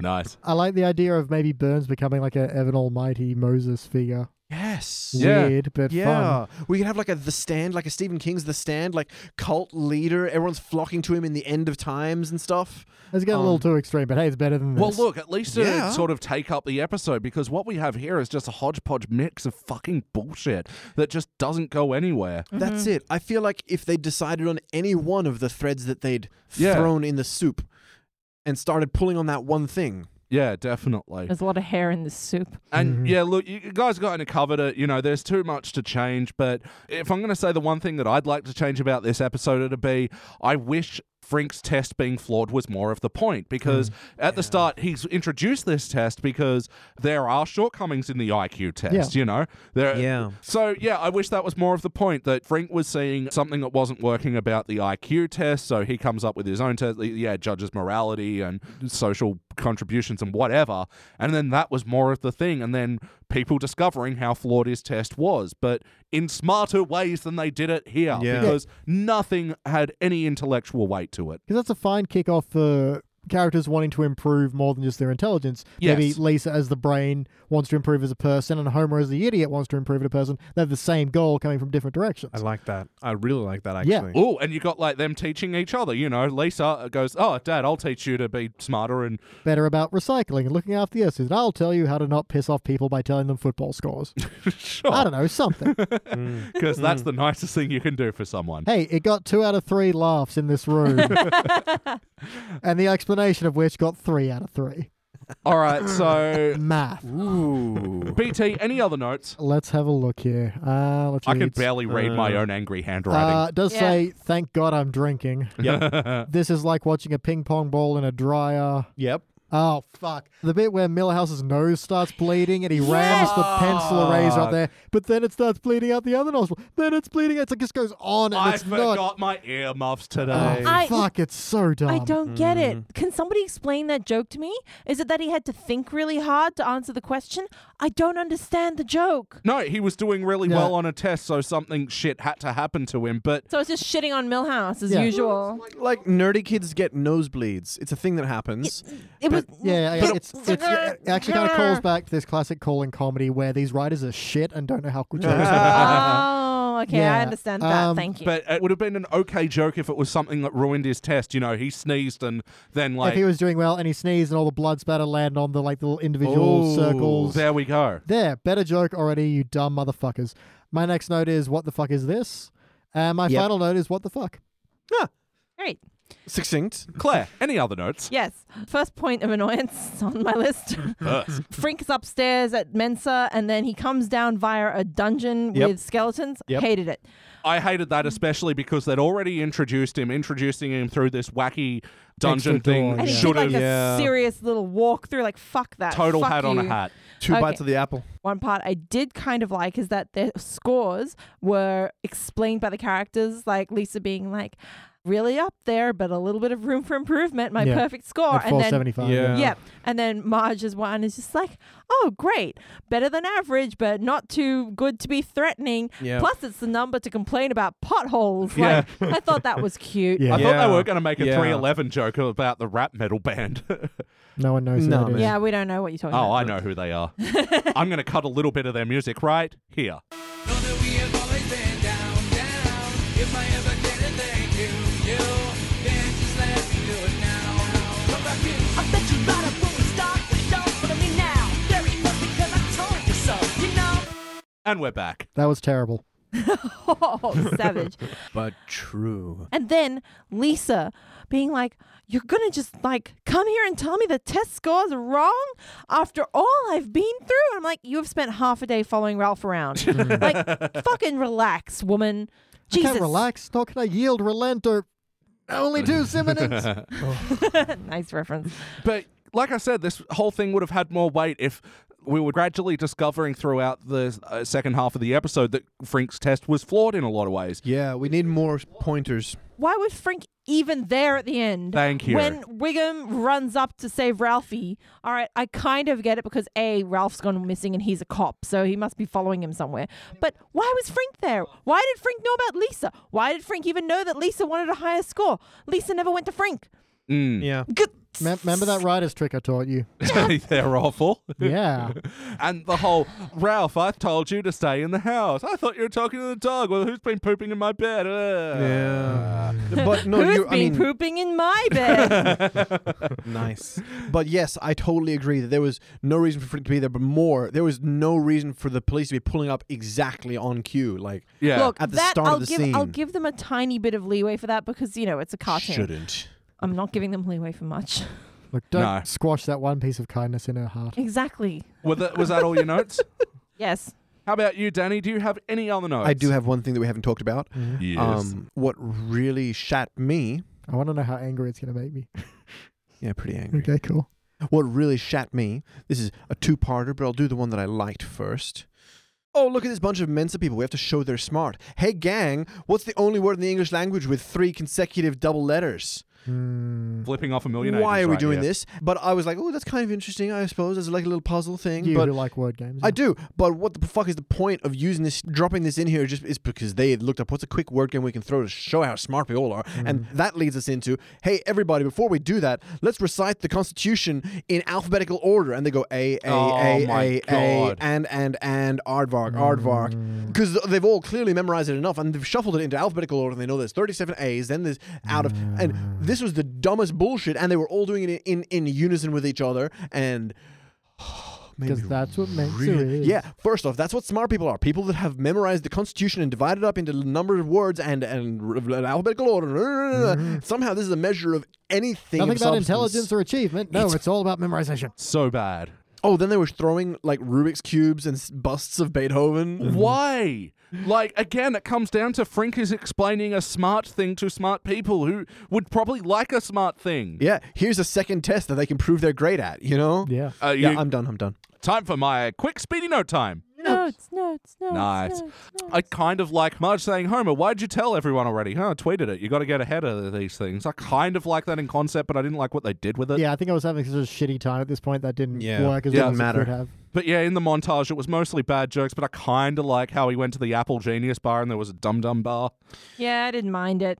Speaker 1: nice.
Speaker 4: I like the idea of maybe Burns becoming like a Evan Almighty Moses figure.
Speaker 2: Yes.
Speaker 1: Yeah.
Speaker 4: Weird, but fun.
Speaker 2: Yeah, we could have like a The Stand, like a Stephen King's The Stand, like cult leader. Everyone's flocking to him in the end of times and stuff.
Speaker 4: It's getting a
Speaker 2: Um,
Speaker 4: little too extreme, but hey, it's better than this.
Speaker 1: Well, look, at least to
Speaker 2: Yeah.
Speaker 1: sort of take up the episode because what we have here is just a hodgepodge mix of fucking bullshit that just doesn't go anywhere.
Speaker 3: Mm-hmm.
Speaker 2: That's it. I feel like if they decided on any one of the threads that they'd
Speaker 1: Yeah.
Speaker 2: thrown in the soup and started pulling on that one thing.
Speaker 1: Yeah, definitely.
Speaker 3: There's a lot of hair in this soup.
Speaker 1: And
Speaker 4: Mhm.
Speaker 1: yeah, look, you you guys kind of covered it. You know, there's too much to change. But if I'm going to say the one thing that I'd like to change about this episode, it'd be I wish Frink's test being flawed was more of the point because at the start, he's introduced this test because there are shortcomings in the IQ test,
Speaker 4: Yeah.
Speaker 1: you know? There,
Speaker 2: Yeah.
Speaker 1: So yeah, I wish that was more of the point that Frank was seeing something that wasn't working about the IQ test, so he comes up with his own test. Yeah, judges morality and social contributions and whatever, and then that was more of the thing, and then people discovering how flawed his test was, but in smarter ways than they did it here,
Speaker 2: Yeah.
Speaker 1: because nothing had any intellectual weight to it.
Speaker 4: Because that's a fine kickoff for characters wanting to improve more than just their intelligence. Maybe
Speaker 1: Yes.
Speaker 4: Lisa as the brain wants to improve as a person, and Homer as the idiot wants to improve as a person. They have the same goal coming from different directions.
Speaker 2: like that. I really like that,
Speaker 4: Yeah.
Speaker 1: Oh, and you got like them teaching each other. You know, Lisa goes, "Oh, Dad, I'll teach you to be smarter and
Speaker 4: Better about recycling and looking after the earth. And I'll tell you how to not piss off people by telling them football scores. I
Speaker 1: sure,"
Speaker 4: don't know, something.
Speaker 1: because that's the nicest thing you can do for someone.
Speaker 4: hey, it got two out of three laughs in this room. and the explanation of which got three out of three.
Speaker 1: All right,
Speaker 4: Mm.
Speaker 1: so
Speaker 4: Math.
Speaker 1: ooh. BT, any other notes?
Speaker 4: Let's have a look here. Uh, let's
Speaker 1: I could
Speaker 4: read.
Speaker 1: barely read my own angry
Speaker 4: Uh,
Speaker 1: handwriting.
Speaker 4: it does
Speaker 3: Yeah.
Speaker 4: say, thank God I'm drinking.
Speaker 1: Uh.
Speaker 4: This is like watching a ping pong ball in a dryer.
Speaker 2: Yep.
Speaker 4: Oh, fuck. The bit where Millerhouse's nose starts bleeding and he rams the pencil eraser up there, but then it starts bleeding out the other nostril. Then it's bleeding. It's, it just goes on and
Speaker 1: I
Speaker 4: it's not.
Speaker 1: forgot my earmuffs
Speaker 4: Oh,
Speaker 1: today.
Speaker 3: I-
Speaker 4: fuck, it's so dumb.
Speaker 3: I don't get it. Can somebody explain that joke to me? Is it that he had to think really hard to answer the question? I don't understand the joke.
Speaker 1: no, he was doing really
Speaker 4: Yeah.
Speaker 1: well on a test, so something shit had to happen to him. But
Speaker 3: So it's just shitting on Millhouse as
Speaker 4: Yeah.
Speaker 3: usual.
Speaker 2: Like nerdy kids get nosebleeds. It's a thing that happens.
Speaker 3: It was
Speaker 4: Yeah, yeah, it's, it's it actually kind of calls back to this classic call in comedy where these writers are shit and don't know how good jokes are.
Speaker 3: Oh, okay, I
Speaker 4: Yeah.
Speaker 3: understand that.
Speaker 4: Um,
Speaker 3: Thank you.
Speaker 1: but it would have been an okay joke if it was something that ruined his test. You know, he sneezed and then
Speaker 4: If
Speaker 1: like
Speaker 4: he was doing well and he sneezed and all the blood spatter land on the like the little individual
Speaker 1: Ooh,
Speaker 4: circles.
Speaker 1: There we go.
Speaker 4: There, better joke already, you dumb motherfuckers. My next note is what the fuck is this? And my
Speaker 2: Yep.
Speaker 4: final note is what the fuck.
Speaker 3: Great.
Speaker 2: Succinct.
Speaker 1: Claire, any other notes?
Speaker 3: Yes. First point of annoyance on my list. Frink is upstairs at Mensa and then he comes down via a dungeon
Speaker 2: Yep.
Speaker 3: with skeletons.
Speaker 2: Yep.
Speaker 3: Hated it.
Speaker 1: I hated that especially because they'd already introduced him, introducing him through this wacky dungeon
Speaker 4: Extra
Speaker 1: thing.
Speaker 4: door,
Speaker 3: And he
Speaker 1: Should
Speaker 3: did like
Speaker 1: have
Speaker 2: Yeah.
Speaker 3: a serious little walk through, like fuck that.
Speaker 1: total
Speaker 3: Uh, fuck
Speaker 1: hat on a
Speaker 3: you.
Speaker 1: hat.
Speaker 2: Two
Speaker 3: Okay.
Speaker 2: bites of the apple.
Speaker 3: One part I did kind of like is that their scores were explained by the characters, like Lisa being like, really up there, but a little bit of room for improvement, my
Speaker 4: Yeah.
Speaker 3: perfect score.
Speaker 4: At
Speaker 3: and then
Speaker 4: 475.
Speaker 1: Yeah.
Speaker 3: Yep. And then Marge's one is just like, oh, great. Better than average, but not too good to be threatening.
Speaker 2: Yeah.
Speaker 3: Plus, it's the number to complain about potholes.
Speaker 1: Yeah.
Speaker 3: Like, I thought that was cute.
Speaker 1: I
Speaker 4: Yeah.
Speaker 1: thought
Speaker 2: Yeah.
Speaker 1: they were going to make a
Speaker 2: Yeah.
Speaker 1: 311 joke about the rap metal band.
Speaker 4: No one knows
Speaker 2: No,
Speaker 4: who that is.
Speaker 2: man.
Speaker 3: Yeah, we don't know what you're talking
Speaker 1: oh,
Speaker 3: about.
Speaker 1: I know who they are. I'm going to cut a little bit of their music right here.
Speaker 5: Know that we have always been down, down. If I ever get a thank you, you, then just let me do it now. Come back in.
Speaker 6: I bet you thought it wouldn't start with y'all, but I mean now. There it was because I told you so, you know.
Speaker 1: And we're back.
Speaker 4: That was terrible.
Speaker 3: oh, savage.
Speaker 2: But true.
Speaker 3: And then Lisa being like, you're going to just like come here and tell me the test scores are wrong after all I've been through. I'm like, you have spent half a day following Ralph around. like, fucking relax, woman. Jesus.
Speaker 4: I can't relax. Nor can I yield, relent, or only do simmons.
Speaker 3: nice reference.
Speaker 1: But like I said, this whole thing would have had more weight if we were gradually discovering throughout the uh, second half of the episode that Frink's test was flawed in a lot of ways.
Speaker 2: Yeah, we need more pointers.
Speaker 3: Why was Frank even there at the end?
Speaker 1: Thank you.
Speaker 3: When Wiggum runs up to save Ralphie, all right, I kind of get it because A, Ralph's gone missing and he's a cop, so he must be following him somewhere. But why was Frank there? Why did Frank know about Lisa? Why did Frank even know that Lisa wanted a higher score? Lisa never went to Frank.
Speaker 1: Mm.
Speaker 2: Yeah.
Speaker 3: Good.
Speaker 4: Mem- remember that writer's trick I taught you?
Speaker 1: They're awful.
Speaker 4: Yeah.
Speaker 1: And the whole Ralph, I told you to stay in the house. I thought you were talking to the dog. Well, who's been pooping in my bed? Ugh."
Speaker 2: Yeah. But no,
Speaker 3: Who's
Speaker 2: you,
Speaker 3: been
Speaker 2: I mean,
Speaker 3: pooping in my bed?
Speaker 2: nice. But yes, I totally agree that there was no reason for Frick to be there, but more, there was no reason for the police to be pulling up exactly on cue. Like,
Speaker 1: Yeah.
Speaker 3: Look,
Speaker 2: At the
Speaker 3: that
Speaker 2: start of
Speaker 3: I'll
Speaker 2: the
Speaker 3: give I'll
Speaker 2: scene.
Speaker 3: give them a tiny bit of leeway for that because you know it's a cartoon.
Speaker 2: shouldn't.
Speaker 3: I'm not giving them leeway for much.
Speaker 4: Look, don't
Speaker 1: No.
Speaker 4: squash that one piece of kindness in her heart.
Speaker 3: Exactly.
Speaker 1: Were that- was that all your notes?
Speaker 3: Yes.
Speaker 1: How about you, Danny? Do you have any other notes?
Speaker 2: I do have one thing that we haven't talked about.
Speaker 1: Yes.
Speaker 2: Um, what really shat me.
Speaker 4: I want to know how angry it's going to make me.
Speaker 2: Yeah, pretty angry.
Speaker 4: Okay, cool.
Speaker 2: What really shat me, this is a two parter, but I'll do the one that I liked first. Oh, look at this bunch of Mensa people. We have to show they're smart. Hey, gang, what's the only word in the English language with three consecutive double letters?
Speaker 4: Mm.
Speaker 1: Flipping off a million.
Speaker 2: Why
Speaker 1: agents
Speaker 2: are we
Speaker 1: right
Speaker 2: doing
Speaker 1: here.
Speaker 2: this? But I was like, oh, that's kind of interesting, I suppose. It's like a little puzzle thing.
Speaker 4: Mm. You
Speaker 2: but
Speaker 4: who like word games.
Speaker 2: I do, but what the fuck is the point of using this, dropping this in here? Just is because they had looked up what's a quick word game we can throw to show how smart we all are,
Speaker 1: Mm.
Speaker 2: and that leads us into, hey, everybody, before we do that, let's recite the Constitution in alphabetical order, and they go a a
Speaker 1: Oh
Speaker 2: a
Speaker 1: my
Speaker 2: a a
Speaker 1: God. Mm.
Speaker 2: and and and aardvark aardvark because they've all clearly memorized it enough, and they've shuffled it into alphabetical order, and they know there's 37 A's, then there's out of, and
Speaker 4: Mm.
Speaker 2: this was the dumbest bullshit, and they were all doing it in in, in unison with each other, and. made
Speaker 4: because
Speaker 2: me
Speaker 4: that's what Mensa is.
Speaker 2: Yeah, first off, that's what smart people are. People that have memorized the Constitution and divided up into number of words and, and r- r- alphabetical order. Somehow this is a measure of anything.
Speaker 4: Nothing
Speaker 2: of
Speaker 4: about
Speaker 2: substance.
Speaker 4: intelligence or achievement. No,
Speaker 2: It's-
Speaker 4: it's all about memorization.
Speaker 1: So bad.
Speaker 2: Oh, then they were throwing like Rubik's cubes and s- busts of Beethoven.
Speaker 1: Why? Like again, it comes down to Frink is explaining a smart thing to smart people who would probably like a smart thing.
Speaker 2: Yeah, here's a second test that they can prove they're great at. You know?
Speaker 4: Yeah.
Speaker 1: Uh,
Speaker 2: Yeah,
Speaker 1: you-
Speaker 2: I'm done. I'm done.
Speaker 1: time for my quick speedy note time.
Speaker 3: Notes, notes, notes.
Speaker 1: Nice.
Speaker 3: notes,
Speaker 1: I kind of like Marge saying, Homer, why'd you tell everyone already? Huh, I tweeted it. You got to get ahead of these things. I kind of like that in concept, but I didn't like what they did with it.
Speaker 4: Yeah, I think I was having such a shitty time at this point that didn't
Speaker 2: Yeah.
Speaker 4: work as
Speaker 1: Yeah.
Speaker 4: well as
Speaker 2: Didn't
Speaker 4: it could
Speaker 2: matter.
Speaker 4: have.
Speaker 1: But yeah, in the montage, it was mostly bad jokes, but I kind of like how he went to the Apple Genius bar and there was a Dum Dum bar.
Speaker 3: Yeah, I didn't mind it.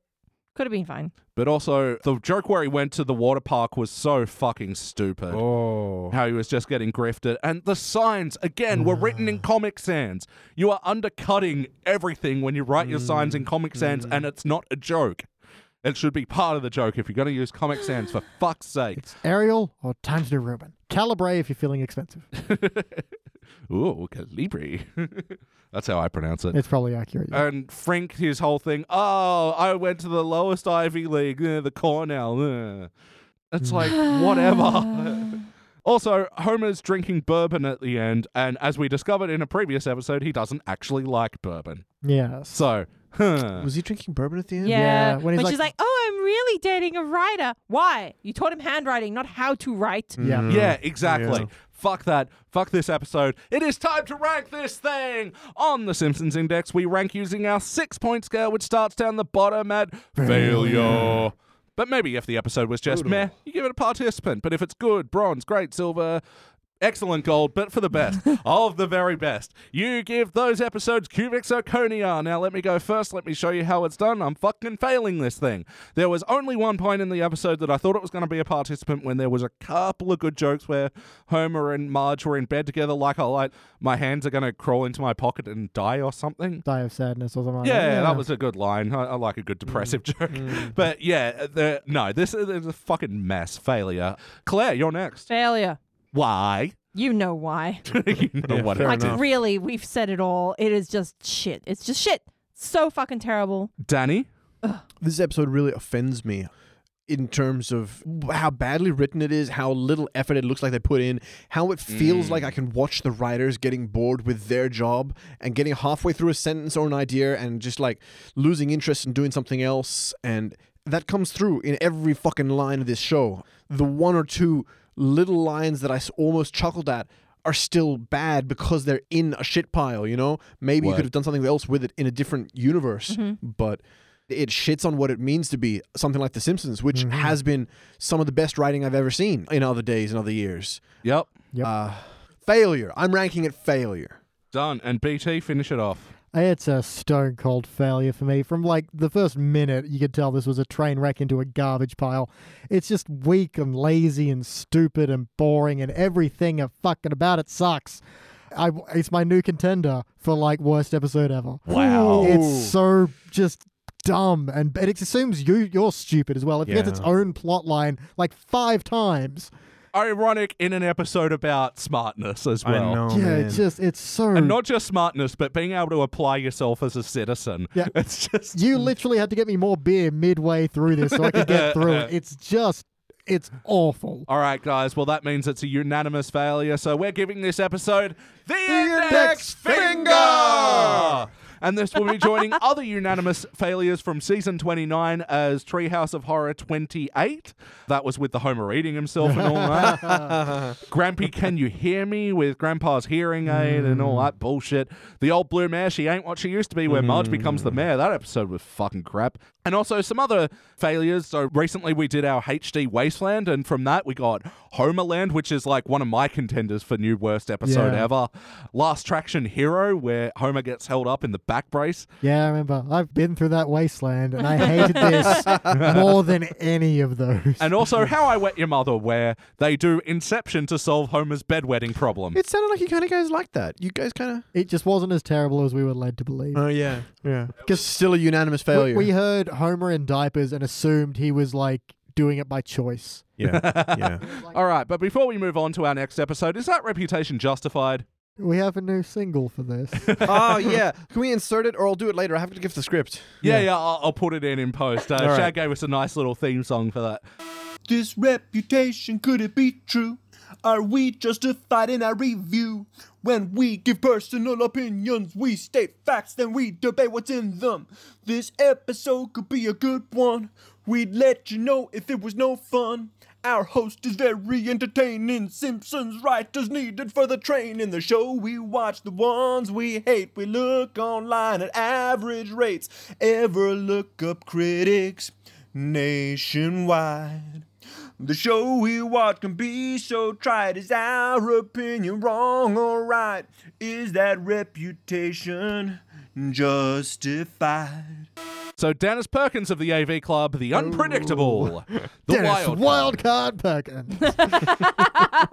Speaker 3: Could have been fine.
Speaker 1: But also, the joke where he went to the water park was so fucking stupid.
Speaker 2: Oh.
Speaker 1: How he was just getting grifted. And the signs, again, were written in Comic Sans. You are undercutting everything when you write your signs in Comic Sans, and it's not a joke. It should be part of the joke if you're going to use Comic Sans, for fuck's sake.
Speaker 4: It's Arial or Times New Roman. Calibre if you're feeling expensive.
Speaker 1: Ooh, Calibri. That's how I pronounce it.
Speaker 4: It's probably accurate. yeah.
Speaker 1: and Frank, his whole thing. Oh, I went to the lowest Ivy League, eh, the Cornell. eh." It's like whatever. also, Homer's drinking bourbon at the end, and as we discovered in a previous episode, he doesn't actually like bourbon.
Speaker 4: yeah.
Speaker 1: So, huh.
Speaker 2: Was he drinking bourbon at the end?
Speaker 3: Yeah.
Speaker 4: Yeah, when
Speaker 3: When,
Speaker 4: he's like-
Speaker 3: she's like, oh, I'm really dating a writer. Why? You taught him handwriting, not how to write.
Speaker 4: yeah.
Speaker 1: yeah, exactly.
Speaker 2: Yeah.
Speaker 1: Fuck that. Fuck this episode. It is time to rank this thing. On the Simpsons Index, we rank using our six point scale, which starts down the bottom at failure. But maybe if the episode was just meh, you give it a participant. But if it's good, bronze, great, silver, excellent gold, but for the best, of the very best, you give those episodes cubic zirconia. Now, let me go first. Let me show you how it's done. I'm fucking failing this thing. There was only one point in the episode that I thought it was going to be a participant when there was a couple of good jokes where Homer and Marge were in bed together, like I like, my hands are going to crawl into my pocket and die or something.
Speaker 4: Die of sadness or something like
Speaker 1: Yeah, that was a good line. I, I like a good depressive joke. But yeah, the, no, this is, this is a fucking mess failure. Claire, you're next.
Speaker 3: Failure.
Speaker 1: Why?
Speaker 3: You know why.
Speaker 1: you know what
Speaker 2: fair
Speaker 1: I
Speaker 3: like,
Speaker 1: did.
Speaker 2: enough.
Speaker 3: really, we've said it all. It is just shit. It's just shit. So fucking terrible.
Speaker 1: Danny?
Speaker 2: this episode really offends me in terms of how badly written it is, how little effort it looks like they put in, how it feels like I can watch the writers getting bored with their job and getting halfway through a sentence or an idea and just like losing interest and doing something else and that comes through in every fucking line of this show. The one or two little lines that I s- almost chuckled at are still bad because they're in a shit pile, you know? Maybe you
Speaker 1: Right.
Speaker 2: could have done something else with it in a different universe, but it shits on what it means to be something like The Simpsons, which has been some of the best writing I've ever seen in other days and other years. Uh,
Speaker 1: Yep.
Speaker 2: Failure. I'm ranking it failure.
Speaker 1: Done. And BT, finish it off.
Speaker 4: It's a stone cold failure for me. From like the first minute, you could tell this was a train wreck into a garbage pile. It's just weak and lazy and stupid and boring, and everything a fucking about it sucks. I, it's my new contender for like worst episode ever.
Speaker 1: Wow.
Speaker 4: It's so just dumb, and it assumes you you're stupid as well. It gets its
Speaker 2: Yeah.
Speaker 4: own plot line like five times.
Speaker 1: Ironic in an episode about smartness as well.
Speaker 4: yeah, it's just it's so
Speaker 1: Oh, And not just smartness, but being able to apply yourself as a citizen.
Speaker 4: Yeah.
Speaker 1: It's just. mm.
Speaker 4: You literally had to get me more beer midway through this so I could get through it. It's just, it's awful.
Speaker 1: All right, guys. Well, that means it's a unanimous failure. So we're giving this episode the,
Speaker 2: Index
Speaker 1: index finger. And this will be joining other unanimous failures from season 29 as Treehouse of Horror 28. That was with the Homer eating himself and all that. Grampy, can you hear me? With Grandpa's hearing aid and all that bullshit. The old blue mare, she ain't what she used to be, where Marge becomes the mayor. That episode was fucking crap. And also some other failures. So recently we did our HD Wasteland, and from that we got Homerland, which is like one of my contenders for new worst episode
Speaker 4: Yeah.
Speaker 1: ever. Last Traction Hero, where Homer gets held up in the back brace.
Speaker 4: Yeah, I remember. I've been through that wasteland and I hated this more than any of those.
Speaker 1: And also How I Wet Your Mother, where they do Inception to solve Homer's bedwetting problem.
Speaker 2: It sounded like you kind of guys like that. You guys kind
Speaker 4: It just wasn't as terrible as we were led to believe.
Speaker 2: of.
Speaker 1: Uh,
Speaker 2: Oh yeah, yeah. Because still a unanimous
Speaker 4: We,
Speaker 2: failure.
Speaker 4: we heard Homer in diapers and assumed he was like doing it by choice.
Speaker 2: Yeah. Yeah.
Speaker 1: All right, but before we move on to our next episode, is that reputation justified?
Speaker 4: We have a new single for this.
Speaker 2: oh yeah. Can we insert it, or I'll do it later? I have to give the script.
Speaker 1: Yeah, yeah, I'll, I'll put it in in post. Uh,
Speaker 2: All right.
Speaker 1: Shad gave us a nice little theme song for that.
Speaker 7: This reputation, could it be true? Are we justified in our review? When we give personal opinions, we state facts, then we debate what's in them. This episode could be a good one. We'd let you know if it was no fun. Our host is very entertaining. Simpsons writers needed for the training. The show we watch, the ones we hate. We look online at average rates. Ever look up critics nationwide. The show we watch can be so trite. Is our opinion wrong or right? Is that reputation justified?
Speaker 1: So Dennis Perkins of the AV Club, the unpredictable, the
Speaker 4: Dennis
Speaker 1: wild,
Speaker 4: Wildcard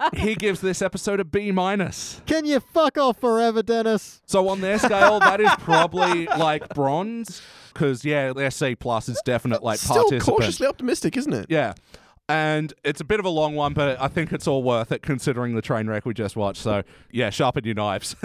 Speaker 4: Perkins.
Speaker 1: He gives this episode a B minus.
Speaker 4: Can you fuck off forever, Dennis?
Speaker 1: So on their scale, that is probably like bronze, because yeah, their C plus is definite like
Speaker 2: Still
Speaker 1: participant.
Speaker 2: cautiously optimistic, isn't it?
Speaker 1: Yeah. And it's a bit of a long one, but I think it's all worth it considering the train wreck we just watched. So, yeah, sharpen your knives.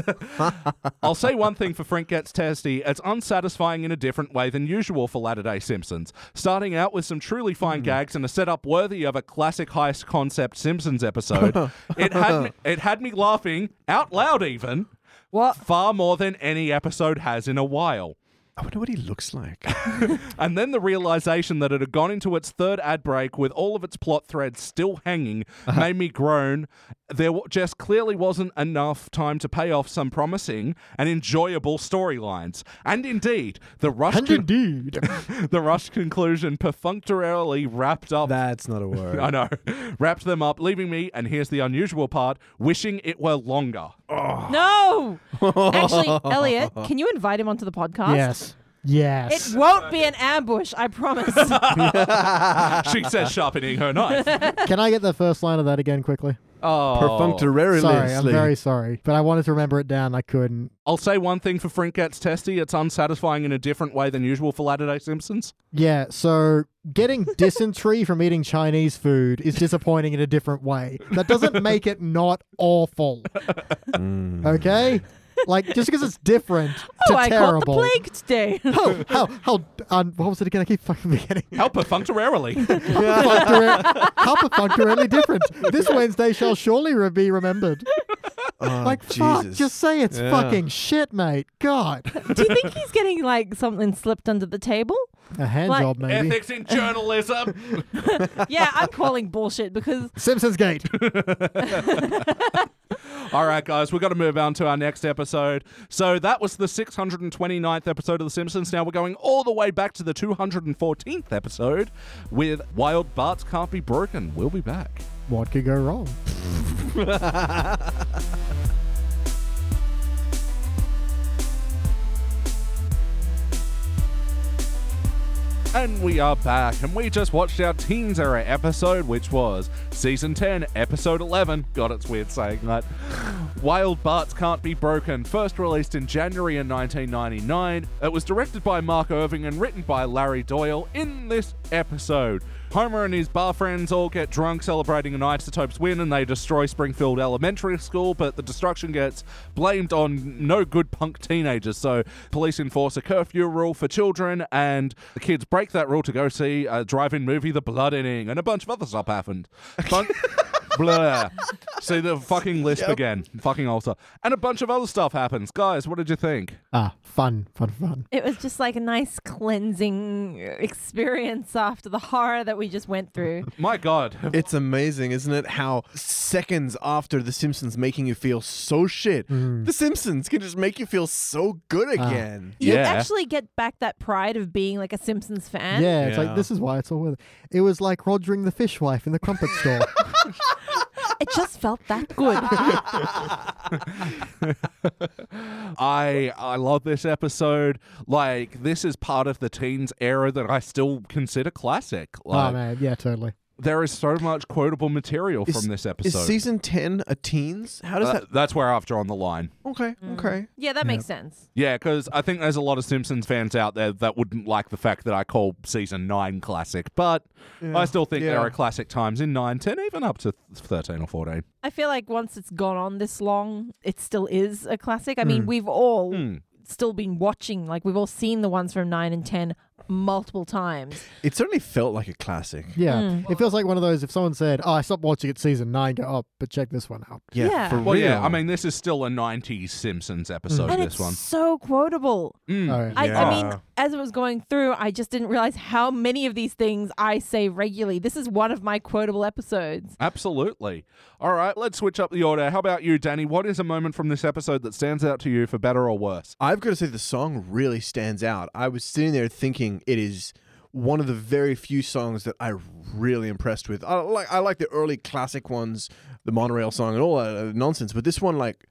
Speaker 1: I'll say one thing for Frank Gets Testy it's unsatisfying in a different way than usual for latter day Simpsons. Starting out with some truly fine gags and a setup worthy of a classic heist concept Simpsons episode, it, had me, it had me laughing out loud, even.
Speaker 3: What?
Speaker 1: Far more than any episode has in a while.
Speaker 2: I wonder what he looks like.
Speaker 1: And then the realization that it had gone into its third ad break with all of its plot threads still hanging made me groan. There w- just clearly wasn't enough time to pay off some promising and enjoyable storylines. And indeed, the rush,
Speaker 4: And indeed.
Speaker 1: the rush conclusion perfunctorily wrapped up.
Speaker 2: That's not a word.
Speaker 1: I know. Wrapped them up, leaving me, and here's the unusual part, wishing it were longer.
Speaker 3: No. Actually, Elliot, can you invite him onto the podcast?
Speaker 4: Yes. Yes.
Speaker 3: It won't be an ambush, I promise. Oh,
Speaker 1: she says, sharpening her knife.
Speaker 4: Can I get the first line of that again quickly?
Speaker 1: Oh.
Speaker 2: Perfunctorily.
Speaker 4: sorry, I'm very sorry. But I wanted to remember it down. I couldn't.
Speaker 1: I'll say one thing for Frink Gets Testy. It's unsatisfying in a different way than usual for Latter day Simpsons.
Speaker 4: Yeah, so getting dysentery from eating Chinese food is disappointing in a different way. That doesn't make it not awful. Okay? Like, just because it's different
Speaker 3: oh,
Speaker 4: to
Speaker 3: I caught the
Speaker 4: terrible.
Speaker 3: plague today.
Speaker 4: Oh, how, how, um, what was it again? I keep fucking forgetting.
Speaker 1: How perfunctorily.
Speaker 4: Perfunctory- how perfunctorily different. This Wednesday shall surely re- be remembered. like, fuck,
Speaker 2: Jesus.
Speaker 4: just say it's
Speaker 2: Yeah.
Speaker 4: fucking shit, mate. God.
Speaker 3: Do you think he's getting like something slipped under the table?
Speaker 4: A hand
Speaker 3: Like-
Speaker 4: job, maybe.
Speaker 1: Ethics in journalism.
Speaker 3: Yeah, I'm calling bullshit because
Speaker 4: Simpsons Gate.
Speaker 1: All right, guys, we've got to move on to our next episode. So that was the 629th episode of The Simpsons. Now we're going all the way back to the 214th episode with Wild Barts Can't Be Broken. We'll be back.
Speaker 4: what could go wrong?
Speaker 1: And we are back, and we just watched our Teens Era episode, which was Season 10, Episode 11. God, it's weird saying that. Wild Barts Can't Be Broken, first released in January in 1999. It was directed by Mark Irving and written by Larry Doyle in this episode. Homer and his bar friends all get drunk celebrating an Isotopes win and they destroy Springfield Elementary School, but the destruction gets blamed on no good punk teenagers. So police enforce a curfew rule for children, and the kids break that rule to go see a drive in movie, The Blood Inning, and a bunch of other stuff happened. Bun- Blur. See the fucking lisp again. Fucking altar. And a bunch of other stuff happens. Guys, what did you think?
Speaker 4: Ah, fun, fun, fun.
Speaker 3: it was just like a nice cleansing uh, experience after the horror that we just went through.
Speaker 1: My God.
Speaker 2: It's amazing, isn't it? How seconds after The Simpsons making you feel so shit, The Simpsons can just make you feel so good again.
Speaker 3: You
Speaker 1: Yeah.
Speaker 3: actually get back that pride of being like a Simpsons fan.
Speaker 4: yeah, it's
Speaker 2: Yeah.
Speaker 4: like this is why it's all worth it. It was like Rodgering the fishwife in the crumpet store. Oh,
Speaker 3: It just felt that good.
Speaker 1: I I love this episode. Like this is part of the teens era that I still consider classic.
Speaker 4: oh
Speaker 1: Like
Speaker 4: man, yeah, totally.
Speaker 1: There is so much quotable material
Speaker 2: Is-
Speaker 1: from this
Speaker 2: Is
Speaker 1: episode.
Speaker 2: season 10 a teens? How does
Speaker 1: Uh, mm.
Speaker 2: that.
Speaker 1: that's where I've drawn the line.
Speaker 2: Okay, okay.
Speaker 3: Yeah, that makes sense.
Speaker 1: Yeah, because I think there's a lot of Simpsons fans out there that wouldn't like the fact that I call season nine classic, but I still think there
Speaker 2: Yeah.
Speaker 1: are classic times in nine, ten, even up to th- 13 or 14.
Speaker 3: I feel like once it's gone on this long, it still is a classic. I mean,
Speaker 1: Hmm.
Speaker 3: we've all still been watching, like we've all seen the ones from 9 and 10 multiple times.
Speaker 2: It certainly felt like a classic.
Speaker 4: Yeah,
Speaker 3: Hmm.
Speaker 4: it feels like one of those. If someone said, "Oh, I stopped watching at season nine, go up, but check this one out."
Speaker 2: Yeah,
Speaker 3: Yeah.
Speaker 2: for
Speaker 1: Well,
Speaker 2: real.
Speaker 1: yeah, I mean, this is still a 90s Simpsons episode,
Speaker 2: Mm.
Speaker 3: and
Speaker 1: this
Speaker 3: it's
Speaker 1: one.
Speaker 3: so quotable.
Speaker 1: Mm.
Speaker 4: All right.
Speaker 3: I, I mean,
Speaker 2: Yeah.
Speaker 3: as it was going through, I just didn't realize how many of these things I say regularly. This is one of my quotable episodes.
Speaker 1: Absolutely. All right, let's switch up the order. How about you, Danny? What is a moment from this episode that stands out to you for better or worse?
Speaker 2: I've got to say the song really stands out. I was sitting there thinking it is one of the very few songs that I really impressed with. I like I like the early classic ones, the monorail song and all that uh, nonsense, but this one like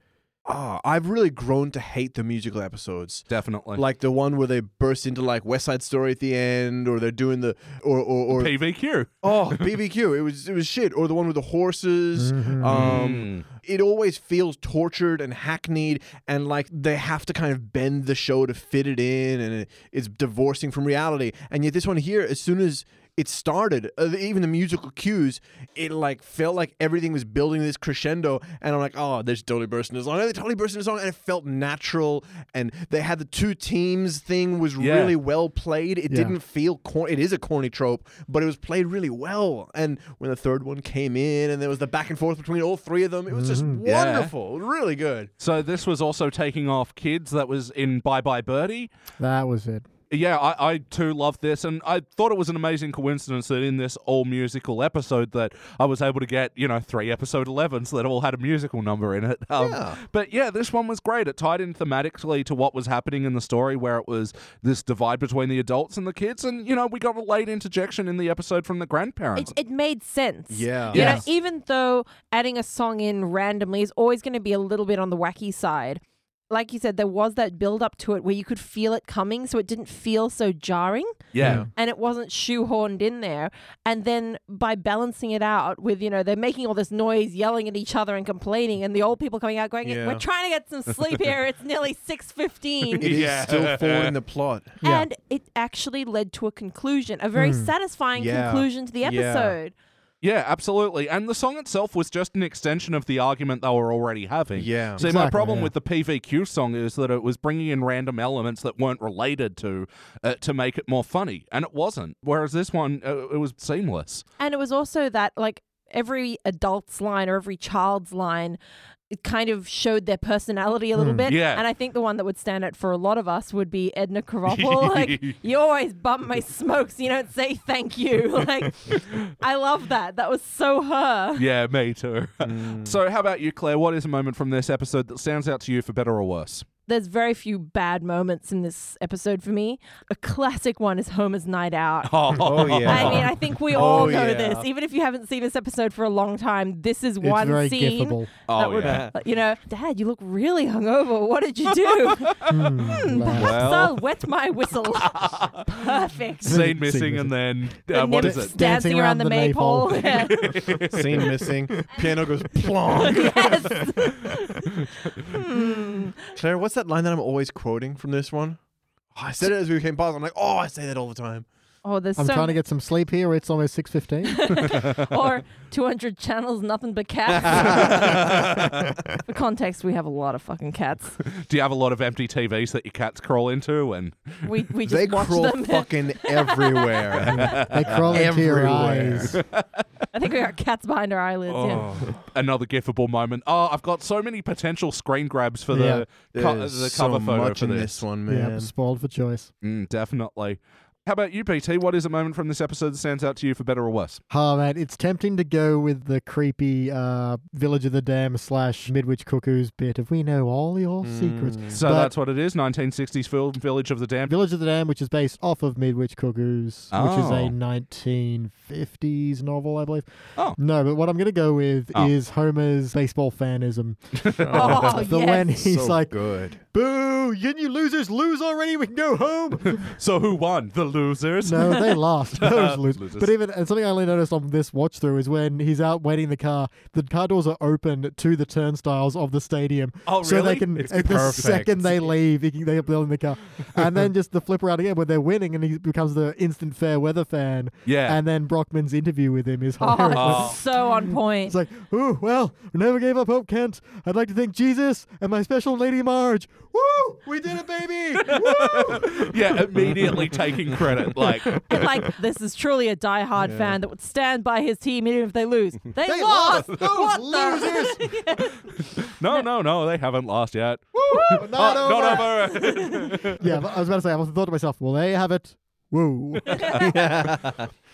Speaker 2: ah, I've really grown to hate the musical episodes.
Speaker 1: Definitely.
Speaker 2: Like the one where they burst into like West Side Story at the end, or they're doing the or or, or
Speaker 1: PVQ.
Speaker 2: oh BBQ, it was it was shit, or the one with the horses.
Speaker 1: Mm.
Speaker 2: Um, it always feels tortured and hackneyed and like they have to kind of bend the show to fit it in and it- it's divorcing from reality and yet this one here as soon as it started uh, even the musical cues it like felt like everything was building this crescendo and i'm like oh there's totally burst into song and they totally burst into song and it felt natural and they had the two teams thing was
Speaker 1: Yeah.
Speaker 2: really well played it
Speaker 4: Yeah.
Speaker 2: didn't feel corny it is a corny trope but it was played really well and when the third one came in and there was the back and forth between all three of them it was just
Speaker 1: Yeah.
Speaker 2: wonderful really good
Speaker 1: So this was also taking off kids that was in Bye Bye Birdie.
Speaker 4: That was it.
Speaker 1: Yeah, I, I too love this, and I thought it was an amazing coincidence that in this all musical episode that I was able to get you know three episode 11s that all had a musical number in it. Um,
Speaker 2: Yeah.
Speaker 1: But yeah, this one was great. It tied in thematically to what was happening in the story, where it was this divide between the adults and the kids, and you know we got a late interjection in the episode from the grandparents.
Speaker 3: It, it made sense.
Speaker 2: Yeah.
Speaker 3: You know,
Speaker 1: Yes.
Speaker 3: even though adding a song in randomly is always going to be a little bit on the wacky side, like you said, there was that build up to it where you could feel it coming, so it didn't feel so jarring
Speaker 1: yeah.
Speaker 3: and it wasn't shoehorned in there. And then by balancing it out with, you know, they're making all this noise, yelling at each other and complaining, and the old people coming out going,
Speaker 2: Yeah.
Speaker 3: We're trying to get some sleep here. It's nearly six fifteen.
Speaker 2: It is
Speaker 1: Yeah.
Speaker 2: still forward in the plot
Speaker 4: Yeah.
Speaker 3: And it actually led to a conclusion, a very satisfying
Speaker 2: Yeah.
Speaker 3: conclusion to the
Speaker 2: Yeah.
Speaker 3: episode.
Speaker 1: Yeah, absolutely. And the song itself was just an extension of the argument they were already having.
Speaker 2: Yeah.
Speaker 1: See, my
Speaker 4: Exactly,
Speaker 1: problem
Speaker 4: yeah.
Speaker 1: with the PVQ song is that it was bringing in random elements that weren't related to uh, to make it more funny, and it wasn't. Whereas this one, uh, it was seamless.
Speaker 3: And it was also that, like, every adult's line or every child's line it kind of showed their personality a little
Speaker 2: Hmm.
Speaker 3: bit.
Speaker 1: Yeah.
Speaker 3: And I think the one that would stand out for a lot of us would be Edna Krabappel. like, you always bump my smokes, you don't say thank you. Like, I love that. That was so her.
Speaker 1: Yeah, me too. Mm. so, how about you, Claire? What is a moment from this episode that stands out to you for better or worse?
Speaker 3: There's very few bad moments in this episode for me. A classic one is Homer's Night Out.
Speaker 2: Oh, yeah.
Speaker 3: I mean, I think we all
Speaker 2: Oh,
Speaker 3: know
Speaker 2: yeah.
Speaker 3: this. Even if you haven't seen this episode for a long time, this is
Speaker 4: It's
Speaker 3: one
Speaker 4: very
Speaker 3: scene.
Speaker 4: giftable.
Speaker 1: Oh,
Speaker 3: that would,
Speaker 1: yeah.
Speaker 3: you know, Dad, you look really hungover. What did you do? Hmm,
Speaker 4: Mm,
Speaker 3: Perhaps
Speaker 4: wow.
Speaker 1: Hmm, Well.
Speaker 3: I'll wet my whistle. Perfect.
Speaker 1: Scene
Speaker 4: Scene
Speaker 1: missing, and then
Speaker 3: The
Speaker 1: uh, what is
Speaker 3: nymphs
Speaker 1: it?
Speaker 3: dancing, around, the maypole. Yeah.
Speaker 2: scene missing piano goes plonk
Speaker 3: yes.
Speaker 2: claire what's that line that i'm always quoting from this one Oh, I said it as we came past. I'm like, oh, I say that all the time.
Speaker 3: Oh, there's
Speaker 4: I'm
Speaker 3: so
Speaker 4: trying to get some sleep here. It's almost six fifteen.
Speaker 3: or 200 channels, nothing but cats. For context, we have a lot of fucking cats.
Speaker 1: Do you have a lot of empty TVs that your cats crawl into? And
Speaker 3: We we just
Speaker 2: They
Speaker 3: watch
Speaker 2: crawl
Speaker 3: them.
Speaker 2: fucking everywhere.
Speaker 4: They crawl into your
Speaker 2: Everywhere.
Speaker 4: eyes.
Speaker 3: I think we got cats behind our eyelids. Yeah.
Speaker 1: another giftable moment. Oh, I've got so many potential screen grabs for the,
Speaker 2: There's
Speaker 1: co- the
Speaker 2: so
Speaker 1: cover photo
Speaker 2: much
Speaker 1: for
Speaker 2: in
Speaker 1: this.
Speaker 2: this one, man.
Speaker 4: Yeah, spoiled for choice.
Speaker 1: Mm, definitely. How about you, PT? What is a moment from this episode that stands out to you for better or worse?
Speaker 4: Oh man, it's tempting to go with the creepy uh, Village of the Dam slash Midwich Cuckoos bit of we know all your secrets.
Speaker 1: So
Speaker 4: But
Speaker 1: that's what it is. 1960s film Village of the Damned.
Speaker 4: Village of the Dam, which is based off of Midwich Cuckoos, which is
Speaker 1: Oh.
Speaker 4: a 1950s novel, I believe.
Speaker 1: Oh.
Speaker 4: No, but what I'm going to go with
Speaker 1: Oh.
Speaker 4: is Homer's baseball fanism.
Speaker 3: Oh,
Speaker 4: the when
Speaker 3: yes.
Speaker 4: he's
Speaker 2: so
Speaker 4: like,
Speaker 2: good.
Speaker 4: boo, you, you losers lose already, we can go home.
Speaker 1: So who won? The losers.
Speaker 4: No, they lost. Those lose.
Speaker 1: Losers.
Speaker 4: But even and something I only noticed on this watch through is when he's out waiting the car, the car doors are open to the turnstiles of the stadium.
Speaker 1: Oh,
Speaker 4: So they
Speaker 1: really?
Speaker 4: can,
Speaker 1: It's
Speaker 4: at the
Speaker 1: perfect.
Speaker 4: second they leave, they can, they're building the car. And then just the flip around again where they're winning and he becomes the instant fair weather fan.
Speaker 1: Yeah.
Speaker 4: And then Brockman's interview with him is
Speaker 3: Oh,
Speaker 4: hilarious.
Speaker 1: Oh.
Speaker 3: it's so on point.
Speaker 4: It's like, ooh, well, we never gave up hope, Kent. I'd like to thank Jesus and my special Lady Marge. Woo! We did it, baby!
Speaker 1: yeah, immediately taking credit. Like,
Speaker 3: And like, this is truly a diehard fan that would stand by his team even if they lose. They,
Speaker 2: They
Speaker 3: lost.
Speaker 2: lost. Those
Speaker 3: What the?
Speaker 1: no, no, no, they haven't lost yet.
Speaker 4: Not
Speaker 1: Oh, Not over.
Speaker 4: yeah, but I was about to say, I thought to myself, well, they have it. Woo.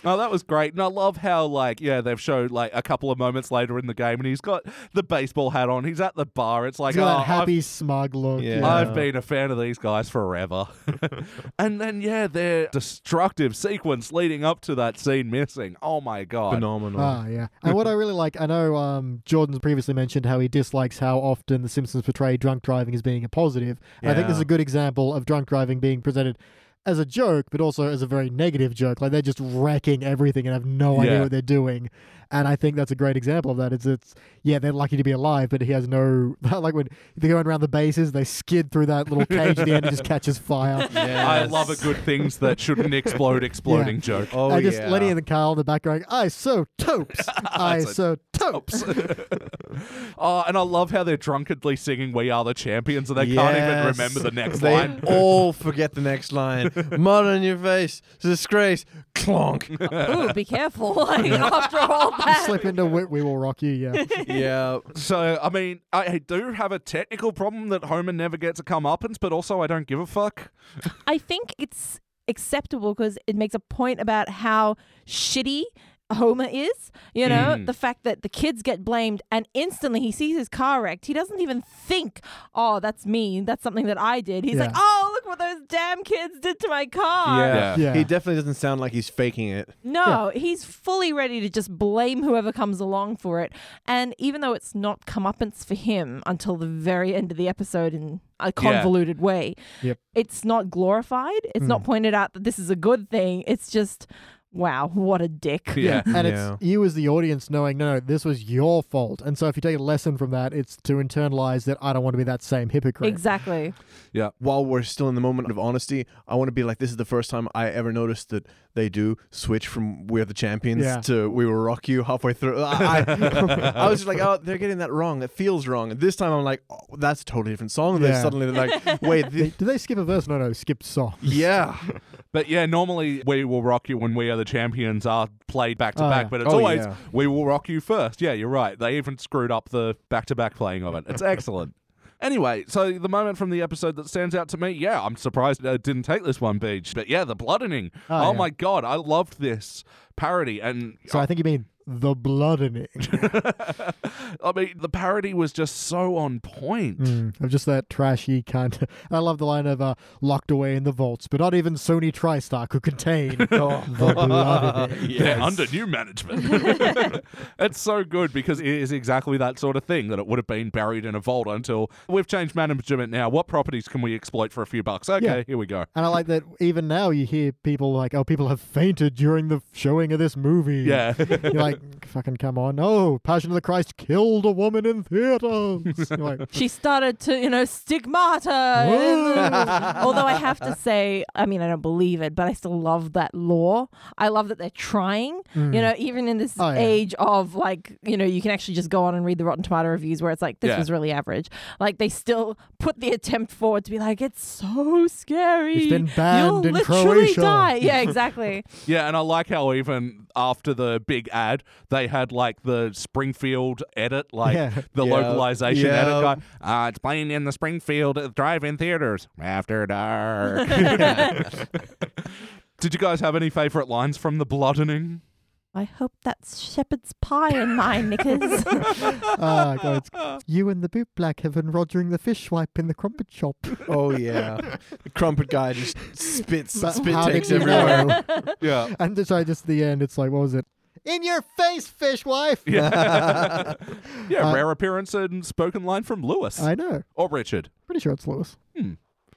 Speaker 1: Oh, that was great. And I love how, like, yeah, they've showed, like, a couple of moments later in the game, and he's got the baseball hat on. He's at the bar. It's like,
Speaker 4: Got
Speaker 1: oh,
Speaker 4: that
Speaker 1: I've-
Speaker 4: happy, smug look.
Speaker 2: Yeah.
Speaker 4: yeah.
Speaker 1: I've been a fan of these guys forever. and then, yeah, their destructive sequence leading up to that scene missing. Oh, my God.
Speaker 2: Phenomenal.
Speaker 4: Ah, yeah. And what I really like, I know um, Jordan's previously mentioned how he dislikes how often The Simpsons portray drunk driving as being a positive. And I think this is
Speaker 2: Yeah.
Speaker 4: a good example of drunk driving being presented as a joke, but also as a very negative joke. Like they're just wrecking everything and have no idea
Speaker 1: Yeah.
Speaker 4: what they're doing. And I think that's a great example of that. It's, it's yeah, they're lucky to be alive, but he has no like when they're going around the bases, they skid through that little cage at the end and just catches fire.
Speaker 1: I love a good things that shouldn't explode exploding
Speaker 4: Yeah.
Speaker 1: joke.
Speaker 2: Oh,
Speaker 4: and just
Speaker 2: yeah.
Speaker 4: Lenny and the Kyle in the back going, I so topes. I
Speaker 1: That's a
Speaker 4: so topes.
Speaker 1: Oh, and I love how they're drunkenly singing "We Are the Champions" and they can't even
Speaker 2: Yes.
Speaker 1: remember the next
Speaker 2: they
Speaker 1: line.
Speaker 2: all forget the next line. Mud on your face, disgrace, clonk.
Speaker 3: Ooh, be careful. Like, after all that.
Speaker 4: Slip into Wit, we will rock you, yeah.
Speaker 2: yeah.
Speaker 1: So, I mean, I I do have a technical problem that Homer never gets a comeuppance, but also I don't give a fuck.
Speaker 3: I think it's acceptable because it makes a point about how shitty Homer is. You know, the fact that the kids get blamed and instantly he sees his car wrecked. He doesn't even think, oh, that's me. That's something that I did. He's like,
Speaker 4: Yeah.
Speaker 3: oh, look what those damn kids did to my car.
Speaker 1: Yeah.
Speaker 2: Yeah.
Speaker 4: Yeah.
Speaker 2: He definitely doesn't sound like he's faking it.
Speaker 3: No, he's fully ready to just blame whoever comes along for it. And even though it's not comeuppance for him until the very end of the episode in a convoluted way,
Speaker 4: Yep.
Speaker 3: it's not glorified. It's not pointed out that this is a good thing. It's just, wow, what a dick.
Speaker 1: Yeah.
Speaker 4: And
Speaker 2: Yeah.
Speaker 4: it's you as the audience knowing, no, no, this was your fault. And so if you take a lesson from that, it's to internalize that I don't want to be that same hypocrite.
Speaker 3: Exactly.
Speaker 2: While we're still in the moment of honesty, I want to be like, this is the first time I ever noticed that they do switch from We're the Champions
Speaker 4: Yeah.
Speaker 2: to We Will Rock You halfway through. I, I, I was just like, oh, they're getting that wrong. That feels wrong. And this time I'm like, oh, that's a totally different song. And then
Speaker 4: Yeah.
Speaker 2: suddenly they're like, wait,
Speaker 4: They-
Speaker 2: thi-
Speaker 4: Did they skip a verse? No, no, skipped song.
Speaker 2: yeah.
Speaker 1: But yeah, normally we will rock you when we are the champions are played back to
Speaker 4: Oh,
Speaker 1: back,
Speaker 4: yeah.
Speaker 1: but it's
Speaker 2: Oh,
Speaker 1: always
Speaker 2: yeah.
Speaker 1: we will rock you first. Yeah, you're right. They even screwed up the back to back playing of it. It's excellent. Anyway, so the moment from the episode that stands out to me, yeah, I'm surprised I didn't take this one, Beach. But yeah, the bloodening. Oh,
Speaker 4: Oh, yeah.
Speaker 1: my god, I loved this parody, and
Speaker 4: So I think you mean the bloodening
Speaker 1: I mean the parody was just so on point.
Speaker 4: of just that trashy kind. Of, I love the line of uh, locked away in the vaults, but not even Sony TriStar could contain the bloodening.
Speaker 1: They're under new management. it's so good because it is exactly that sort of thing that it would have been buried in a vault until we've changed management now. What properties can we exploit for a few bucks? Okay,
Speaker 4: Yeah.
Speaker 1: here we go.
Speaker 4: And I like that even now you hear people like, oh, people have fainted during the showing of this movie.
Speaker 1: Yeah.
Speaker 4: You're like, fucking come on. Oh, Passion of the Christ killed a woman in theaters. You're like,
Speaker 3: She started to, you know, stigmata. Although I have to say, I mean, I don't believe it, but I still love that lore. I love that they're trying, you know, even in this
Speaker 4: Oh, yeah.
Speaker 3: age of like, you know, you can actually just go on and read the Rotten Tomato reviews where it's like, this
Speaker 1: Yeah.
Speaker 3: was really average. Like, they still put the attempt forward to be like, it's so scary.
Speaker 4: It's been banned
Speaker 3: You'll
Speaker 4: in
Speaker 3: literally
Speaker 4: Croatia."
Speaker 3: die. Yeah, exactly.
Speaker 1: yeah, and I like how even after the big ad, they had like the Springfield edit, like
Speaker 4: Yeah.
Speaker 1: the
Speaker 2: Yeah.
Speaker 1: localization
Speaker 2: Yeah.
Speaker 1: edit guy. Uh, it's playing in the Springfield drive in theaters after dark. Did you guys have any favorite lines from the bloodening?
Speaker 3: I hope that's shepherd's pie in my knickers.
Speaker 4: ah, God, it's- you and the bootblack have been rogering the fish wipe in the crumpet shop.
Speaker 2: Oh, yeah. The crumpet guy just spits,
Speaker 4: But
Speaker 2: spit
Speaker 4: how
Speaker 2: takes
Speaker 4: did you know?
Speaker 2: everywhere.
Speaker 1: Yeah.
Speaker 4: And just, sorry, just the end, it's like, what was it? In your face, fish wife.
Speaker 1: Yeah. yeah,
Speaker 4: Uh,
Speaker 1: rare appearance and spoken line from Lewis
Speaker 4: I know.
Speaker 1: or Richard.
Speaker 4: Pretty sure it's Lewis.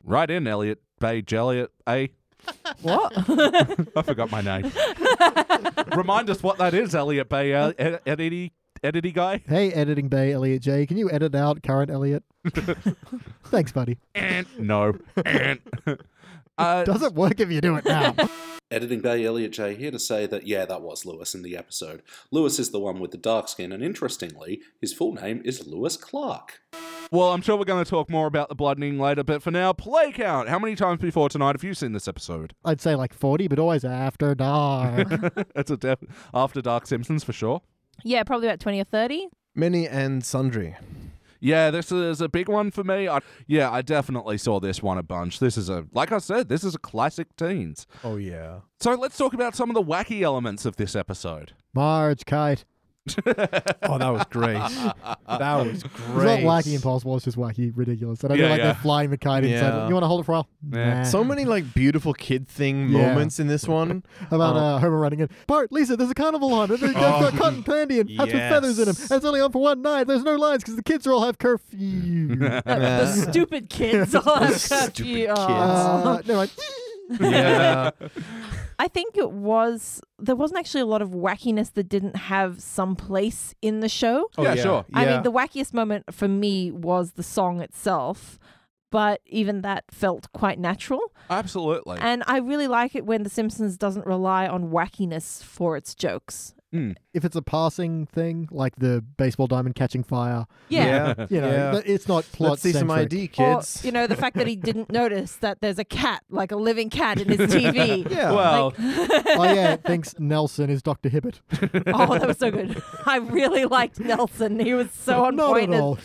Speaker 1: Right in, Elliot Bay Jelliot. A.
Speaker 3: What?
Speaker 1: I forgot my name. Remind us what that is, Elliot Bay, uh, ed- edity, edity guy.
Speaker 4: Hey, editing bay, Elliot J. Can you edit out current Elliot? Thanks, buddy.
Speaker 1: And no. And. Uh,
Speaker 4: Doesn't work if you do it now.
Speaker 8: Editing Bay Elliot J here to say that, yeah, that was Lewis in the episode. Lewis is the one with the dark skin, and interestingly, his full name is Lewis Clark.
Speaker 1: well, I'm sure we're going to talk more about the bloodening later, but for now, play count. How many times before tonight have you seen this episode?
Speaker 4: I'd say like 40, but always after dark.
Speaker 1: That's a def- after Dark Simpsons for sure.
Speaker 3: yeah, probably about 20 or 30.
Speaker 2: Many and sundry.
Speaker 1: Yeah, this is a big one for me. I, yeah, I definitely saw this one a bunch. This is a, like I said, this is a classic teens.
Speaker 2: Oh yeah.
Speaker 1: So let's talk about some of the wacky elements of this episode.
Speaker 4: Marge, Kite.
Speaker 2: Oh, that was great. that was
Speaker 4: It's not
Speaker 2: great.
Speaker 4: wacky impossible, it's just wacky ridiculous. And I feel
Speaker 1: Yeah,
Speaker 4: like
Speaker 1: yeah.
Speaker 4: they're flying the kite inside.
Speaker 2: Yeah.
Speaker 4: You want to hold it for a while?
Speaker 1: Yeah.
Speaker 4: Nah.
Speaker 2: So many like beautiful kid thing
Speaker 4: Yeah.
Speaker 2: moments in this one.
Speaker 4: about uh, Homer running in. Bart, Lisa, there's a carnival on. And they've got cotton candy and hats with feathers in them.
Speaker 2: yes.
Speaker 4: And it's only on for one night. There's no lines because the kids are all have curfew. Uh,
Speaker 3: The, the stupid kids all have curfew.
Speaker 2: kids.
Speaker 3: Aw.
Speaker 4: uh, no, like,
Speaker 2: Yeah.
Speaker 3: I think it was, there wasn't actually a lot of wackiness that didn't have some place in the show.
Speaker 1: Oh,
Speaker 2: Oh,
Speaker 1: Yeah, sure.
Speaker 3: I mean, the wackiest moment for me was the song itself, but even that felt quite natural.
Speaker 1: Absolutely.
Speaker 3: And I really like it when The Simpsons doesn't rely on wackiness for its jokes.
Speaker 4: if it's a passing thing, like the baseball diamond catching fire,
Speaker 3: Yeah.
Speaker 4: you know,
Speaker 2: Yeah.
Speaker 4: but it's not plot
Speaker 2: Let's see some
Speaker 4: centric.
Speaker 2: ID,
Speaker 3: Or,
Speaker 2: kids.
Speaker 3: you know, the fact that he didn't notice that there's a cat, like a living cat in his TV.
Speaker 2: yeah.
Speaker 1: well,
Speaker 4: oh yeah, it thinks Nelson is Dr. Hibbert.
Speaker 3: Oh, that was so good. I really liked Nelson. He was so on
Speaker 4: Not
Speaker 3: point.
Speaker 4: at all.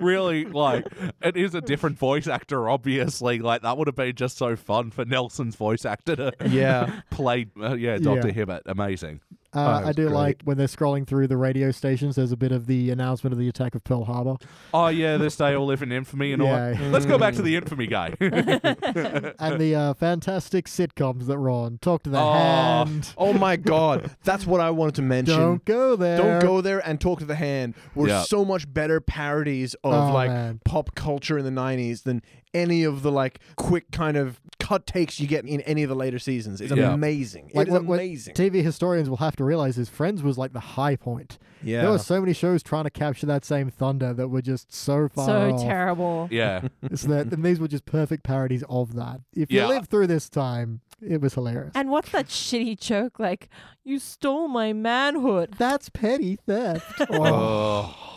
Speaker 1: really like it is a different voice actor obviously like that would have been just so fun for nelson's voice actor to
Speaker 2: yeah.
Speaker 1: play uh, yeah dr
Speaker 4: Yeah.
Speaker 1: hibbert amazing
Speaker 4: Uh,
Speaker 2: that
Speaker 4: I
Speaker 2: was
Speaker 4: do
Speaker 2: Oh, great.
Speaker 4: like when they're scrolling through the radio stations. There's a bit of the announcement of the attack of Pearl Harbor.
Speaker 1: oh yeah this day all live in infamy and all
Speaker 4: Yeah.
Speaker 1: let's go back to the infamy guy
Speaker 4: and the uh, fantastic sitcoms that were on. Talk to the
Speaker 1: Oh.
Speaker 4: hand.
Speaker 2: Oh my god. That's what I wanted to mention.
Speaker 4: Don't go there.
Speaker 2: Don't go there and talk to the hand were
Speaker 1: Yeah.
Speaker 2: so much better parodies of
Speaker 4: Oh,
Speaker 2: like
Speaker 4: man.
Speaker 2: pop culture in the 90s than any of the like quick kind of cut takes you get in any of the later seasons. It's
Speaker 1: Yeah.
Speaker 2: amazing.
Speaker 4: Like
Speaker 2: it is
Speaker 4: what, what
Speaker 2: amazing.
Speaker 4: TV historians will have to realize is Friends was like the high point.
Speaker 2: yeah.
Speaker 4: There were so many shows trying to capture that same thunder that were just so far
Speaker 3: So
Speaker 4: off.
Speaker 3: terrible.
Speaker 1: yeah
Speaker 4: So that, and these were just perfect parodies of that. If
Speaker 1: Yeah.
Speaker 4: you lived through this time, it was hilarious.
Speaker 3: And what's that shitty joke? Like, you stole my manhood.
Speaker 4: That's petty theft. Oh,
Speaker 1: oh.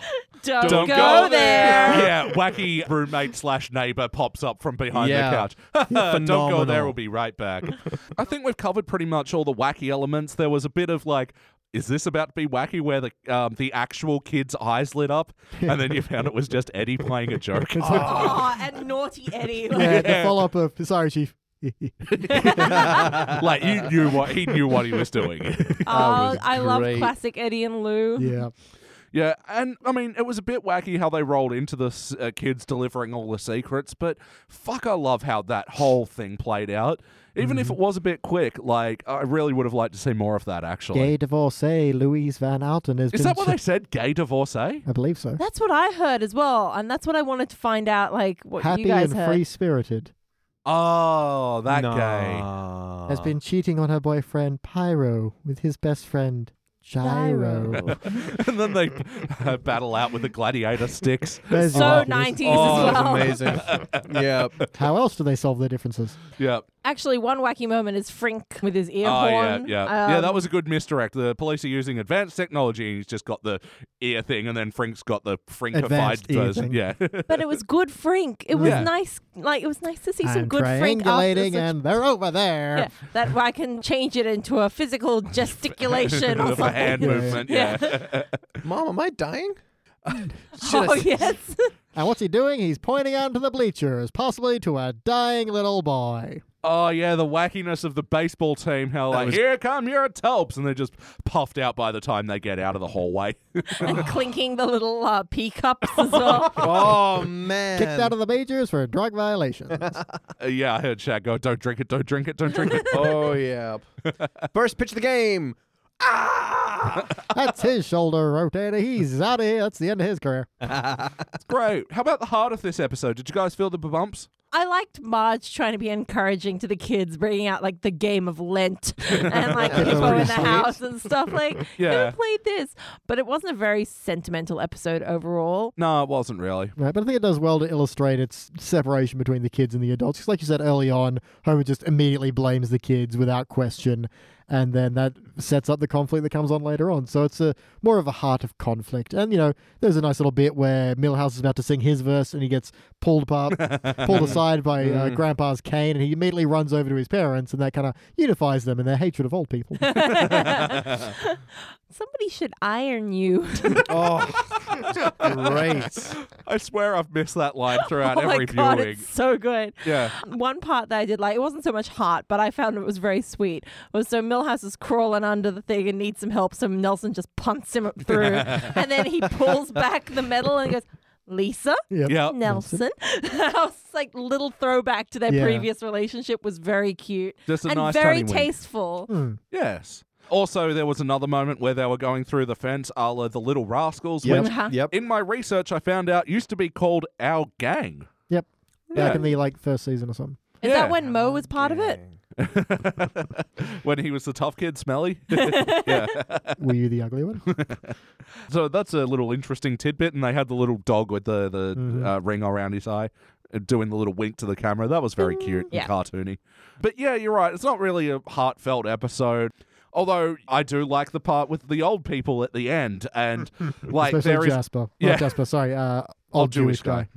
Speaker 3: Don't, go, there.
Speaker 1: yeah wacky roommate slash neighbor pops up from behind
Speaker 2: Yeah.
Speaker 1: the couch don't go there
Speaker 2: Phenomenal.
Speaker 1: we'll be right back i think we've covered pretty much all the wacky elements there was a bit of like is this about to be wacky where the um, the actual kid's eyes lit up and then you found it was just eddie playing a joke
Speaker 3: Oh, and naughty Eddie. Like,
Speaker 4: yeah, the follow up of sorry, chief.
Speaker 1: like you knew what he knew what he was doing.
Speaker 3: oh,
Speaker 2: was
Speaker 3: I love
Speaker 2: great.
Speaker 3: classic Eddie and Lou.
Speaker 4: Yeah,
Speaker 1: yeah, and I mean it was a bit wacky how they rolled into the s- uh, kids delivering all the secrets, but fuck, I love how that whole thing played out. Even
Speaker 4: Mm-hmm.
Speaker 1: if it was a bit quick, like I really would have liked to see more of that. Actually,
Speaker 4: gay divorcee Louise Van Outen has
Speaker 1: is
Speaker 4: been.
Speaker 1: that what they said? Gay eh? divorcee?
Speaker 4: I believe so.
Speaker 3: That's what I heard as well, and that's what I wanted to find out. Like what
Speaker 4: Happy
Speaker 3: you guys
Speaker 4: and
Speaker 3: heard.
Speaker 4: free spirited
Speaker 1: Oh, that gay.
Speaker 2: Nah.
Speaker 4: has been cheating on her boyfriend Pyro with his best friend Gyro.
Speaker 1: and then they uh, battle out with the gladiator sticks.
Speaker 4: There's
Speaker 3: so
Speaker 4: your-
Speaker 3: 90s
Speaker 2: Oh,
Speaker 3: as
Speaker 2: that's
Speaker 3: well.
Speaker 2: amazing. yeah.
Speaker 4: How else do they solve their differences?
Speaker 1: Yep.
Speaker 3: Actually, one wacky moment is Frink with his ear
Speaker 1: Oh yeah,
Speaker 3: horn.
Speaker 1: yeah, yeah. That
Speaker 3: Um,
Speaker 1: was a good misdirect. The police are using advanced technology, and he's just got the ear thing, and then Frink's got the Frinkified
Speaker 4: Advanced ear
Speaker 1: version.
Speaker 4: thing.
Speaker 1: Yeah,
Speaker 3: But it was good Frink. It was
Speaker 1: Yeah.
Speaker 3: nice. Like it was nice to see some
Speaker 4: I'm
Speaker 3: good Frink after
Speaker 4: triangulating,
Speaker 3: such-
Speaker 4: and they're over there.
Speaker 3: yeah, that I can change it into a physical gesticulation or
Speaker 1: the
Speaker 3: something.
Speaker 1: hand
Speaker 4: Yeah.
Speaker 1: movement. Yeah,
Speaker 2: Mom, am I dying?
Speaker 3: Oh yes.
Speaker 4: And what's he doing? He's pointing out to the bleachers, possibly to a dying little boy.
Speaker 1: oh yeah, the wackiness of the baseball team. How like
Speaker 2: was-
Speaker 1: here come your tulps, and they're just puffed out by the time they get out of the hallway.
Speaker 3: and clinking the little uh, pea cups as well.
Speaker 2: Oh man.
Speaker 4: Kicked out of the majors for drug violations.
Speaker 1: Uh, yeah, I heard Shaq go, "Don't drink it, don't drink it, don't drink it."
Speaker 2: Oh yeah. First pitch of the game.
Speaker 4: That's his shoulder rotator. He's out of here. That's the end of his career.
Speaker 1: It's great. How about the heart of this episode? Did you guys feel the bumps?
Speaker 3: I liked Marge trying to be encouraging to the kids, bringing out like the game of Lent and like
Speaker 2: That's
Speaker 3: Hippo in
Speaker 2: pretty
Speaker 3: the
Speaker 2: sweet.
Speaker 3: house and stuff. Like,
Speaker 1: Yeah.
Speaker 3: who played this? But it wasn't a very sentimental episode overall.
Speaker 1: No, it wasn't really.
Speaker 4: Right, but I think it does well to illustrate its separation between the kids and the adults. Because, like you said early on, Homer just immediately blames the kids without question, and then that sets up the conflict that comes on later on. So it's a more of a heart of conflict. And you know, there's a nice little bit where Millhouse is about to sing his verse, and he gets pulled apart, pulled aside by uh, Grandpa's cane, and he immediately runs over to his parents, and that kind of unifies them in their hatred of old people.
Speaker 3: Somebody should iron you.
Speaker 2: Oh, great.
Speaker 1: I swear I've missed that line throughout
Speaker 3: oh my
Speaker 1: every
Speaker 3: god,
Speaker 1: viewing.
Speaker 3: it's so good.
Speaker 1: Yeah.
Speaker 3: One part that I did like, it wasn't so much heart, but I found it was very sweet. Was so Millhouse is crawling under the thing and needs some help, so Nelson just punts him through, and then he pulls back the metal and goes, "Lisa."
Speaker 4: Yep.
Speaker 1: Yeah.
Speaker 3: Nelson. I was like, little throwback to their
Speaker 4: Yeah.
Speaker 3: previous relationship was very cute
Speaker 1: Just a
Speaker 3: and
Speaker 1: nice
Speaker 3: very
Speaker 1: tiny wink.
Speaker 3: tasteful.
Speaker 1: Yes. Also, there was another moment where they were going through the fence, a la the Little Rascals, which
Speaker 3: Uh-huh.
Speaker 2: Yep. Yep.
Speaker 1: in my research I found out used to be called Our Gang.
Speaker 4: Yep. Back
Speaker 1: Yeah.
Speaker 4: in the like first season or something.
Speaker 3: Is
Speaker 1: Yeah.
Speaker 3: that when Mo was part of it?
Speaker 1: when he was the tough kid, Smelly.
Speaker 4: Were you the ugly one?
Speaker 1: so that's a little interesting tidbit. And they had the little dog with the, the uh, ring around his eye uh, doing the little wink to the camera. That was very cute
Speaker 3: Mm, Yeah.
Speaker 1: and cartoony. But yeah, you're right. It's not really a heartfelt episode. Although I do like the part with the old people at the end, and like
Speaker 4: Especially
Speaker 1: there is
Speaker 4: Jasper. Not
Speaker 1: Yeah.
Speaker 4: Jasper, sorry. Uh, old,
Speaker 1: old Jewish guy.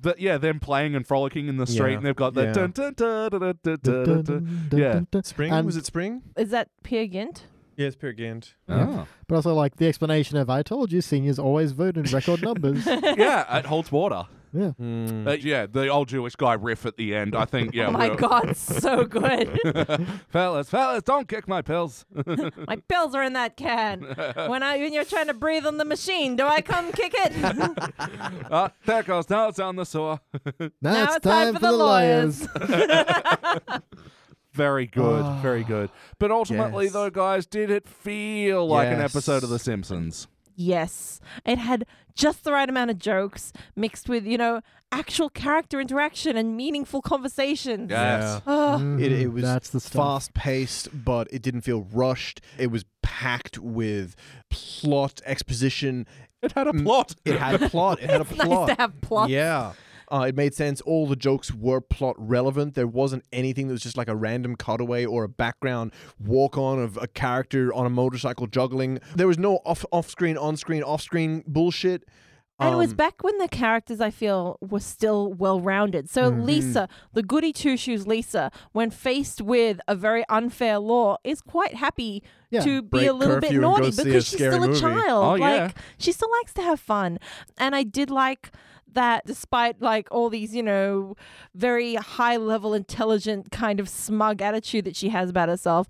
Speaker 1: But yeah, them playing and frolicking in the street,
Speaker 2: Yeah.
Speaker 1: and they've got that.
Speaker 2: Yeah.
Speaker 1: dun, dun, dun, dun, dun, dun, dun,
Speaker 4: Dun,
Speaker 1: dun,
Speaker 4: dun, dun,
Speaker 1: dun.
Speaker 4: dun,
Speaker 1: Yeah.
Speaker 4: dun, dun.
Speaker 2: Spring?
Speaker 4: And-
Speaker 2: was it spring?
Speaker 3: Is that Pierre Gint?
Speaker 2: Yeah, it's Peer Gynt.
Speaker 1: Oh.
Speaker 4: But also, like, the explanation of I told you seniors always vote in record numbers.
Speaker 1: yeah, it holds water.
Speaker 4: Yeah.
Speaker 2: Hmm.
Speaker 1: Uh, yeah, the old Jewish guy riff at the end. I think. Yeah.
Speaker 3: oh my
Speaker 1: we're-
Speaker 3: god, so good.
Speaker 1: fellas, fellas, don't kick my pills.
Speaker 3: my pills are in that can. When I when you're trying to breathe on the machine, do I come kick it?
Speaker 1: Uh, there goes now it's on the saw.
Speaker 4: now,
Speaker 3: now it's time, for the, lawyers.
Speaker 1: very good,
Speaker 4: Ah.
Speaker 1: very good. But ultimately,
Speaker 2: yes.
Speaker 1: though, guys, did it feel like an episode of
Speaker 2: Yes.
Speaker 1: The Simpsons?
Speaker 3: Yes. It had just the right amount of jokes mixed with, you know, actual character interaction and meaningful conversations.
Speaker 1: Yes. Ah,
Speaker 3: Oh,
Speaker 2: It, it was
Speaker 4: Mm-hmm. That's the stuff.
Speaker 2: fast paced, but it didn't feel rushed. It was packed with plot exposition. Mm,
Speaker 1: It had a plot.
Speaker 2: It had plot. It had a
Speaker 3: nice
Speaker 2: plot.
Speaker 3: to have plots.
Speaker 2: Yeah. Uh, it made sense. All the jokes were plot relevant. There wasn't anything that was just like a random cutaway or a background walk on of a character on a motorcycle juggling. There was no off off screen, on screen, off screen bullshit.
Speaker 3: And it was
Speaker 2: Um,
Speaker 3: back when the characters I feel were still well rounded. So
Speaker 2: Mm-hmm.
Speaker 3: Lisa, the goody two shoes Lisa, when faced with a very unfair law, is quite happy
Speaker 4: Yeah.
Speaker 3: to be
Speaker 2: Break
Speaker 3: a little bit
Speaker 2: curfew and go
Speaker 3: naughty
Speaker 2: see a
Speaker 3: because she's
Speaker 2: scary
Speaker 3: still a
Speaker 2: movie.
Speaker 3: child.
Speaker 1: Oh,
Speaker 3: like
Speaker 1: yeah.
Speaker 3: she still likes to have fun. And I did like that despite like all these, you know, very high level intelligent kind of smug attitude that she has about herself.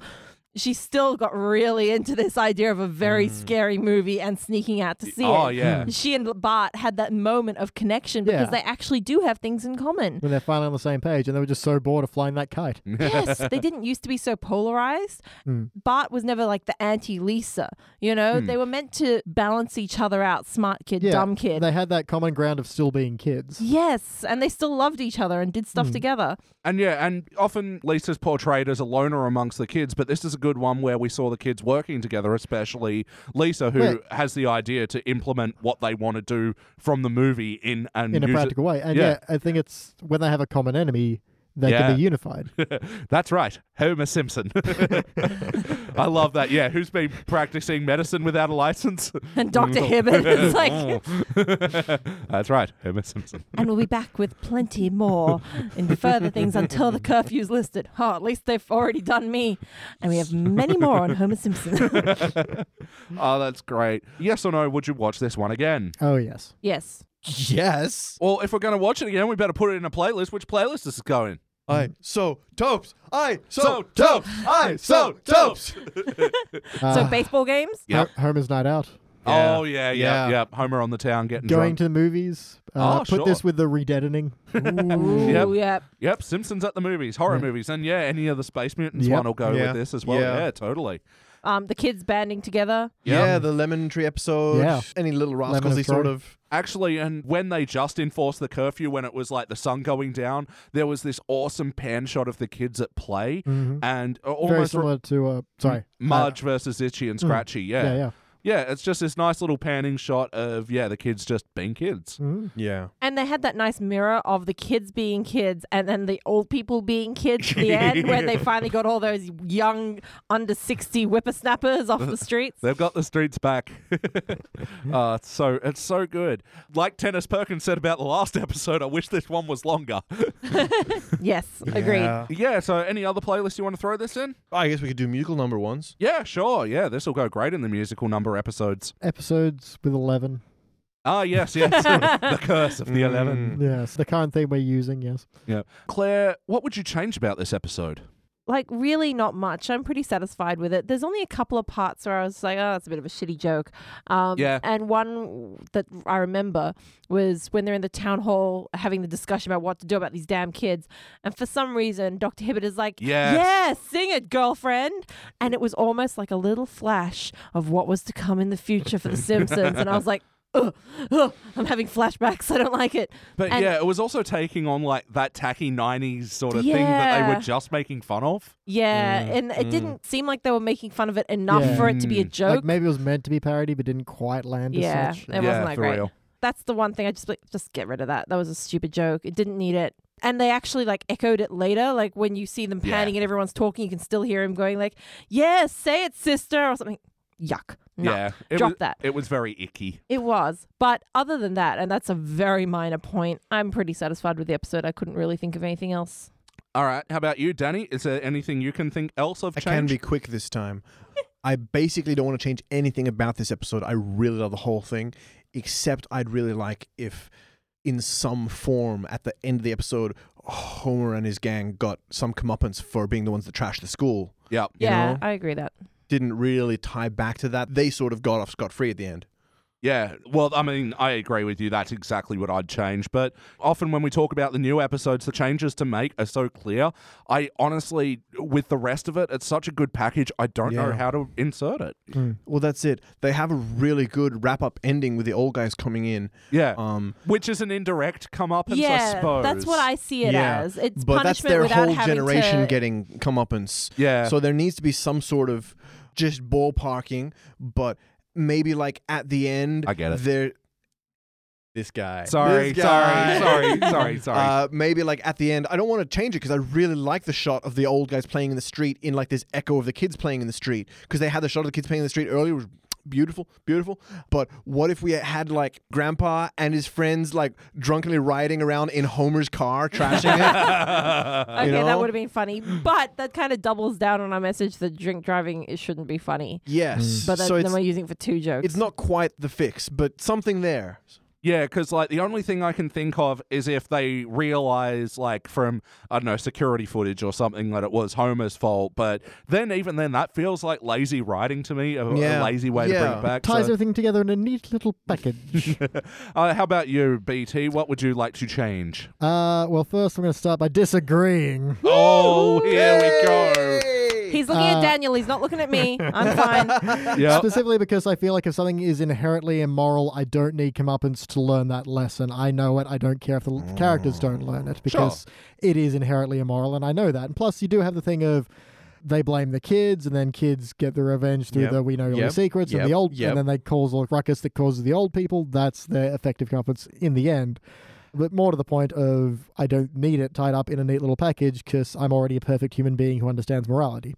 Speaker 3: She still got really into this idea of a
Speaker 2: Mm.
Speaker 3: very scary movie and sneaking out to see
Speaker 1: oh
Speaker 3: it
Speaker 1: yeah.
Speaker 3: she and Bart had that moment of connection because they
Speaker 4: Yeah.
Speaker 3: actually do have things in common.
Speaker 4: When they're finally on the same page and they were just so bored of flying that kite.
Speaker 2: Mm-hmm.
Speaker 3: yes, they didn't used to be so polarized.
Speaker 4: Mm.
Speaker 3: Bart was never like the anti Lisa, you know? They were meant to balance each other out smart kid,
Speaker 4: Yeah.
Speaker 3: dumb kid.
Speaker 4: They had that common ground of still being
Speaker 2: Mm-hmm.
Speaker 4: kids.
Speaker 3: yes, and they still loved each other and did
Speaker 4: Mm.
Speaker 3: stuff together.
Speaker 1: And yeah, and often Lisa's portrayed as a loner amongst the kids, but this is a good one where we saw the kids working together, especially Lisa, who
Speaker 4: Right.
Speaker 1: has the idea to implement what they want to do from the movie in and
Speaker 4: In a
Speaker 1: use it-
Speaker 4: practical way. And yeah.
Speaker 1: Yeah.
Speaker 4: I think it's when they have a common enemy, they
Speaker 1: Yeah.
Speaker 4: can be unified.
Speaker 1: That's right, Homer Simpson. I love that. Yeah, who's been practicing medicine without a license?
Speaker 3: And Dr.
Speaker 4: Mm.
Speaker 3: Hibbert is like,
Speaker 1: Oh. That's right, Homer Simpson.
Speaker 3: and we'll be back with plenty more and further things until the curfew's listed. Oh, at least they've already done me. And we have many more on Homer Simpson.
Speaker 1: Oh, that's great. Yes or no, would you watch this one again?
Speaker 4: Oh, yes.
Speaker 3: yes.
Speaker 2: Yes.
Speaker 1: Well, if we're going to watch it again, we better put it in a playlist. Which playlist is it going?
Speaker 2: I so dopes. I so,
Speaker 1: So
Speaker 2: dopes. I so dopes.
Speaker 4: Ah.
Speaker 3: So, baseball games?
Speaker 1: Yep.
Speaker 4: Ho- Homer's Night Out.
Speaker 2: Yeah.
Speaker 1: Oh yeah, yeah,
Speaker 2: Yeah.
Speaker 1: yeah. Homer on the town getting
Speaker 4: Going
Speaker 1: drunk.
Speaker 4: to the movies. Uh,
Speaker 1: Oh,
Speaker 4: put
Speaker 1: sure.
Speaker 4: this with the redeadening.
Speaker 3: Ooh,
Speaker 1: Yep.
Speaker 3: yep.
Speaker 1: yep, Simpsons at the movies, horror movies, and yeah, any of the Space Mutants
Speaker 4: Yep.
Speaker 1: one will go
Speaker 2: Yeah.
Speaker 1: with this as well. Yeah.
Speaker 2: Yeah.
Speaker 1: totally.
Speaker 3: um, the kids banding together.
Speaker 2: Yeah, the Lemon Tree episode.
Speaker 4: Yeah.
Speaker 2: Any little
Speaker 4: Lemon
Speaker 2: rascals sort
Speaker 4: Tree.
Speaker 2: of.
Speaker 1: Actually, and when they just enforced the curfew, when it was like the sun going down, there was this awesome pan shot of the kids at play, and uh,
Speaker 4: Mm-hmm. Very
Speaker 1: almost re-
Speaker 4: similar to uh, sorry,
Speaker 1: Marge versus Itchy and Scratchy. Yeah.
Speaker 4: yeah, yeah.
Speaker 1: Yeah, it's just this nice little panning shot of yeah the kids just being kids.
Speaker 2: Yeah.
Speaker 3: And they had that nice mirror of the kids being kids and then the old people being kids at the end when they finally got all those young under 60 whippersnappers off the streets.
Speaker 1: They've got the streets back. uh, it's so it's so good. Like Tennis Perkins said about the last episode, I wish this one was longer.
Speaker 3: Yes, agreed.
Speaker 2: Yeah.
Speaker 1: yeah. So any other playlist you want to throw this in?
Speaker 2: I guess we could do musical number ones.
Speaker 1: Yeah, sure. Yeah, this will go great in the musical number episodes.
Speaker 4: Episodes with eleven.
Speaker 1: Ah, yes, yes. the curse of the eleven.
Speaker 4: Yes, the current theme we're using. Yes,
Speaker 1: Yeah, Claire, what would you change about this episode?
Speaker 3: Like, really, not much. I'm pretty satisfied with it. There's only a couple of parts where I was like, oh, that's a bit of a shitty joke. Um,
Speaker 1: Yeah.
Speaker 3: And one that I remember was when they're in the town hall having the discussion about what to do about these damn kids. And for some reason, Dr. Hibbert is like,
Speaker 1: Yes.
Speaker 3: yeah, sing it, girlfriend. And it was almost like a little flash of what was to come in the future for The Simpsons. and I was like, Ugh, ugh, I'm having flashbacks. I don't like it.
Speaker 1: But
Speaker 3: And-
Speaker 1: yeah, it was also taking on like that tacky '90s sort of thing that they
Speaker 3: Yeah.
Speaker 1: were just making fun of.
Speaker 3: Yeah,
Speaker 1: Mm,
Speaker 3: and it didn't seem like they were making fun of it enough
Speaker 4: Yeah.
Speaker 3: for it to be a joke.
Speaker 4: like maybe it was meant to be parody, but didn't quite land
Speaker 3: yeah,
Speaker 4: as such.
Speaker 3: it
Speaker 1: Yeah,
Speaker 3: wasn't that
Speaker 1: for
Speaker 3: great.
Speaker 1: real.
Speaker 3: That's the one thing I just like, just get rid of that. That was a stupid joke. It didn't need it. And they actually like echoed it later. Like when you see them
Speaker 1: Yeah.
Speaker 3: panning and everyone's talking, you can still hear him going like, "Yes, say it, sister," or something. Yuck. No.
Speaker 1: Yeah, it
Speaker 3: drop
Speaker 1: was,
Speaker 3: that.
Speaker 1: It was very icky.
Speaker 3: It was. But other than that, and that's a very minor point, I'm pretty satisfied with the episode. I couldn't really think of anything else.
Speaker 1: All right, how about you, Danny? Is there anything you can think else of
Speaker 2: I can
Speaker 1: change?
Speaker 2: be quick this time. I basically don't want to change anything about this episode. I really love the whole thing, except I'd really like if, in some form, at the end of the episode, Homer and his gang got some comeuppance for being the ones that trashed the school.
Speaker 1: Yep.
Speaker 2: You
Speaker 3: yeah,
Speaker 2: know?
Speaker 3: I agree that.
Speaker 2: Didn't really tie back to that. They sort of got off scot free at the end.
Speaker 1: Yeah, well, I mean, I agree with you. That's exactly what I'd change. But often when we talk about the new episodes, the changes to make are so clear. I honestly, with the rest of it, it's such a good package. I don't know
Speaker 2: Yeah.
Speaker 1: how to insert it.
Speaker 2: Well, that's it. They have a really good wrap up ending with the old guys coming in.
Speaker 1: Yeah.
Speaker 2: Um,
Speaker 1: Which is an indirect comeuppance, I
Speaker 3: yeah,
Speaker 1: suppose.
Speaker 3: that's what I see it
Speaker 2: yeah,
Speaker 3: as. It's
Speaker 2: but
Speaker 3: punishment
Speaker 2: that's their
Speaker 3: without
Speaker 2: whole
Speaker 3: having
Speaker 2: generation
Speaker 3: to,
Speaker 2: getting comeuppance.
Speaker 1: Yeah.
Speaker 2: So there needs to be some sort of just ballparking, but maybe like at the end,
Speaker 1: I get it.
Speaker 2: There, this guy.
Speaker 1: Sorry,
Speaker 2: This
Speaker 1: sorry,
Speaker 2: guy.
Speaker 1: sorry, sorry, sorry.
Speaker 2: Uh, maybe like at the end, I don't want to change it because I really like the shot of the old guys playing in the street in like this echo of the kids playing in the street because they had the shot of the kids playing in the street earlier. It was beautiful, beautiful. But what if we had like Grandpa and his friends like drunkenly riding around in Homer's car, trashing it?
Speaker 3: Okay,
Speaker 2: you
Speaker 3: that
Speaker 2: know?
Speaker 3: would have been funny, but that kind of doubles down on our message that drink driving it shouldn't be funny.
Speaker 4: Mm.
Speaker 2: yes.
Speaker 3: But that,
Speaker 2: so
Speaker 3: then
Speaker 2: it's,
Speaker 3: we're using it for two jokes.
Speaker 2: it's not quite the fix, but something there.
Speaker 1: Yeah, because like the only thing I can think of is if they realize like from I don't know security footage or something that it was Homer's fault. But then even then, that feels like lazy writing to me. A, a
Speaker 2: Yeah.
Speaker 1: lazy way to bring
Speaker 2: Yeah.
Speaker 1: it back.
Speaker 4: Ties
Speaker 1: so-
Speaker 4: everything together in a neat little package.
Speaker 1: uh, how about you, BT? What would you like to change?
Speaker 4: uh, well, first I'm going to start by disagreeing.
Speaker 1: oh, here we go.
Speaker 3: He's looking at
Speaker 4: Uh,
Speaker 3: Daniel. He's not looking at me. I'm fine.
Speaker 2: Oh,
Speaker 1: Yeah.
Speaker 2: uh,
Speaker 4: Specifically because I feel like if something is inherently immoral, I don't need comeuppance to learn that lesson. I know it. I don't care if the l- characters don't learn it because it is inherently immoral, and I know that. And plus, you do have the thing of they blame the kids, and then kids get the revenge through
Speaker 2: Yep.
Speaker 4: the "we know your
Speaker 2: Yep.
Speaker 4: secrets" and
Speaker 2: Yep.
Speaker 4: the old,
Speaker 2: Yep.
Speaker 4: and then they cause all the ruckus that causes the old people. That's their effective comeuppance in the end. But more to the point of, I don't need it tied up in a neat little package because I'm already a perfect human being who understands morality.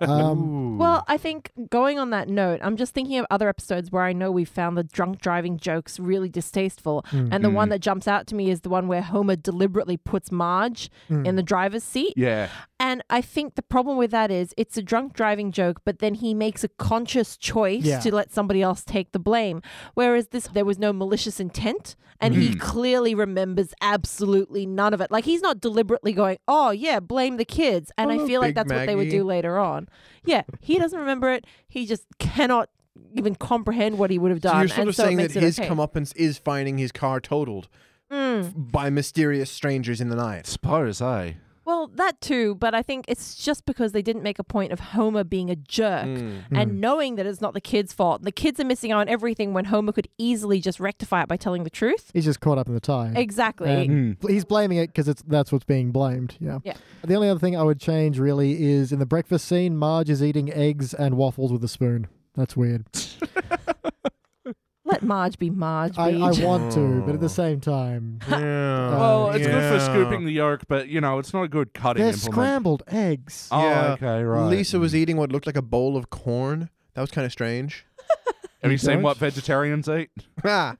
Speaker 4: Um,
Speaker 3: well, I think going on that note, I'm just thinking of other episodes where I know we found the drunk driving jokes really distasteful.
Speaker 2: Mm.
Speaker 3: And the one that jumps out to me is the one where Homer deliberately puts Marge
Speaker 2: Mm.
Speaker 3: in the driver's seat.
Speaker 1: Yeah.
Speaker 3: And I think the problem with that is it's a drunk driving joke, but then he makes a conscious choice
Speaker 4: Yeah.
Speaker 3: to let somebody else take the blame. Whereas this, there was no malicious intent, and he clearly remembers absolutely none of it. Like he's not deliberately going, "Oh yeah, blame the kids." And I
Speaker 2: Oh,
Speaker 3: feel like
Speaker 2: Big
Speaker 3: that's what they would
Speaker 2: Maggie.
Speaker 3: do later on. Yeah, he doesn't remember it. He just cannot even comprehend what he would have
Speaker 2: So
Speaker 3: done.
Speaker 2: you're sort
Speaker 3: and
Speaker 2: of
Speaker 3: so it
Speaker 2: saying that
Speaker 3: makes it
Speaker 2: his
Speaker 3: okay. Mm.
Speaker 2: comeuppance is finding his car totaled f- by mysterious strangers in the night.
Speaker 1: Suppose, eh?
Speaker 3: Well, that too, but I think it's just because they didn't make a point of Homer being a jerk
Speaker 2: Mm.
Speaker 4: hmm. Mm.
Speaker 3: and knowing that it's not the kid's fault. The kids are missing out on everything when Homer could easily just rectify it by telling the truth.
Speaker 4: He's just caught up in the tide.
Speaker 3: Exactly.
Speaker 4: Mm.
Speaker 1: Hmm.
Speaker 4: And He's blaming it because it's that's what's being blamed. Yeah.
Speaker 3: Yeah.
Speaker 4: The only other thing I would change really is in the breakfast scene, Marge is eating eggs and waffles with a spoon. That's weird.
Speaker 3: Let Marge be Marge.
Speaker 4: I, I
Speaker 3: Beach.
Speaker 4: want to,
Speaker 2: Oh.
Speaker 4: but at the same time, uh,
Speaker 2: Yeah.
Speaker 1: Well, it's good for
Speaker 2: Uh, Yeah.
Speaker 1: scooping the yolk, but you know, it's not a good cutting
Speaker 4: they're
Speaker 1: implement.
Speaker 4: scrambled eggs.
Speaker 1: Oh,
Speaker 2: Yeah.
Speaker 1: okay, right.
Speaker 2: Lisa
Speaker 4: Mm.
Speaker 2: was eating what looked like a bowl of corn. That was kind of strange.
Speaker 1: Have you seen
Speaker 4: don't?
Speaker 1: what vegetarians eat?
Speaker 2: Ah,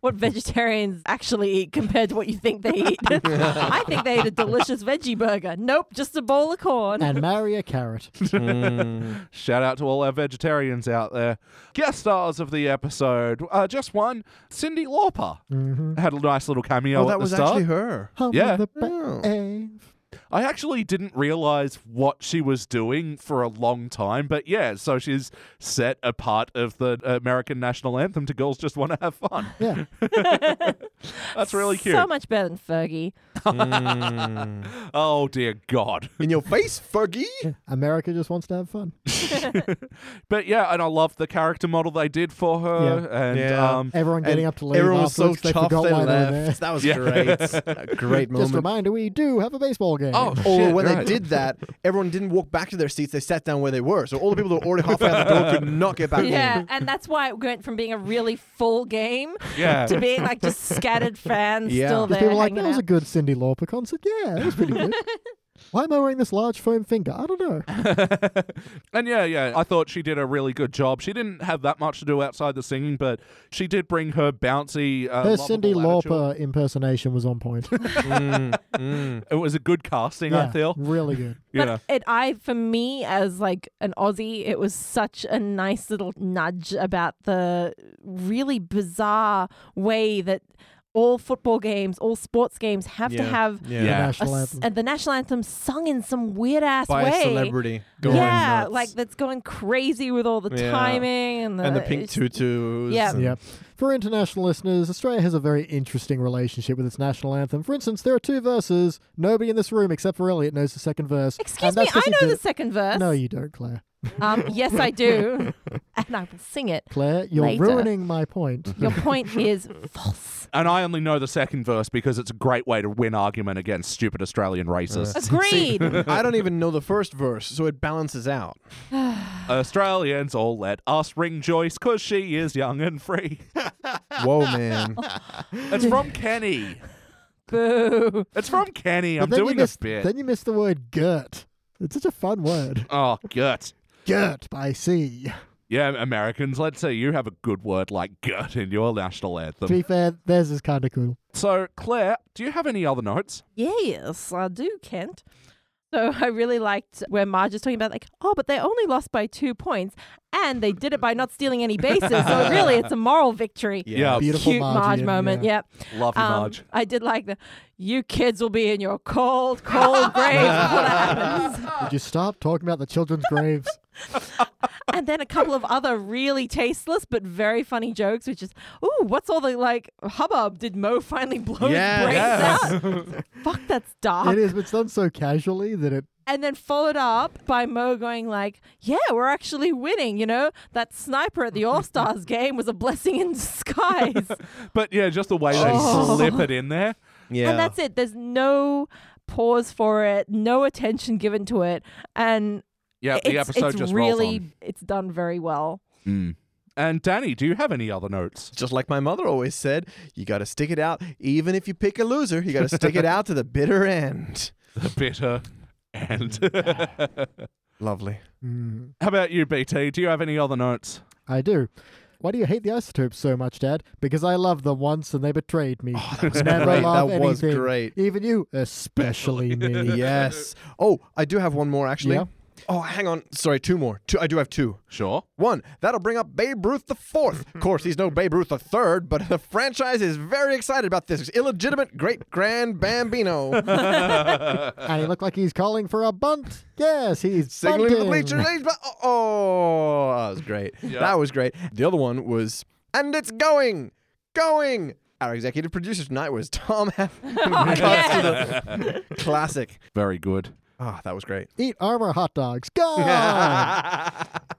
Speaker 3: what vegetarians actually eat compared to what you think they eat. I think they eat a delicious veggie burger. Nope, just a bowl of corn.
Speaker 4: And marry a carrot.
Speaker 1: Shout out to all our vegetarians out there. Guest stars of the episode. Uh, just one, Cindy Lauper. Had a nice little cameo
Speaker 2: well,
Speaker 1: at the
Speaker 2: Mm-hmm. Oh, that was
Speaker 1: start.
Speaker 2: actually her.
Speaker 4: Hum
Speaker 1: Yeah.
Speaker 4: of the ba-
Speaker 2: Oh.
Speaker 4: egg.
Speaker 1: I actually didn't realize what she was doing for a long time, but yeah, so she's set a part of the American national anthem to Girls Just Want to Have Fun.
Speaker 4: Yeah.
Speaker 1: That's really cute.
Speaker 3: So much better than Fergie.
Speaker 1: oh, dear God.
Speaker 2: In your face, Fergie.
Speaker 4: America just wants to have fun.
Speaker 1: But yeah, and I love the character model they did for her. And
Speaker 2: Yeah.
Speaker 1: um,
Speaker 4: Everyone getting
Speaker 2: And
Speaker 4: up to leave.
Speaker 2: Everyone was so
Speaker 4: afterwards, they
Speaker 2: chuffed
Speaker 4: forgot
Speaker 2: they
Speaker 4: why
Speaker 2: left.
Speaker 4: They were there.
Speaker 2: That was
Speaker 1: Yeah.
Speaker 2: great. A great moment.
Speaker 4: Just a reminder, we do have a baseball game.
Speaker 1: oh,
Speaker 2: Or
Speaker 1: shit,
Speaker 2: when
Speaker 1: right.
Speaker 2: they did that, everyone didn't walk back to their seats. They sat down where they were. So all the people that were already halfway out the door could not get back
Speaker 3: Yeah,
Speaker 2: in.
Speaker 3: and that's why it went from being a really full game
Speaker 1: Yeah.
Speaker 3: to being like just scattered fans
Speaker 2: Yeah.
Speaker 3: still
Speaker 4: Because
Speaker 3: there.
Speaker 4: people were like,
Speaker 3: hanging
Speaker 4: that was a
Speaker 3: out."
Speaker 4: good Cindy Lauper concert. Yeah, that was pretty good. Why am I wearing this large foam finger? I don't know.
Speaker 1: And yeah, yeah, I thought she did a really good job. She didn't have that much to do outside the singing, but she did bring her bouncy. Uh,
Speaker 4: Her
Speaker 1: lovable
Speaker 4: Cindy
Speaker 1: attitude.
Speaker 4: Lauper impersonation was on point.
Speaker 1: It was a good casting, I
Speaker 4: yeah,
Speaker 1: feel.
Speaker 4: really good.
Speaker 1: You
Speaker 3: But
Speaker 1: know.
Speaker 3: it, I, for me, as like an Aussie, it was such a nice little nudge about the really bizarre way that all football games, all sports games, have to have
Speaker 1: Yeah.
Speaker 4: The
Speaker 3: a
Speaker 4: national
Speaker 3: s-
Speaker 4: anthem.
Speaker 3: and the national anthem sung in some weird ass
Speaker 2: By
Speaker 3: way.
Speaker 2: a celebrity. Going
Speaker 3: yeah,
Speaker 2: nuts.
Speaker 3: like that's going crazy with all the
Speaker 2: Yeah.
Speaker 3: timing and the,
Speaker 2: and the pink
Speaker 3: it's-
Speaker 2: tutus.
Speaker 3: Yeah.
Speaker 2: and-
Speaker 4: Yeah. For international listeners, Australia has a very interesting relationship with its national anthem. For instance, there are two verses. Nobody in this room, except for Elliot, knows the second verse.
Speaker 3: Excuse
Speaker 4: and
Speaker 3: me,
Speaker 4: that's
Speaker 3: I
Speaker 4: because
Speaker 3: know
Speaker 4: he
Speaker 3: the
Speaker 4: did-
Speaker 3: second verse.
Speaker 4: No, you don't, Claire.
Speaker 3: um, yes, I do, and I will sing it.
Speaker 4: Claire, you're
Speaker 3: Later.
Speaker 4: ruining my point.
Speaker 1: Mm-hmm.
Speaker 3: Your point is false.
Speaker 1: And I only know the second verse because it's a great way to win argument against stupid Australian racists.
Speaker 3: Agreed.
Speaker 2: I don't even know the first verse, so it balances out.
Speaker 1: Australians all let us ring Joyce because she is young and free.
Speaker 2: Whoa, man.
Speaker 1: It's from Kenny.
Speaker 3: Boo.
Speaker 1: It's from Kenny. I'm
Speaker 4: But then you
Speaker 1: doing
Speaker 4: missed,
Speaker 1: a bit.
Speaker 4: Then you missed the word girt. It's such a fun word.
Speaker 1: oh, gut.
Speaker 4: girt by sea.
Speaker 1: Yeah, Americans, let's say you have a good word like gut in your national anthem.
Speaker 4: To be fair, theirs is kind of cool.
Speaker 1: So, Claire, do you have any other notes?
Speaker 3: Yes, I do, Kent. So I really liked where Marge is talking about like, oh, but they only lost by two points, and they did it by not stealing any bases. So really, it's a moral victory.
Speaker 1: Yeah.
Speaker 4: Beautiful
Speaker 3: Cute Marge,
Speaker 4: Margie,
Speaker 3: moment.
Speaker 4: yeah.
Speaker 3: Yep.
Speaker 1: Love you,
Speaker 3: Um,
Speaker 1: Marge.
Speaker 3: I did like the you kids will be in your cold, cold graves before that happens.
Speaker 4: Did you stop talking about the children's graves?
Speaker 3: And then a couple of other really tasteless but very funny jokes, which is, ooh, what's all the like hubbub? Did Mo finally blow
Speaker 2: Yes.
Speaker 3: his brains out? Fuck, that's dark.
Speaker 4: It is, but it's done so casually that it.
Speaker 3: And then followed up by Mo going like, "Yeah, we're actually winning. You know that sniper at the All Stars game was a blessing in disguise."
Speaker 1: But yeah, just the way they
Speaker 3: Oh.
Speaker 1: slip it in there.
Speaker 2: Yeah.
Speaker 3: And that's it. There's no pause for it, no attention given to it. And
Speaker 1: Yeah, the
Speaker 3: it's,
Speaker 1: episode
Speaker 3: it's
Speaker 1: just
Speaker 3: really
Speaker 1: rolls on.
Speaker 3: it's done very well.
Speaker 1: And Danny, do you have any other notes?
Speaker 2: Just like my mother always said, you got to stick it out. Even if you pick a loser, you got to stick it out to the bitter end.
Speaker 1: The bitter and
Speaker 2: Lovely.
Speaker 4: Mm,
Speaker 1: how about you, BT? Do you have any other notes?
Speaker 4: I do. Why do you hate the isotopes so much, Dad? Because I loved them once and they betrayed me. Never
Speaker 2: Oh, great.
Speaker 4: love
Speaker 2: That was
Speaker 4: anything.
Speaker 2: great.
Speaker 4: Even you, especially me.
Speaker 2: Yes. Oh, I do have one more actually.
Speaker 4: Yeah.
Speaker 2: Oh, hang on. Sorry, two more. Two. I do have two.
Speaker 1: Sure.
Speaker 2: One, that'll bring up Babe Ruth the fourth. Of course, he's no Babe Ruth the third, but the franchise is very excited about this illegitimate great grand bambino
Speaker 4: And he looked like he's calling for a bunt. Yes, he's
Speaker 2: signaling to the
Speaker 4: bunting.
Speaker 2: bleachers. He's bu- Oh, that was great. That was great. The other one was, and it's going, going. Our executive producer tonight was Tom Heffernan.
Speaker 3: yes.
Speaker 2: Classic.
Speaker 1: Very good.
Speaker 2: Ah, that was great.
Speaker 4: Eat armor hot dogs. Go!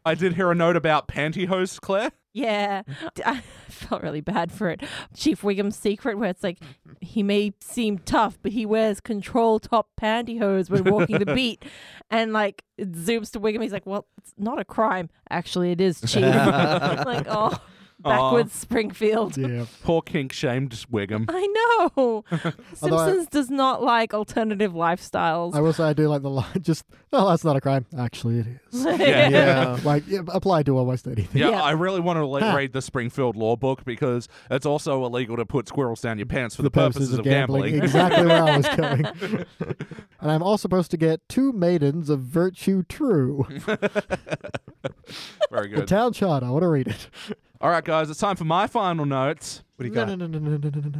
Speaker 1: I did hear a note about pantyhose, Claire.
Speaker 3: Yeah. I felt really bad for it. Chief Wiggum's secret, where it's like
Speaker 4: Mm-hmm.
Speaker 3: he may seem tough, but he wears control top pantyhose when walking the beat. And like it zooms to Wiggum. He's like, well, it's not a crime. Actually, it is, Chief. like, oh, backwards Springfield.
Speaker 4: yeah.
Speaker 1: Poor kink shamed Wiggum.
Speaker 3: I know.
Speaker 4: Although I-
Speaker 3: Simpsons does not like alternative lifestyles.
Speaker 4: I will say I do like the line. Just oh, that's not a crime. Actually, it is.
Speaker 1: Yeah. Ah.
Speaker 2: Yeah.
Speaker 4: Like yeah, applied to almost anything.
Speaker 1: Yeah,
Speaker 3: Yeah.
Speaker 1: I really want to le-
Speaker 4: Huh.
Speaker 1: read the Springfield Law Book because it's also illegal to put squirrels down your pants for the, purposes, of gambling.
Speaker 4: exactly where I was going. and I'm all supposed to get two maidens of virtue true.
Speaker 1: Very
Speaker 4: The
Speaker 1: good.
Speaker 4: town chart. I want to read it.
Speaker 1: All right, guys, it's time for my final notes.
Speaker 2: What do you
Speaker 4: No,
Speaker 2: got?
Speaker 4: no, no, no, no, no, no, no, no.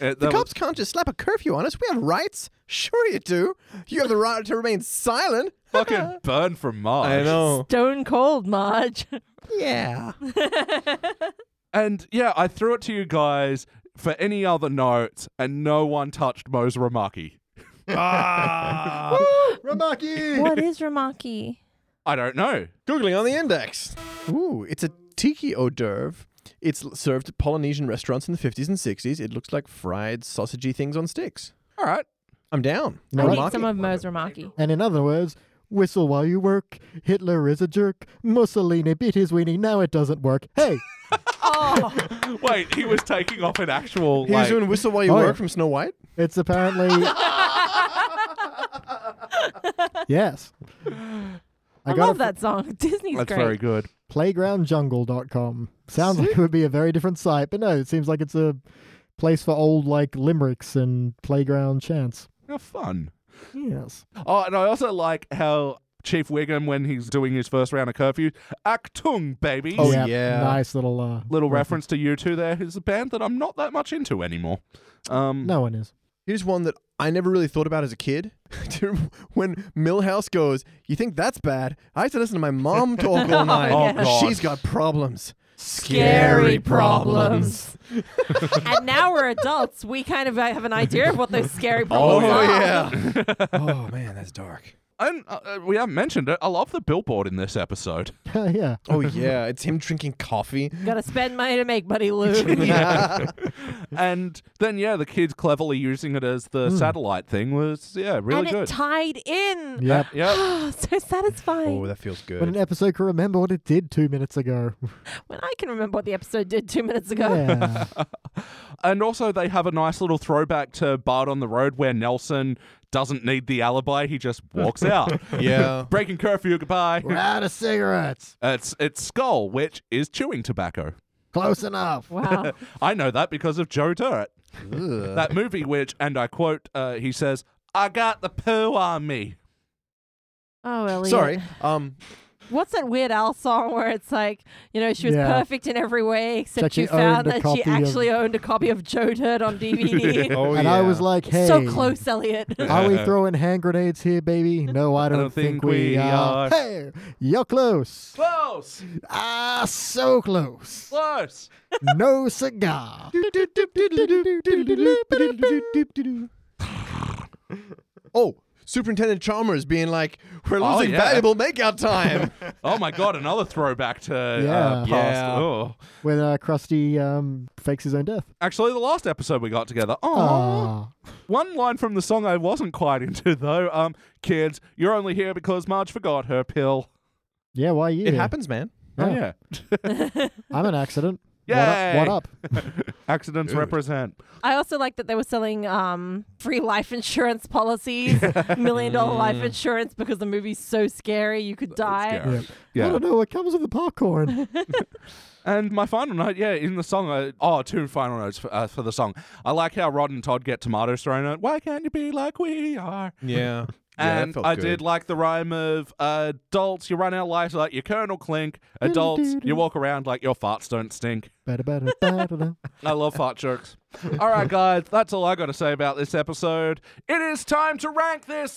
Speaker 1: Uh,
Speaker 2: The
Speaker 1: that was-
Speaker 2: cops can't just slap a curfew on us. We have rights. Sure you do. You have the right to remain silent.
Speaker 1: fucking burn from Mars.
Speaker 2: know.
Speaker 3: Stone cold, Marge.
Speaker 2: Yeah.
Speaker 1: And yeah, I threw it to you guys for any other notes, and no one touched Mo's Ramaki.
Speaker 4: Ramaki.
Speaker 3: what is Ramaki?
Speaker 1: I don't know.
Speaker 2: Googling on the index. Ooh, it's a tiki hors d'oeuvre. It's l- served at Polynesian restaurants in the 50s and 60s. It looks like fried sausagey things on sticks.
Speaker 1: All right.
Speaker 2: I'm down.
Speaker 4: No,
Speaker 3: I
Speaker 4: Ramaki?
Speaker 3: need some of Mo's Ramaki.
Speaker 4: And in other words, whistle while you work. Hitler is a jerk. Mussolini beat his weenie. Now it doesn't work. Hey,
Speaker 3: Oh,
Speaker 1: Wait, he was taking off an actual
Speaker 2: He was
Speaker 1: like.
Speaker 2: doing Whistle While You
Speaker 4: Oh,
Speaker 2: Work
Speaker 4: yeah.
Speaker 2: from Snow White.
Speaker 4: it's apparently yes.
Speaker 3: I,
Speaker 4: got
Speaker 3: love
Speaker 4: it
Speaker 3: that song. Disney's
Speaker 1: That's
Speaker 3: great.
Speaker 1: very good.
Speaker 4: playgroundjungle.com. Sounds like it would be a very different site, but no, it seems like it's a place for old like limericks and playground chants.
Speaker 1: How fun.
Speaker 4: Yes.
Speaker 1: Oh, and I also like how Chief Wiggum, when he's doing his first round of curfew, Actung, baby.
Speaker 2: Oh, yeah.
Speaker 4: Nice little uh
Speaker 1: Little reference to you two there, who's a band that I'm not that much into anymore. Um,
Speaker 4: No one is.
Speaker 2: Here's one that I never really thought about as a kid. Dude, when Millhouse goes, you think that's bad? I used to listen to my mom talk all night.
Speaker 1: Oh, God.
Speaker 2: She's got problems.
Speaker 3: Scary problems. and now we're adults. We kind of uh, have an idea of what those scary problems
Speaker 2: Oh
Speaker 3: are.
Speaker 2: yeah. oh man, that's dark.
Speaker 1: And uh, uh, we haven't mentioned it. I love the billboard in this episode.
Speaker 4: yeah.
Speaker 2: Oh yeah, it's him drinking coffee.
Speaker 3: Gotta spend money to make money, Lou.
Speaker 1: and then, yeah, the kids cleverly using it as the satellite thing was, yeah, really
Speaker 3: and
Speaker 1: good.
Speaker 3: it tied in.
Speaker 4: Yep.
Speaker 1: yeah.
Speaker 3: so satisfying.
Speaker 2: Oh, that feels
Speaker 4: But an
Speaker 2: good.
Speaker 4: episode can remember what it did two minutes ago.
Speaker 3: when I can remember what the episode did two minutes ago.
Speaker 4: Yeah.
Speaker 1: And also, they have a nice little throwback to Bart on the Road where Nelson doesn't need the alibi. He just walks out.
Speaker 2: Yeah.
Speaker 1: Breaking curfew, goodbye.
Speaker 4: We're out of cigarettes.
Speaker 1: It's, it's Skull, which is chewing tobacco.
Speaker 4: Close enough.
Speaker 3: Wow.
Speaker 1: I know that because of Joe Dirt.
Speaker 2: Ugh.
Speaker 1: That movie, which, and I quote, uh, he says, I got the poo on me.
Speaker 3: Oh, Elliot.
Speaker 2: Sorry. Um,
Speaker 3: What's that Weird Al song where it's like, you know, she was
Speaker 4: Yeah.
Speaker 3: perfect in every way except
Speaker 4: Except she
Speaker 3: you found
Speaker 4: owned a
Speaker 3: that
Speaker 4: copy
Speaker 3: she
Speaker 4: of-
Speaker 3: actually owned a copy of Joe Dirt on DVD.
Speaker 2: oh,
Speaker 4: and
Speaker 2: yeah.
Speaker 4: I was like, hey.
Speaker 3: So close, Elliot.
Speaker 4: Are we throwing hand grenades here, baby? No, I don't, think, we are. Hey, you're close.
Speaker 1: Close!
Speaker 4: Ah, so close.
Speaker 1: Close!
Speaker 4: no cigar.
Speaker 2: oh, Superintendent Chalmers being like, we're
Speaker 1: Oh,
Speaker 2: losing
Speaker 1: yeah.
Speaker 2: valuable makeout time.
Speaker 1: Oh my god, another throwback to uh,
Speaker 4: Yeah.
Speaker 1: past.
Speaker 2: Yeah.
Speaker 1: Oh.
Speaker 4: When uh, Krusty um, fakes his own death.
Speaker 1: Actually, the last episode we got together. Oh,
Speaker 4: Ah,
Speaker 1: one line from the song I wasn't quite into though. Um, kids, you're only here because Marge forgot her pill.
Speaker 4: yeah, why you?
Speaker 2: It happens, man.
Speaker 1: Oh
Speaker 4: Yeah.
Speaker 1: yeah,
Speaker 4: I'm an accident.
Speaker 1: Yay.
Speaker 4: What, up, what up?
Speaker 1: accidents represent.
Speaker 3: I also like that they were selling um, free life insurance policies, million dollar life insurance, because the movie's so scary you could die.
Speaker 1: Scary.
Speaker 4: I
Speaker 1: Yeah.
Speaker 4: don't know what comes with the popcorn.
Speaker 1: And my final note, yeah, in the song, I, oh, two final notes for, uh, for the song. I like how Rod and Todd get tomatoes thrown at. Why can't you be like we are?
Speaker 2: Yeah.
Speaker 1: and I did like the rhyme of uh, adults, you run out lighter like your kernel clink. Adults, you walk around like your farts don't stink.
Speaker 4: Better, better, better.
Speaker 1: I love fart jokes. All right, guys, that's all I got to say about this episode. It is time to rank this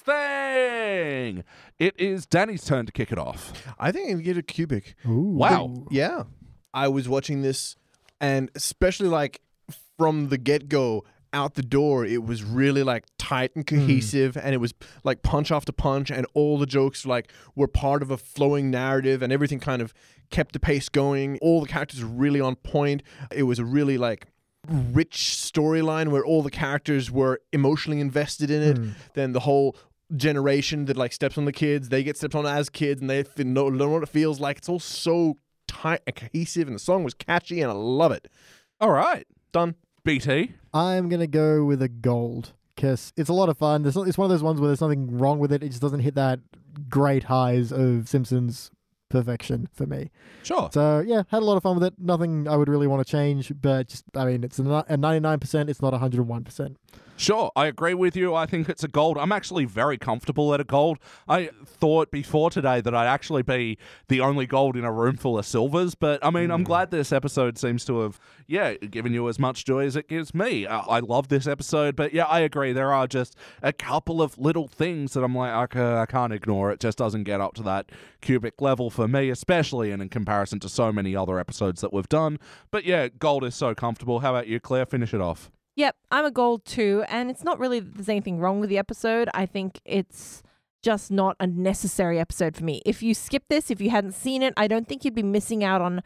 Speaker 1: thing. It is Danny's turn to kick it off.
Speaker 2: I think I'm gonna get a cubic.
Speaker 4: Ooh.
Speaker 1: Wow.
Speaker 2: Yeah. I was watching this and especially like from the get go out the door it was really like tight and cohesive and it was like punch after punch and all the jokes like were part of a flowing narrative and everything kind of kept the pace going all the characters were really on point it was a really like rich storyline where all the characters were emotionally invested in it then the whole generation that like steps on the kids they get stepped on as kids and they f- know, know what it feels like it's all so tight and cohesive and the song was catchy and i love it
Speaker 1: All right.
Speaker 2: done
Speaker 1: BT.
Speaker 4: I'm gonna go with a gold because it's a lot of fun. There's, it's one of those ones where there's nothing wrong with it. It just doesn't hit that great highs of Simpsons perfection for me.
Speaker 1: Sure.
Speaker 4: So yeah, had a lot of fun with it. Nothing I would really want to change, but just I mean, it's a ni- a 99%. It's not 101%.
Speaker 1: Sure, I agree with you. I think it's a gold. I'm actually very comfortable at a gold. I thought before today that I'd actually be the only gold in a room full of silvers, but I mean, I'm glad this episode seems to have, yeah, given you as much joy as it gives me. I, I love this episode, but yeah, I agree. There are just a couple of little things that I'm like, I, ca- I can't ignore. It just doesn't get up to that cubic level for me, especially and in comparison to so many other episodes that we've done. But yeah, gold is so comfortable. How about you, Claire? Finish it off.
Speaker 3: Yep, I'm a gold too, and it's not really that there's anything wrong with the episode. I think it's just not a necessary episode for me. If you skip this, if you hadn't seen it, I don't think you'd be missing out on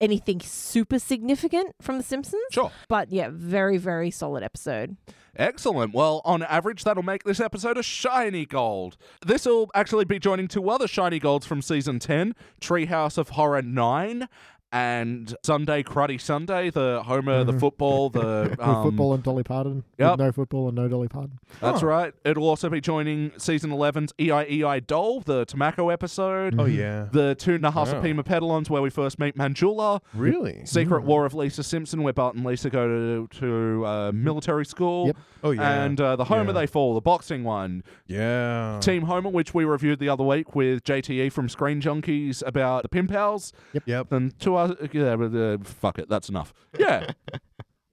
Speaker 3: anything super significant from The Simpsons.
Speaker 1: Sure.
Speaker 3: But yeah, very, very solid episode.
Speaker 1: Excellent. Well, on average, that'll make this episode a shiny gold. This will actually be joining two other shiny golds from season 10 Treehouse of Horror 9 and Sunday Cruddy Sunday, the Homer,
Speaker 2: Mm-hmm.
Speaker 1: the football, the.
Speaker 4: With
Speaker 1: Um,
Speaker 4: football and Dolly Parton. With
Speaker 1: yep.
Speaker 4: No football and no Dolly Parton.
Speaker 1: That's right. It'll also be joining season E 11's EIEI Doll, the tobacco episode.
Speaker 2: oh yeah
Speaker 1: The two Nahasapima Pedalons, where we first meet Manjula.
Speaker 2: really Mm.
Speaker 1: Secret War of Lisa Simpson, where Bart and Lisa go to, to uh, military school.
Speaker 4: Yep.
Speaker 2: Oh, yeah.
Speaker 1: And uh, the Homer
Speaker 2: Yeah.
Speaker 1: They Fall, the boxing one.
Speaker 2: yeah
Speaker 1: Team Homer, which we reviewed the other week with JTE from Screen Junkies about the Pin Pals.
Speaker 2: yep
Speaker 1: Then two hours. Yeah, but, uh, fuck it, that's enough. Yeah.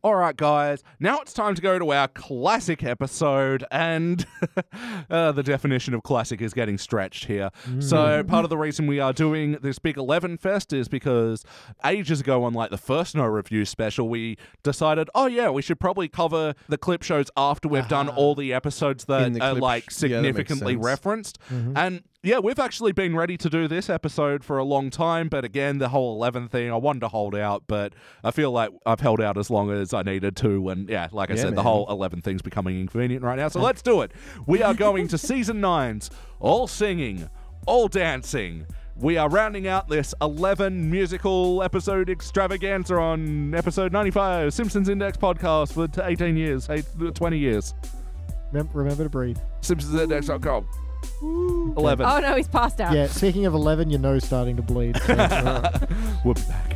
Speaker 1: All right, guys. Now it's time to go to our classic episode, and uh, the definition of classic is getting stretched here.
Speaker 2: Mm.
Speaker 1: So part of the reason we are doing this big Eleven Fest is because ages ago, on like the first No Review special, we decided, oh yeah, we should probably cover the clip shows after we've done all the episodes
Speaker 2: Ah. In
Speaker 1: that
Speaker 2: the
Speaker 1: are
Speaker 2: clip
Speaker 1: like
Speaker 2: sh- yeah, that makes
Speaker 1: significantly
Speaker 2: sense.
Speaker 1: referenced referenced.
Speaker 2: Mm-hmm.
Speaker 1: And yeah, we've actually been ready to do this episode for a long time, but again, the whole 11 thing, I wanted to hold out, but I feel like I've held out as long as I needed to. And yeah, like I
Speaker 2: Yeah,
Speaker 1: said, the
Speaker 2: man.
Speaker 1: whole 11 thing's becoming inconvenient right now. So let's do it. We are going to season nine's all singing, all dancing. We are rounding out this 11 musical episode extravaganza on episode 95, Simpsons Index podcast for 18 years, eight- 20 years.
Speaker 4: Remember, remember to breathe.
Speaker 1: SimpsonsIndex.com. 11.
Speaker 3: Oh no, he's passed out.
Speaker 4: Yeah. Speaking of 11, your nose starting to bleed. So.
Speaker 1: We'll be back.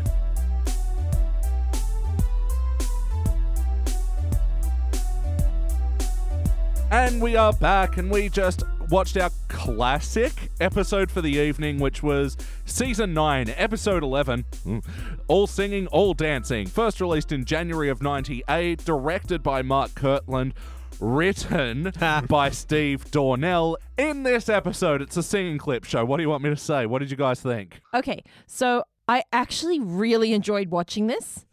Speaker 1: And we are back, and we just watched our classic episode for the evening, which was season 9, episode 11 mm, All Singing, All Dancing. First released in January of 98, directed by Mark Kirtland. Written by Steve Dornell. In this episode, it's a singing clip show. What do you want me to say? What did you guys think?
Speaker 3: Okay, so I actually really enjoyed watching this.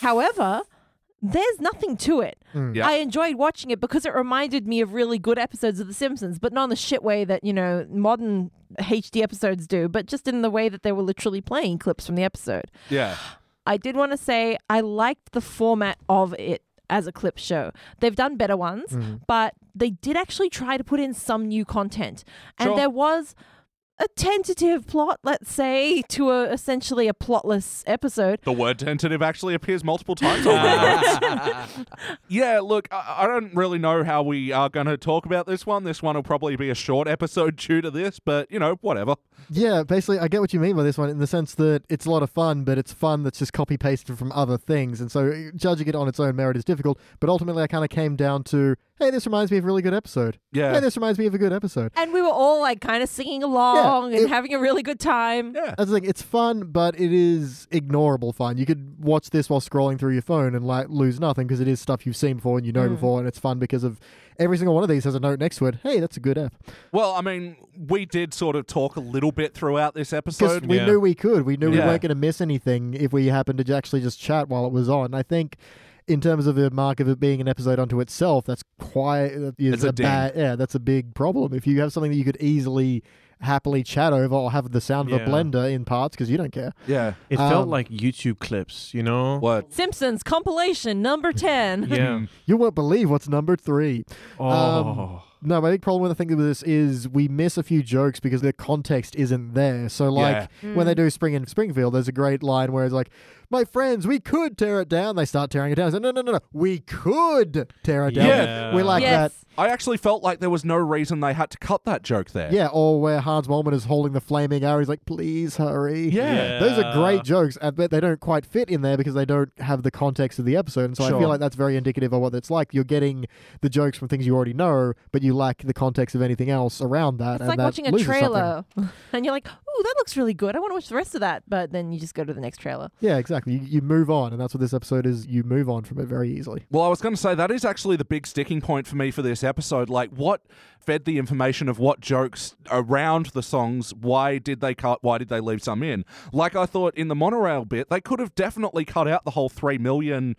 Speaker 3: However, there's nothing to it.
Speaker 1: Yeah.
Speaker 3: I enjoyed watching it because it reminded me of really good episodes of The Simpsons, but not in the shit way that, you know, modern HD episodes do, but just in the way that they were literally playing clips from the episode.
Speaker 1: Yeah.
Speaker 3: I did want to say I liked the format of it as a clip show. They've done better ones,
Speaker 4: Mm-hmm.
Speaker 3: but they did actually try to put in some new content. And
Speaker 1: Sure.
Speaker 3: there was a tentative plot, let's say, to a, essentially a plotless episode.
Speaker 1: The word tentative actually appears multiple times. on the notes. yeah, look, I, I don't really know how we are going to talk about this one. This one will probably be a short episode due to this, but you know, whatever.
Speaker 4: Yeah, basically, I get what you mean by this one in the sense that it's a lot of fun, but it's fun that's just copy pasted from other things. And so uh, judging it on its own merit is difficult. But ultimately, I kind of came down to hey, this reminds me of a really good episode.
Speaker 1: Yeah.
Speaker 4: Hey, this reminds me of a good episode.
Speaker 3: And we were all like kind of singing along and
Speaker 4: it-
Speaker 3: having a really good time.
Speaker 1: Yeah.
Speaker 4: That's the thing, it's fun, but it is ignorable fun. You could watch this while scrolling through your phone and like lose nothing because it is stuff you've seen before and you know before. And it's fun because of every single one of these has a note next to it. Hey, that's a good app.
Speaker 1: Well, I mean, we did sort of talk a little bit throughout this
Speaker 4: Because
Speaker 1: episode.
Speaker 4: we
Speaker 2: yeah.
Speaker 4: knew we could. We knew we
Speaker 1: Yeah.
Speaker 4: weren't going to miss anything if we happened to j- actually just chat while it was on. I think in terms of the mark of it being an episode unto itself, that's quite that is
Speaker 1: It's a ding.
Speaker 4: bad, yeah, that's a big problem. If you have something that you could easily happily chat over or have the sound of
Speaker 2: Yeah.
Speaker 4: a blender in parts because you don't care.
Speaker 1: Yeah.
Speaker 2: It felt
Speaker 4: Um,
Speaker 2: like YouTube clips, you know?
Speaker 1: What?
Speaker 3: Simpsons compilation number 10.
Speaker 2: Yeah.
Speaker 4: You won't believe what's number three.
Speaker 2: oh.
Speaker 4: No, my big problem with the thing with this is we miss a few jokes because the context isn't there. So, like when they do Spring in Springfield, there's a great line where it's like, "My friends, we could tear it down." They start tearing it down. I said, "No, no, no, no, we could tear it down."
Speaker 2: Yeah.
Speaker 4: we like
Speaker 3: yes.
Speaker 4: that.
Speaker 1: I actually felt like there was no reason they had to cut that joke there.
Speaker 4: Yeah, or where Hans Molman is holding the flaming arrow, he's like, "Please hurry."
Speaker 1: Yeah.
Speaker 4: Those are great jokes, uh, but they don't quite fit in there because they don't have the context of the episode. And so I
Speaker 1: Sure.
Speaker 4: feel like that's very indicative of what it's like. You're getting the jokes from things you already know, but you lack the context of anything else around that.
Speaker 3: It's
Speaker 4: and
Speaker 3: like
Speaker 4: that
Speaker 3: watching a
Speaker 4: loses something.
Speaker 3: trailer and you're like, ooh, that looks really good. I want to watch the rest of that. But then you just go to the next trailer.
Speaker 4: Yeah, exactly. You, you move on, and that's what this episode is. You move on from it very easily.
Speaker 1: Well, I was going to say that is actually the big sticking point for me for this episode. Like, what fed the information of what jokes around the songs? Why did they cut? Why did they leave some in? Like, I thought in the monorail bit, they could have definitely cut out the whole $3 million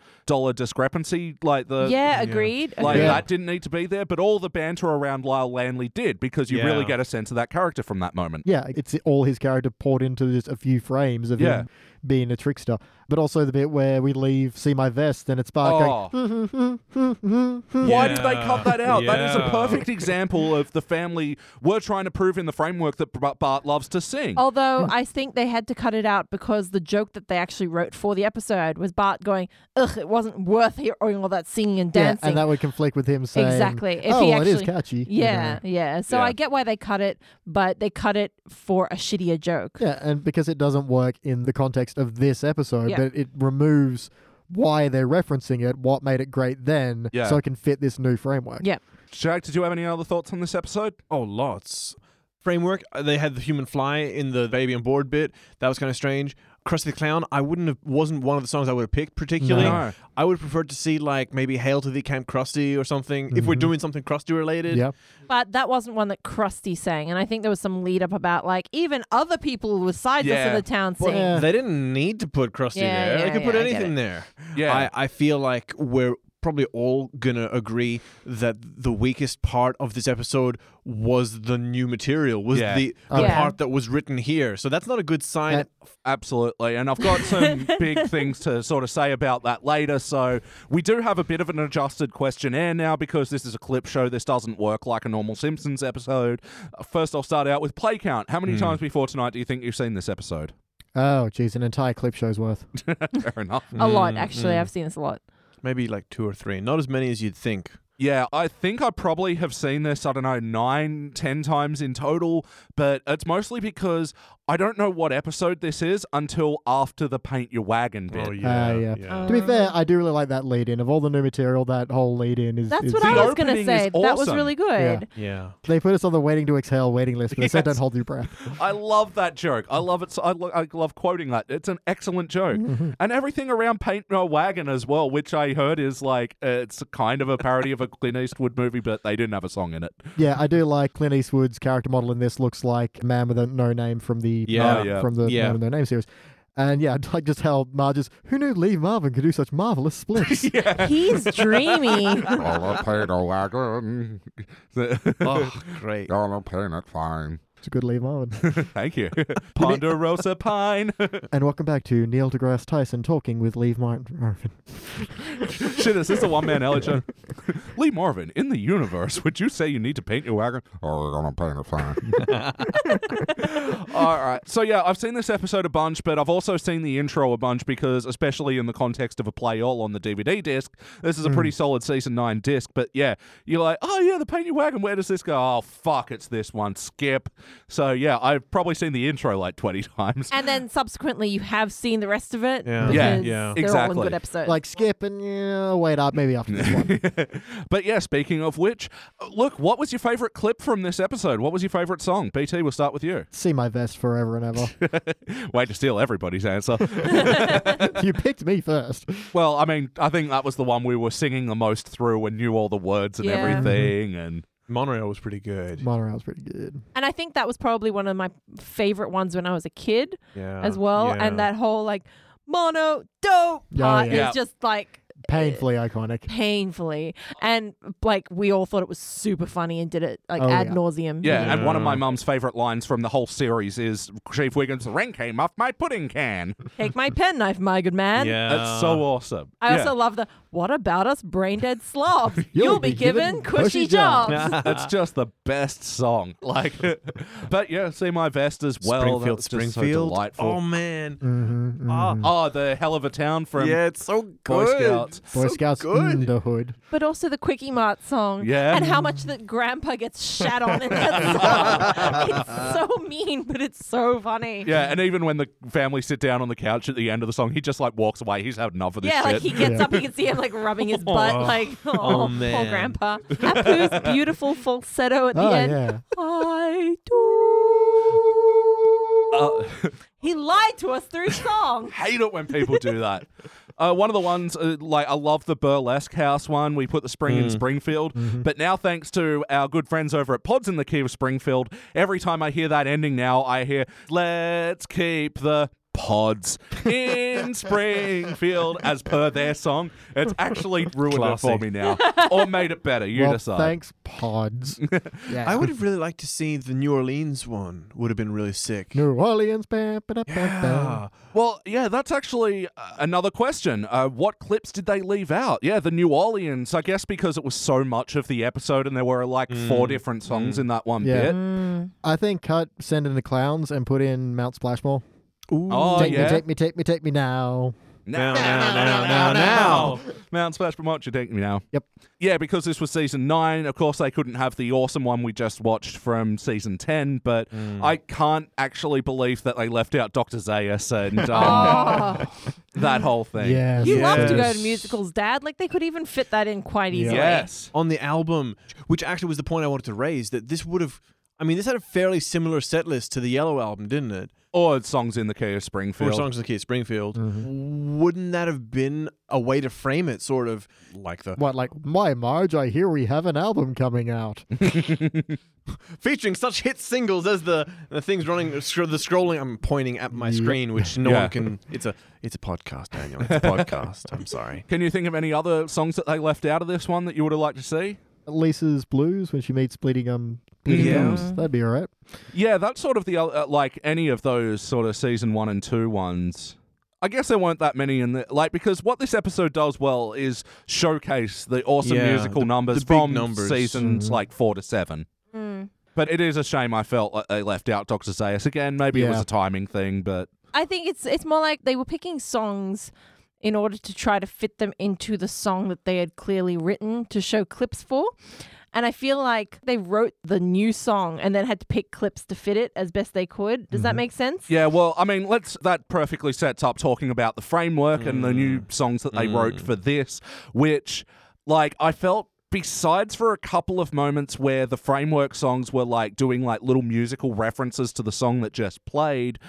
Speaker 1: discrepancy. Like, the.
Speaker 3: yeah, agreed.
Speaker 1: Uh, Like
Speaker 3: agreed.
Speaker 4: Yeah.
Speaker 1: that didn't need to be there, but all the banter around Lyle Lanley did because you
Speaker 2: Yeah.
Speaker 1: really get a sense of that character from that moment.
Speaker 4: Yeah, it's all his character poured into just a few frames of
Speaker 1: Yeah.
Speaker 4: him being a trickster. But also the bit where we leave, see my vest, and it's
Speaker 1: Oh.
Speaker 4: Bart going,
Speaker 1: Why did they cut that out? That is a
Speaker 2: Yeah.
Speaker 1: perfect example of the family were trying to prove in the framework that Bar- Bart loves to sing.
Speaker 3: Although I think they had to cut it out because the joke that they actually wrote for the episode was Bart going, ugh, it wasn't worth hearing all that singing and
Speaker 4: yeah,
Speaker 3: dancing.
Speaker 4: and that would conflict with him saying,
Speaker 3: Exactly. If
Speaker 4: oh,
Speaker 3: he
Speaker 4: well, it is
Speaker 3: actually-
Speaker 4: catchy. you
Speaker 3: yeah,
Speaker 4: know.
Speaker 3: yeah. So
Speaker 1: Yeah.
Speaker 3: I get why they cut it, but they cut it for a shittier joke.
Speaker 4: Yeah, and because it doesn't work in the context of this episode,
Speaker 3: Yeah.
Speaker 4: but it removes why they're referencing it, what made it great then,
Speaker 1: Yeah.
Speaker 4: so it can fit this new framework.
Speaker 3: Yeah.
Speaker 1: Jack, did you have any other thoughts on this episode?
Speaker 2: Oh, lots. Framework, uh, they had the human fly in the baby on board bit. That was kind of strange. Krusty the Clown, I wouldn't have, wasn't one of the songs I would have picked particularly.
Speaker 1: No.
Speaker 2: I would have preferred to see, like, maybe Hail to the Camp Krusty or something, if we're doing something Krusty related.
Speaker 4: Yeah.
Speaker 3: But that wasn't one that Krusty sang, and I think there was some lead up about like even other people besides us
Speaker 1: Yeah.
Speaker 3: in the town
Speaker 4: Well,
Speaker 3: sing.
Speaker 4: yeah.
Speaker 2: They didn't need to put Krusty
Speaker 3: Yeah,
Speaker 2: there.
Speaker 3: yeah,
Speaker 2: they could
Speaker 3: yeah,
Speaker 2: put
Speaker 3: I get
Speaker 2: anything
Speaker 3: it.
Speaker 2: there.
Speaker 1: Yeah.
Speaker 2: I, I feel like we're probably all gonna agree that the weakest part of this episode was the new material, was
Speaker 1: Yeah.
Speaker 2: the, the
Speaker 3: Yeah.
Speaker 2: part that was written here. So that's not a good sign.
Speaker 4: And-
Speaker 1: Absolutely. And I've got some big things to sort of say about that later. So we do have a bit of an adjusted questionnaire now because this is a clip show. This doesn't work like a normal Simpsons episode. Uh, First, I'll start out with play count. How many times before tonight do you think you've seen this episode?
Speaker 4: Oh, geez, an entire clip show's worth.
Speaker 1: Fair enough.
Speaker 3: A
Speaker 1: Mm,
Speaker 3: lot, actually. I've seen this a lot.
Speaker 2: Maybe like two or three. Not as many as you'd think.
Speaker 1: Yeah, I think I probably have seen this, I don't know, nine, ten times in total, but it's mostly because I don't know what episode this is until after the paint your wagon
Speaker 2: Oh,
Speaker 1: bit.
Speaker 4: yeah, yeah.
Speaker 3: Um,
Speaker 4: to
Speaker 3: Mm.
Speaker 4: be fair, I do really like that lead in. Of all the new material, that whole lead in is.
Speaker 3: That's
Speaker 4: is
Speaker 3: what
Speaker 1: The
Speaker 3: I was
Speaker 1: opening
Speaker 3: gonna
Speaker 1: is
Speaker 3: say. That was
Speaker 1: awesome.
Speaker 3: really good.
Speaker 2: Yeah.
Speaker 4: They put us on the waiting to exhale waiting list, but they said
Speaker 1: Yes.
Speaker 4: don't hold your breath.
Speaker 1: I love that joke. I love it. So I, lo- I love quoting that. It's an excellent joke, and everything around paint your wagon as well, which I heard is like uh, it's kind of a parody of a Clint Eastwood movie, but they didn't have a song in it.
Speaker 4: Yeah, I do like Clint Eastwood's character model in this. Looks like man with a no name from the
Speaker 2: Yeah,
Speaker 4: uh,
Speaker 1: yeah.
Speaker 4: from the
Speaker 2: Yeah.
Speaker 4: man with no name series, and yeah, I'd like just how Marge is. Who knew Lee Marvin could do such marvelous splits?
Speaker 3: He's dreamy.
Speaker 9: Gonna paint a wagon.
Speaker 2: oh, great.
Speaker 9: Gonna paint it fine.
Speaker 4: It's a good Lee Marvin.
Speaker 1: Thank you, Ponderosa Pine.
Speaker 4: and welcome back to Neil deGrasse Tyson talking with Lee Martin. Marvin.
Speaker 1: Shit, is this a one man elegy? Lee Marvin, in the universe, would you say you need to paint your wagon?
Speaker 9: Oh, we're gonna paint it fine.
Speaker 1: All right. So yeah, I've seen this episode a bunch, but I've also seen the intro a bunch because, especially in the context of a play all on the DVD disc, this is a pretty solid season nine disc. But yeah, you're like, oh yeah, the paint your wagon. Where does this go? Oh fuck, it's this one. Skip. So yeah, I've probably seen the intro like twenty times.
Speaker 3: and then subsequently, you have seen the rest of it.
Speaker 2: Yeah.
Speaker 1: Yeah,
Speaker 3: because
Speaker 2: yeah.
Speaker 3: They're all
Speaker 1: Exactly.
Speaker 3: in good episodes.
Speaker 4: Like skip and yeah, wait up, maybe after this one.
Speaker 1: but yeah, speaking of which, uh, look, what was your favorite clip from this episode? What was your favorite song? BT, we'll start with you.
Speaker 4: See my vest forever and ever.
Speaker 1: Way to steal everybody's answer.
Speaker 4: you picked me first.
Speaker 1: well, I mean, I think that was the one we were singing the most through and knew all the words and
Speaker 3: Yeah. Mm-hmm.
Speaker 1: everything. And
Speaker 2: Monorail was pretty good.
Speaker 4: Monorail's pretty good.
Speaker 3: and I think that was probably one of my favorite ones when I was a kid
Speaker 2: yeah.
Speaker 3: as well.
Speaker 2: yeah.
Speaker 3: And that whole like mono dope
Speaker 4: Yeah,
Speaker 3: part
Speaker 4: yeah.
Speaker 3: is
Speaker 1: Yeah.
Speaker 3: just like
Speaker 4: Painfully iconic.
Speaker 3: painfully, and like we all thought it was super funny and did it like
Speaker 4: Oh,
Speaker 3: ad
Speaker 4: yeah.
Speaker 3: nauseum.
Speaker 1: Yeah, and one of my mum's favorite lines from the whole series is Chief Wiggins' "Ring came off my pudding can."
Speaker 3: Take my penknife, my good man.
Speaker 10: yeah.
Speaker 1: That's so awesome.
Speaker 3: I
Speaker 1: Yeah.
Speaker 3: also love the what about us brain dead slobs? You'll, be, given cushy
Speaker 4: cushy
Speaker 3: jobs.
Speaker 4: jobs."
Speaker 1: it's just the best song. Like, but yeah, see my vest as well.
Speaker 2: Springfield,
Speaker 1: That's just so
Speaker 2: Springfield.
Speaker 1: delightful.
Speaker 10: Oh man.
Speaker 4: Mm-hmm,
Speaker 1: Ah,
Speaker 3: Mm.
Speaker 1: oh, the hell of a town from
Speaker 10: yeah, it's so good.
Speaker 1: Boy Scouts.
Speaker 10: so
Speaker 4: Boy Scouts
Speaker 10: good.
Speaker 4: in the hood.
Speaker 3: But also the Quickie Mart song.
Speaker 1: Yeah.
Speaker 3: And how much that grandpa gets shat on in that song. it's so mean, but it's so funny.
Speaker 1: Yeah, and even when the family sit down on the couch at the end of the song, he just like walks away. He's had enough of this
Speaker 3: Yeah,
Speaker 1: shit.
Speaker 3: like he gets
Speaker 4: Yeah.
Speaker 3: up, you can see him like rubbing his butt, like, oh, poor
Speaker 10: man.
Speaker 3: grandpa. Apu's beautiful falsetto at the
Speaker 4: Oh,
Speaker 3: end.
Speaker 4: yeah.
Speaker 3: I do.
Speaker 1: Uh,
Speaker 3: He lied to us through song.
Speaker 1: hate it when people do that. Uh, one of the ones, uh, like, I love the burlesque house one. We put the spring in Springfield. But now, thanks to our good friends over at Pods in the Key of Springfield, every time I hear that ending now, I hear, let's keep the pods in Springfield as per their song. It's actually ruined it for
Speaker 10: Classy.
Speaker 1: me now, or made it better. You
Speaker 4: well,
Speaker 1: decide.
Speaker 4: thanks, Pods. yeah.
Speaker 2: I would have really liked to see the New Orleans one. Would have been really sick.
Speaker 4: New Orleans. Bam, ba, da, ba,
Speaker 2: Yeah.
Speaker 4: bam.
Speaker 1: Well, yeah, that's actually uh, another question. Uh, what clips did they leave out? Yeah, the New Orleans, I guess because it was so much of the episode and there were like
Speaker 10: Mm,
Speaker 1: four different songs in that one
Speaker 4: Yeah. Mm.
Speaker 1: bit.
Speaker 4: I think cut Send in the Clowns and put in Mount Splashmore.
Speaker 2: Ooh.
Speaker 1: Oh,
Speaker 4: take
Speaker 1: yeah.
Speaker 4: me, take me, take me, take me now.
Speaker 10: Now, now, now, now, now.
Speaker 1: Mount Splash Vermont, you take me now.
Speaker 4: Yep.
Speaker 1: Yeah, because this was season nine, of course, they couldn't have the awesome one we just watched from season 10, but
Speaker 10: Mm.
Speaker 1: I can't actually believe that they left out Dr. Zayas and um,
Speaker 3: Oh.
Speaker 1: that whole thing.
Speaker 4: Yeah.
Speaker 3: You love to go to
Speaker 2: Yes.
Speaker 3: musicals, Dad. Like they could even fit that in quite easily.
Speaker 1: Yes.
Speaker 2: on the album, which actually was the point I wanted to raise that this would have. I mean, this had a fairly similar set list to the Yellow album, didn't it?
Speaker 1: Or songs in the Key of Springfield.
Speaker 2: Four songs in the key of Springfield.
Speaker 1: Mm-hmm.
Speaker 2: Wouldn't that have been a way to frame it, sort of like the
Speaker 4: What, like, my Marge, I hear we have an album coming out.
Speaker 2: featuring such hit singles as the, the things running scr- the scrolling? I'm pointing at my screen, which no
Speaker 1: Yeah.
Speaker 2: one can. It's a it's a podcast, Daniel. It's a podcast. I'm sorry.
Speaker 1: Can you think of any other songs that they left out of this one that you would have liked to see?
Speaker 4: Lisa's Blues when she meets Bleeding Um. Bleeding
Speaker 1: Yeah.
Speaker 4: Gums.
Speaker 3: Mm.
Speaker 4: That'd be all right.
Speaker 1: Yeah, that's sort of the oth- uh, like any of those sort of season one and two ones. I guess there weren't that many in the like because what this episode does well is showcase the awesome
Speaker 2: Yeah,
Speaker 1: musical
Speaker 2: the-
Speaker 1: numbers
Speaker 2: the big
Speaker 1: from
Speaker 2: numbers. Mm.
Speaker 1: seasons like four to seven.
Speaker 3: Mm.
Speaker 1: But it is a shame I felt like they left out Doctor Zayas again. Maybe it was
Speaker 4: Yeah.
Speaker 1: a timing thing, but
Speaker 3: I think it's it's more like they were picking songs in order to try to fit them into the song that they had clearly written to show clips for. And I feel like they wrote the new song and then had to pick clips to fit it as best they could. Does that make sense?
Speaker 1: yeah. Well, I mean, let's that perfectly sets up talking about the framework and the new
Speaker 2: Mm.
Speaker 1: songs that they wrote for this, which like I felt besides for a couple of moments where the framework songs were like doing like little musical references to the song that just played,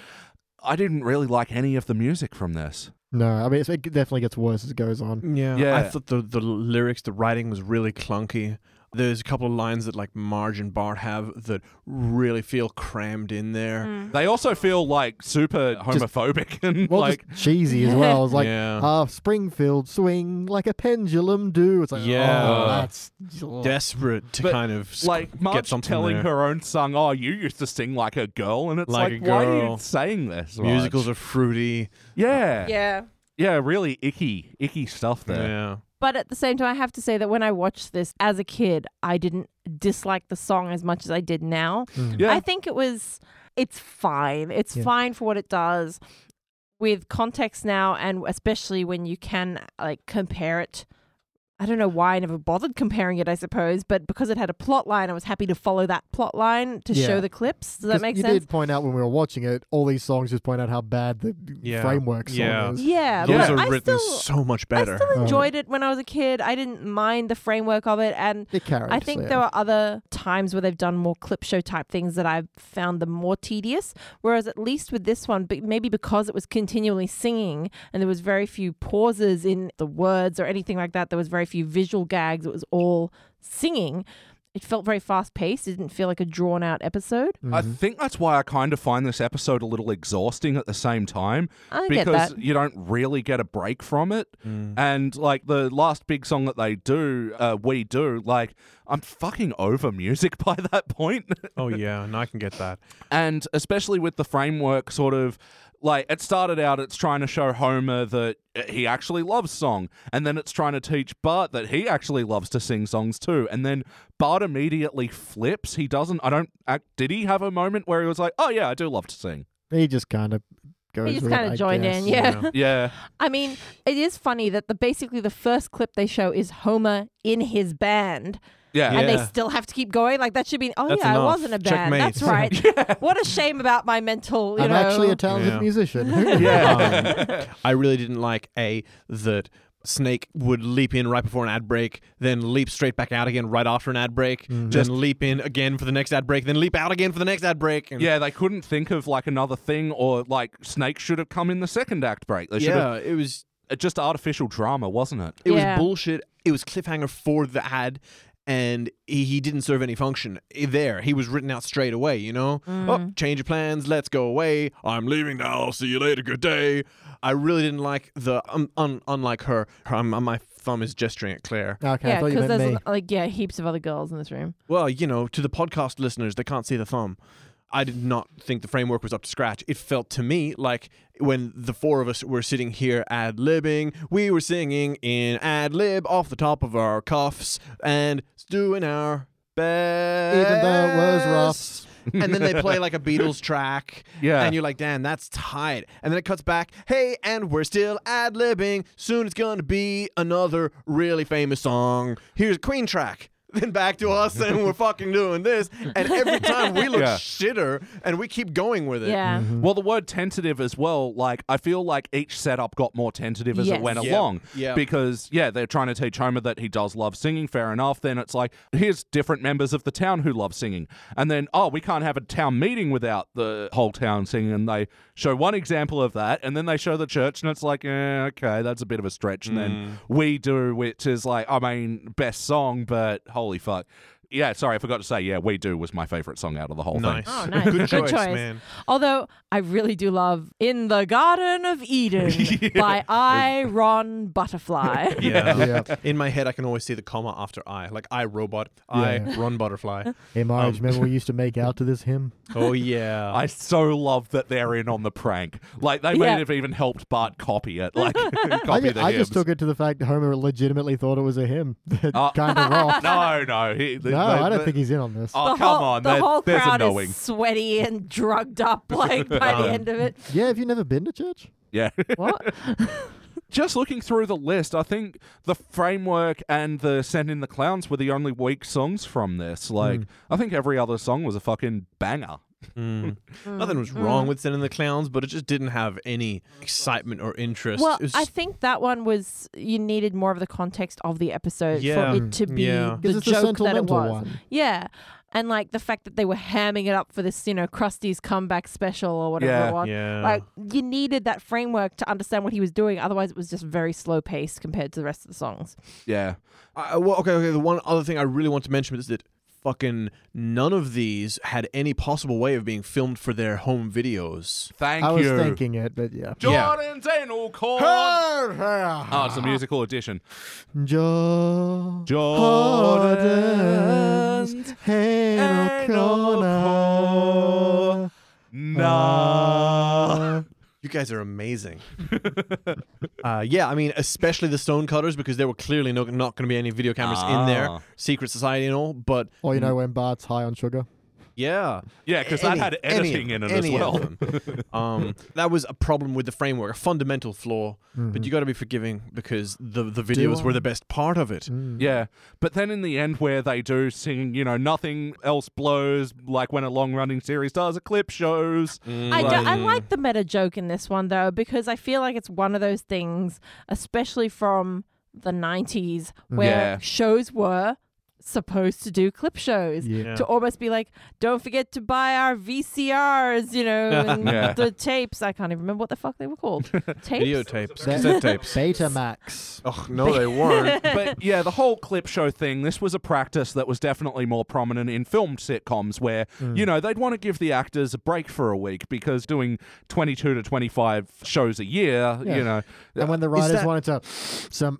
Speaker 1: I didn't really like any of the music from this.
Speaker 4: No, I mean, it's, it definitely gets worse as it goes on.
Speaker 2: Yeah.
Speaker 1: Yeah.
Speaker 2: I thought the, the lyrics, the writing was really clunky. There's a couple of lines that like Marge and Bart have that really feel crammed in there.
Speaker 3: Hmm.
Speaker 1: They also feel like super homophobic and
Speaker 4: Well,
Speaker 1: like
Speaker 4: just cheesy as well. It's like,
Speaker 2: Yeah.
Speaker 4: ah, Springfield swing like a pendulum do. It's like,
Speaker 2: Yeah. Uh,
Speaker 4: oh, that's. mm.
Speaker 2: Desperate to
Speaker 1: But,
Speaker 2: kind of s-
Speaker 1: like
Speaker 2: get
Speaker 1: Marge
Speaker 2: something
Speaker 1: telling
Speaker 2: there.
Speaker 1: her own song, "Oh, you used to sing like a girl," and it's like,
Speaker 2: Like a
Speaker 1: why are you
Speaker 2: girl.
Speaker 1: saying this? Marge?
Speaker 2: musicals are fruity.
Speaker 1: yeah, yeah,
Speaker 3: Yeah.
Speaker 1: really icky, icky stuff there.
Speaker 2: Yeah.
Speaker 3: But at the same time, I have to say that when I watched this as a kid, I didn't dislike the song as much as I did now.
Speaker 1: Yeah.
Speaker 3: I think it was, it's fine. It's
Speaker 4: Yeah.
Speaker 3: fine for what it does with context now, and especially when you can like compare it. I don't know why I never bothered comparing it, I suppose, but because it had a plot line, I was happy to follow that plot line to
Speaker 4: Yeah.
Speaker 3: show the clips. Does that
Speaker 4: 'Cause
Speaker 3: make
Speaker 4: you
Speaker 3: sense?
Speaker 4: did point out when we were watching it, all these songs just point out how bad the
Speaker 2: Yeah.
Speaker 4: framework song
Speaker 2: Yeah.
Speaker 4: is.
Speaker 3: Yeah.
Speaker 2: Those
Speaker 3: but
Speaker 2: are
Speaker 3: I
Speaker 2: written
Speaker 3: still,
Speaker 2: so much
Speaker 3: I
Speaker 2: better.
Speaker 4: Oh.
Speaker 3: still enjoyed it when I was a kid. I didn't mind the framework of it, and
Speaker 4: It carries.
Speaker 3: I think
Speaker 4: yeah.
Speaker 3: there are other times where they've done more clip show type things that I've found them more tedious. Whereas at least with this one, but maybe because it was continually singing and there was very few pauses in the words or anything like that, there was very few visual gags. It was all singing. It felt very fast paced. It didn't feel like a drawn out episode.
Speaker 1: I think that's why I kind of find this episode a little exhausting at the same time
Speaker 3: I get
Speaker 1: because
Speaker 3: that.
Speaker 1: you don't really get a break from it. And like the last big song that they do, uh, we do, like I'm fucking over music by that point.
Speaker 2: Oh yeah, and I can get that.
Speaker 1: and especially with the framework sort of like it started out it's trying to show homer that he actually loves song and then it's trying to teach bart that he actually loves to sing songs too and then bart immediately flips he doesn't i don't act did he have a moment where he was like oh yeah i do love to sing
Speaker 4: He just kind of goes.
Speaker 3: He just
Speaker 4: with it,
Speaker 3: kind
Speaker 4: I
Speaker 3: of joined
Speaker 4: guess.
Speaker 3: in. Yeah.
Speaker 1: yeah
Speaker 3: I mean, it is funny that the basically the first clip they show is Homer in his band.
Speaker 1: yeah,
Speaker 3: And they
Speaker 2: Yeah.
Speaker 3: still have to keep going. Like that should be. Oh
Speaker 2: That's
Speaker 3: yeah, I
Speaker 2: enough.
Speaker 3: was in a band.
Speaker 2: Checkmate.
Speaker 3: That's right. What a shame about my mental. You
Speaker 4: I'm
Speaker 3: know.
Speaker 4: actually a talented
Speaker 2: Yeah.
Speaker 4: musician.
Speaker 2: Um, I really didn't like a that Snake would leap in right before an ad break, then leap straight back out again right after an ad break, then leap in again for the next ad break, then leap out again for the next ad break. and-
Speaker 1: yeah they couldn't think of like another thing or like snake should have come in the second act break they should have
Speaker 2: yeah. It was
Speaker 1: it just artificial drama wasn't it
Speaker 2: it
Speaker 3: Yeah.
Speaker 2: was bullshit. It was cliffhanger for the ad, and he, he didn't serve any function i- there. He was written out straight away. You know,
Speaker 3: Mm.
Speaker 2: oh, change of plans. Let's go away. I'm leaving now. I'll see you later. Good day. I really didn't like the um, un, unlike her. her um, my thumb is gesturing at Claire.
Speaker 4: Okay, I
Speaker 3: Yeah,
Speaker 4: thought you
Speaker 3: because
Speaker 4: meant
Speaker 3: there's
Speaker 4: me.
Speaker 3: like yeah heaps of other girls in this room.
Speaker 2: Well, you know, to the podcast listeners that can't see the thumb, I did not think the framework was up to scratch. It felt to me like when the four of us were sitting here ad libbing, we were singing in ad lib off the top of our cuffs and doing our best.
Speaker 4: though it was rough.
Speaker 2: and then they play like a Beatles track.
Speaker 1: Yeah.
Speaker 2: And you're like, damn, that's tight. And then it cuts back, hey, and we're still ad libbing. Soon it's going to be another really famous song. Here's a Queen track. Then back to us, and we're fucking doing this. And every time we look
Speaker 1: Yeah.
Speaker 2: shitter and we keep going with it.
Speaker 3: Yeah.
Speaker 1: Well, the word tentative as well, like, I feel like each setup got more tentative as
Speaker 3: Yes.
Speaker 1: it went
Speaker 2: Yeah.
Speaker 1: along.
Speaker 2: Yeah.
Speaker 1: Because, yeah, they're trying to teach Homer that he does love singing, fair enough. Then it's like, here's different members of the town who love singing. And then, oh, we can't have a town meeting without the whole town singing. And they show one example of that. And then they show the church, and it's like, eh, okay, that's a bit of a stretch. And then we do, which is like, I mean, best song, but holy fuck. Yeah, sorry, I forgot to say, yeah, We Do was my favorite song out of the whole
Speaker 2: Nice.
Speaker 1: thing.
Speaker 3: Oh, nice. Good, choice, man. Although I really do love "In the Garden of Eden" by I. Ron Butterfly.
Speaker 2: Yeah.
Speaker 4: Yeah.
Speaker 2: In my head, I can always see the comma after I, like I, robot, I,
Speaker 4: Yeah.
Speaker 2: run butterfly.
Speaker 4: Hey, Marge, remember we used to make out to this hymn?
Speaker 2: Oh, yeah.
Speaker 1: I so love that they're in on the prank. Like they
Speaker 3: Yeah.
Speaker 1: may have even helped Bart copy it. Like copy
Speaker 4: I, ju-
Speaker 1: the
Speaker 4: I just
Speaker 1: hymns.
Speaker 4: took it to the fact that Homer legitimately thought it was a hymn.
Speaker 1: Oh.
Speaker 4: kind of wrong.
Speaker 1: No, no, he,
Speaker 4: No, I don't think he's in on this.
Speaker 1: Oh
Speaker 3: the
Speaker 1: come
Speaker 3: whole,
Speaker 1: on!
Speaker 3: the
Speaker 1: there-
Speaker 3: whole
Speaker 1: there's
Speaker 3: crowd
Speaker 1: a knowing.
Speaker 3: is sweaty and drugged up. Like by the end of it,
Speaker 4: Yeah, have you never been to church?
Speaker 1: Yeah.
Speaker 3: what?
Speaker 1: just looking through the list, I think the framework and the Send in the Clowns were the only weak songs from this. Like
Speaker 4: Hmm.
Speaker 1: I think every other song was a fucking banger.
Speaker 2: Nothing was wrong
Speaker 3: Mm-hmm.
Speaker 2: with sending the clowns, but it just didn't have any excitement or interest.
Speaker 3: Mm. Well,
Speaker 2: It was
Speaker 3: I
Speaker 2: just-
Speaker 3: think that one was you needed more of the context of the episode
Speaker 2: Yeah.
Speaker 3: for it to be
Speaker 2: Yeah.
Speaker 3: the
Speaker 4: Because it's the
Speaker 3: joke that it
Speaker 4: sentimental
Speaker 3: was.
Speaker 4: one.
Speaker 3: Yeah, and like the fact that they were hamming it up for this, you know, Krusty's comeback special or whatever
Speaker 1: Yeah.
Speaker 3: it was.
Speaker 2: Yeah.
Speaker 3: Like you needed that framework to understand what he was doing. Otherwise, it was just very slow paced compared to the rest of the songs.
Speaker 1: Yeah.
Speaker 2: I, well, okay, okay. The one other thing I really want to mention is that fucking none of these had any possible way of being filmed for their home videos.
Speaker 1: Thank
Speaker 4: I was
Speaker 1: you.
Speaker 4: thinking it, but yeah. Ah.
Speaker 1: Jordan's anal cord. Oh, it's a musical edition.
Speaker 4: Jo-
Speaker 1: Jordan's
Speaker 4: Hanel Corner.
Speaker 1: Nah.
Speaker 2: You guys are amazing. uh, yeah, I mean, especially the Stonecutters because there were clearly no, not going to be any video cameras in there,
Speaker 1: Ah.
Speaker 2: secret society and all. But
Speaker 4: Or Oh, you know
Speaker 1: Mm.
Speaker 4: when Bart's high on sugar.
Speaker 2: yeah,
Speaker 1: Yeah, 'cause that
Speaker 2: Any-
Speaker 1: had
Speaker 2: any of
Speaker 1: editing
Speaker 2: them,
Speaker 1: in it as
Speaker 2: any of
Speaker 1: well.
Speaker 2: them. um, that was a problem with the framework, a fundamental flaw. But
Speaker 4: Mm-hmm.
Speaker 1: Mm.
Speaker 2: you got to be forgiving because the the videos were the best part of it.
Speaker 4: Mm.
Speaker 1: Yeah, but then in the end, where they do sing, you know, nothing else blows. Like when a long-running series does, a clip shows.
Speaker 3: I, do, I like the meta joke in this one though because I feel like it's one of those things, especially from the '90s, where
Speaker 1: Yeah.
Speaker 3: shows were supposed to do clip shows
Speaker 4: Yeah.
Speaker 3: to almost be like, don't forget to buy our VCRs, you know, and
Speaker 1: Yeah.
Speaker 3: the tapes. I can't even remember what the fuck they were called. tapes.
Speaker 2: Videotapes,
Speaker 4: That-
Speaker 2: cassette tapes.
Speaker 4: Betamax.
Speaker 2: Oh no, they weren't.
Speaker 1: but yeah, the whole clip show thing, this was a practice that was definitely more prominent in filmed sitcoms where,
Speaker 2: Mm.
Speaker 1: you know, they'd want to give the actors a break for a week because doing 22 to 25 shows a year,
Speaker 4: Yeah.
Speaker 1: you know.
Speaker 4: And when the writers
Speaker 2: that-
Speaker 4: wanted to some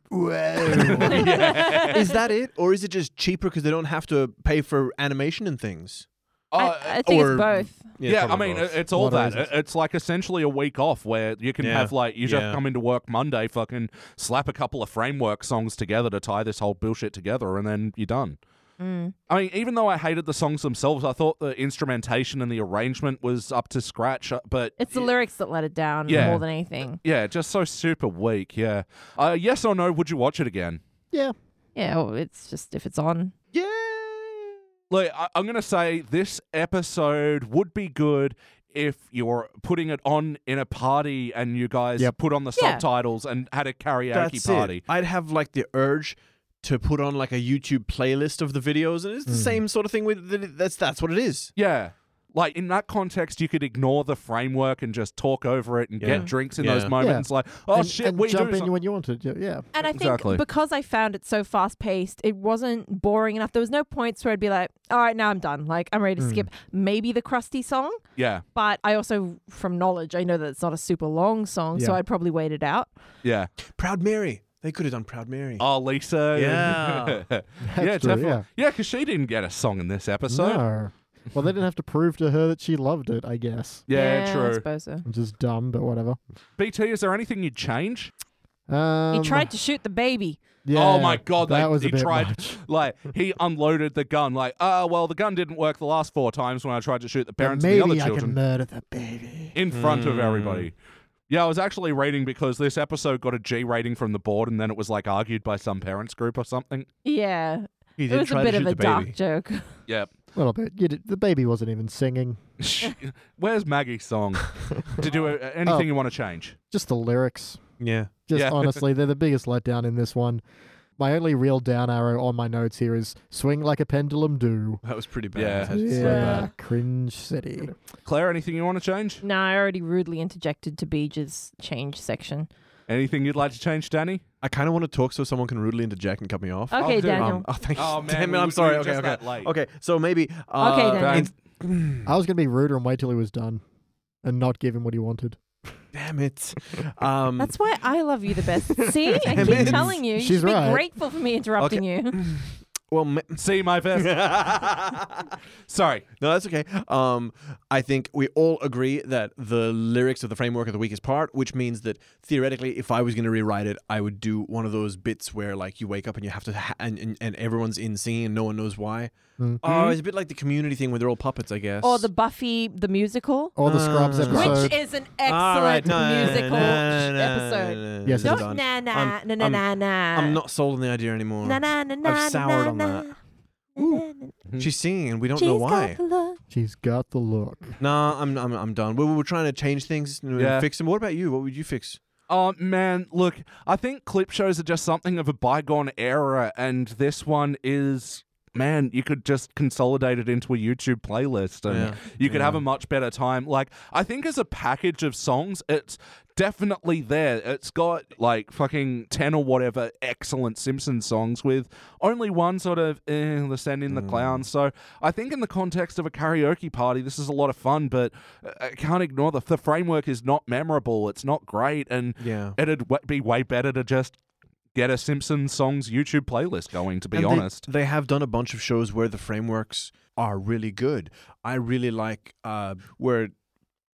Speaker 2: is that it, or is it just cheaper because they don't have to pay for animation and things?
Speaker 1: Uh,
Speaker 3: I, I think
Speaker 2: or-
Speaker 3: it's both.
Speaker 1: yeah, I
Speaker 2: probably
Speaker 1: mean,
Speaker 2: both.
Speaker 1: it- it's all
Speaker 4: Lot of
Speaker 1: that.
Speaker 4: reasons.
Speaker 1: It- It's like essentially a week off where you can
Speaker 2: Yeah.
Speaker 1: have, like, you just
Speaker 2: Yeah.
Speaker 1: come into work Monday, fucking slap a couple of framework songs together to tie this whole bullshit together, and then you're done.
Speaker 4: Mm.
Speaker 1: I mean, even though I hated the songs themselves, I thought the instrumentation and the arrangement was up to scratch, uh, but.
Speaker 3: It's the lyrics that let it down
Speaker 1: Yeah.
Speaker 3: more than anything.
Speaker 1: Yeah, just so super weak. Yeah. Uh, yes or no? Would you watch it again?
Speaker 4: Yeah.
Speaker 3: Yeah, well, it's just if it's on.
Speaker 2: Yeah.
Speaker 1: Look, I- I'm gonna say this episode would be good if you're putting it on in a party and you guys
Speaker 4: Yep.
Speaker 1: put on the
Speaker 3: Yeah.
Speaker 1: subtitles and had a karaoke
Speaker 2: That's
Speaker 1: party.
Speaker 2: it. I'd have like the urge to put on like a YouTube playlist of the videos, and it's the
Speaker 1: Hmm.
Speaker 2: same sort of thing. With the, that's that's what it is.
Speaker 1: Yeah. Like in that context, you could ignore the framework and just talk over it and
Speaker 2: Yeah.
Speaker 1: get drinks in
Speaker 2: Yeah.
Speaker 1: those moments. Like, oh
Speaker 4: and,
Speaker 1: shit,
Speaker 4: and
Speaker 1: we
Speaker 4: jump
Speaker 1: do
Speaker 4: in
Speaker 1: some-
Speaker 4: when you wanted. Yeah, Yeah.
Speaker 3: And I think
Speaker 1: Exactly.
Speaker 3: because I found it so fast paced, it wasn't boring enough. There was no points where I'd be like, all right, now I'm done. Like, I'm ready to
Speaker 4: Mm.
Speaker 3: skip maybe the crusty song.
Speaker 1: yeah,
Speaker 3: But I also, from knowledge, I know that it's not a super long song, so
Speaker 4: Yeah.
Speaker 3: I'd probably wait it out.
Speaker 1: yeah.
Speaker 2: Proud Mary. They could have done Proud Mary.
Speaker 1: Oh, Lisa.
Speaker 2: Yeah.
Speaker 1: yeah,
Speaker 4: That's true,
Speaker 1: definitely.
Speaker 4: yeah.
Speaker 1: Yeah, because she didn't get a song in this episode.
Speaker 4: no. Well, they didn't have to prove to her that she loved it, I guess.
Speaker 1: Yeah,
Speaker 3: I
Speaker 1: true.
Speaker 3: suppose so.
Speaker 4: Which is dumb, but whatever.
Speaker 1: BT, is there anything you'd change?
Speaker 4: Um,
Speaker 3: he tried to shoot the baby.
Speaker 4: Yeah,
Speaker 1: oh my god,
Speaker 4: that
Speaker 1: they,
Speaker 4: was
Speaker 1: he
Speaker 4: a bit
Speaker 1: tried
Speaker 4: much.
Speaker 1: like he unloaded the gun. Like, oh well, the gun didn't work the last four times when I tried to shoot the
Speaker 4: But
Speaker 1: parents
Speaker 4: maybe
Speaker 1: and the
Speaker 4: I
Speaker 1: other children
Speaker 4: can murder the baby.
Speaker 1: in front of
Speaker 2: Mm.
Speaker 1: everybody. Yeah, I was actually reading because this episode got a G rating from the board, and then it was like argued by some parents group or something.
Speaker 3: Yeah.
Speaker 2: He
Speaker 3: It
Speaker 2: did
Speaker 3: was a
Speaker 2: try to
Speaker 3: bit of
Speaker 2: shoot
Speaker 3: a
Speaker 2: the
Speaker 3: dark
Speaker 2: baby.
Speaker 3: joke.
Speaker 1: Yep.
Speaker 4: A little bit. You did, the baby wasn't even singing.
Speaker 1: Where's Maggie's song? Did you uh, anything
Speaker 4: Oh.
Speaker 1: you want to change?
Speaker 4: Just the lyrics.
Speaker 2: Yeah.
Speaker 4: Just
Speaker 1: Yeah.
Speaker 4: honestly, they're the biggest letdown in this one. My only real down arrow on my notes here is swing like a pendulum do.
Speaker 2: That was pretty bad.
Speaker 1: Yeah.
Speaker 3: Yeah.
Speaker 4: Cringe city.
Speaker 1: Claire, anything you want to change?
Speaker 3: no, I already rudely interjected to Beej's change section.
Speaker 1: Anything you'd like to change, Danny?
Speaker 2: I kind of want to talk so someone can rudely interject and cut me off.
Speaker 3: Okay,
Speaker 1: do it.
Speaker 3: Daniel.
Speaker 2: Um, oh, thank
Speaker 1: Oh, man,
Speaker 2: Damn
Speaker 1: we
Speaker 2: it, I'm
Speaker 1: were-
Speaker 2: sorry.
Speaker 1: we were
Speaker 2: okay,
Speaker 1: just
Speaker 2: okay.
Speaker 1: that late.
Speaker 2: Okay, so maybe. Uh,
Speaker 3: Okay, Daniel.
Speaker 1: Thanks.
Speaker 4: I was gonna be rude and wait till he was done, and not give him what he wanted.
Speaker 2: Damn it. Um,
Speaker 3: That's why I love you the best. See, I
Speaker 2: Damn
Speaker 3: keep
Speaker 2: it.
Speaker 3: telling you. You
Speaker 4: She's
Speaker 3: should be
Speaker 4: right.
Speaker 3: grateful for me interrupting you.
Speaker 2: well, ma-
Speaker 1: See my best. Sorry.
Speaker 2: no, that's okay. Um, I think we all agree that the lyrics of the framework are the weakest part, which means that theoretically, if I was going to rewrite it, I would do one of those bits where like you wake up and you have to, ha- and, and and everyone's in singing and no one knows why.
Speaker 4: Mm.
Speaker 1: Hmm?
Speaker 2: Oh, it's a bit like the community thing where they're all puppets, I guess.
Speaker 3: Hmm. Or the Buffy the musical,
Speaker 4: Or the Scrubs
Speaker 2: Uh,
Speaker 3: which
Speaker 4: episode.
Speaker 3: is an
Speaker 2: All
Speaker 3: excellent
Speaker 2: right, no, no, no,
Speaker 3: musical
Speaker 2: no, no,
Speaker 3: episode.
Speaker 2: no, no, no,
Speaker 4: Yes,
Speaker 2: no,
Speaker 4: it's
Speaker 2: no,
Speaker 3: Don't
Speaker 2: no.
Speaker 3: na na
Speaker 2: I'm-
Speaker 3: na na na na.
Speaker 2: I'm not sold on the idea anymore.
Speaker 3: Na na na na.
Speaker 2: I've soured
Speaker 3: na,
Speaker 2: on
Speaker 3: na.
Speaker 2: that.
Speaker 3: Ooh.
Speaker 2: She's singing and we don't
Speaker 3: Mm-hmm.
Speaker 2: know
Speaker 3: She's
Speaker 2: why.
Speaker 3: got the look.
Speaker 4: She's got the look.
Speaker 2: Nah, I'm, I'm I'm done. We we were trying to change things and
Speaker 1: Yeah.
Speaker 2: fix them. What about you? What would you fix?
Speaker 1: Oh man, look, I think clip shows are just something of a bygone era, and this one is. Man, you could just consolidate it into a YouTube playlist and
Speaker 2: Yeah.
Speaker 1: you could have
Speaker 2: Yeah.
Speaker 1: a much better time. Like, I think as a package of songs, it's definitely there. It's got like fucking 10 or whatever excellent Simpsons songs with only one sort of eh, the send in the
Speaker 2: Mm.
Speaker 1: clown. So I think in the context of a karaoke party, this is a lot of fun, but I I can't ignore the, the framework is not memorable. It's not great. And
Speaker 2: Yeah.
Speaker 1: it'd w- be way better to just get a Simpsons songs YouTube playlist going. To be
Speaker 2: And they-
Speaker 1: honest,
Speaker 2: they, have done a bunch of shows where the frameworks are really good. I really like uh where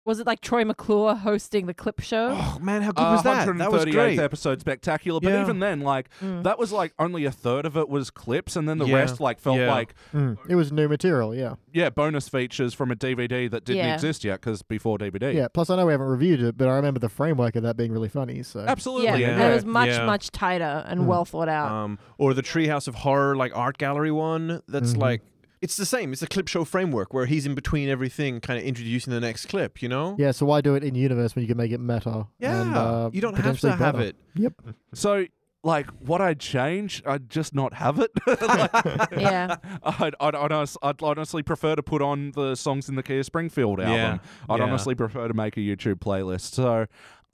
Speaker 3: Was it like Troy McClure hosting the clip show?
Speaker 2: oh man, how good
Speaker 1: Uh,
Speaker 2: was that? That was
Speaker 1: 138th
Speaker 2: great.
Speaker 1: episode spectacular. But
Speaker 2: Yeah.
Speaker 1: even then, like that was like only a third of it was clips, and then the
Speaker 2: Yeah.
Speaker 1: rest like felt
Speaker 2: Yeah.
Speaker 1: like
Speaker 4: Mm, It was new material, yeah.
Speaker 1: yeah bonus features from a DVD that didn't
Speaker 3: Yeah.
Speaker 1: exist yet because before DVD.
Speaker 4: Yeah. Plus, I know we haven't reviewed it, but I remember the framework of that being really funny. So
Speaker 1: Absolutely,
Speaker 3: Yeah,
Speaker 1: and
Speaker 2: Oh, Yeah.
Speaker 3: and it was
Speaker 1: yeah.
Speaker 3: much
Speaker 2: Yeah.
Speaker 3: much tighter and well thought
Speaker 1: uh,
Speaker 3: out.
Speaker 2: Um or the Treehouse of Horror like art gallery one that's
Speaker 4: Mhm.
Speaker 2: like it's the same. It's a clip show framework where he's in between everything kind of introducing the next clip, you know?
Speaker 4: yeah, so why do it in universe when you can make it meta?
Speaker 2: Yeah,
Speaker 4: and, uh,
Speaker 2: you don't have
Speaker 4: potentially
Speaker 2: to have
Speaker 4: better?
Speaker 2: it.
Speaker 4: Yep.
Speaker 1: So like what I'd change, I'd just not have it. Like,
Speaker 3: yeah.
Speaker 1: I'd, I'd, I'd, honest- I'd honestly prefer to put on the songs in the Kia Springfield album.
Speaker 10: Yeah,
Speaker 1: I'd
Speaker 10: yeah.
Speaker 1: honestly prefer to make a YouTube playlist. So,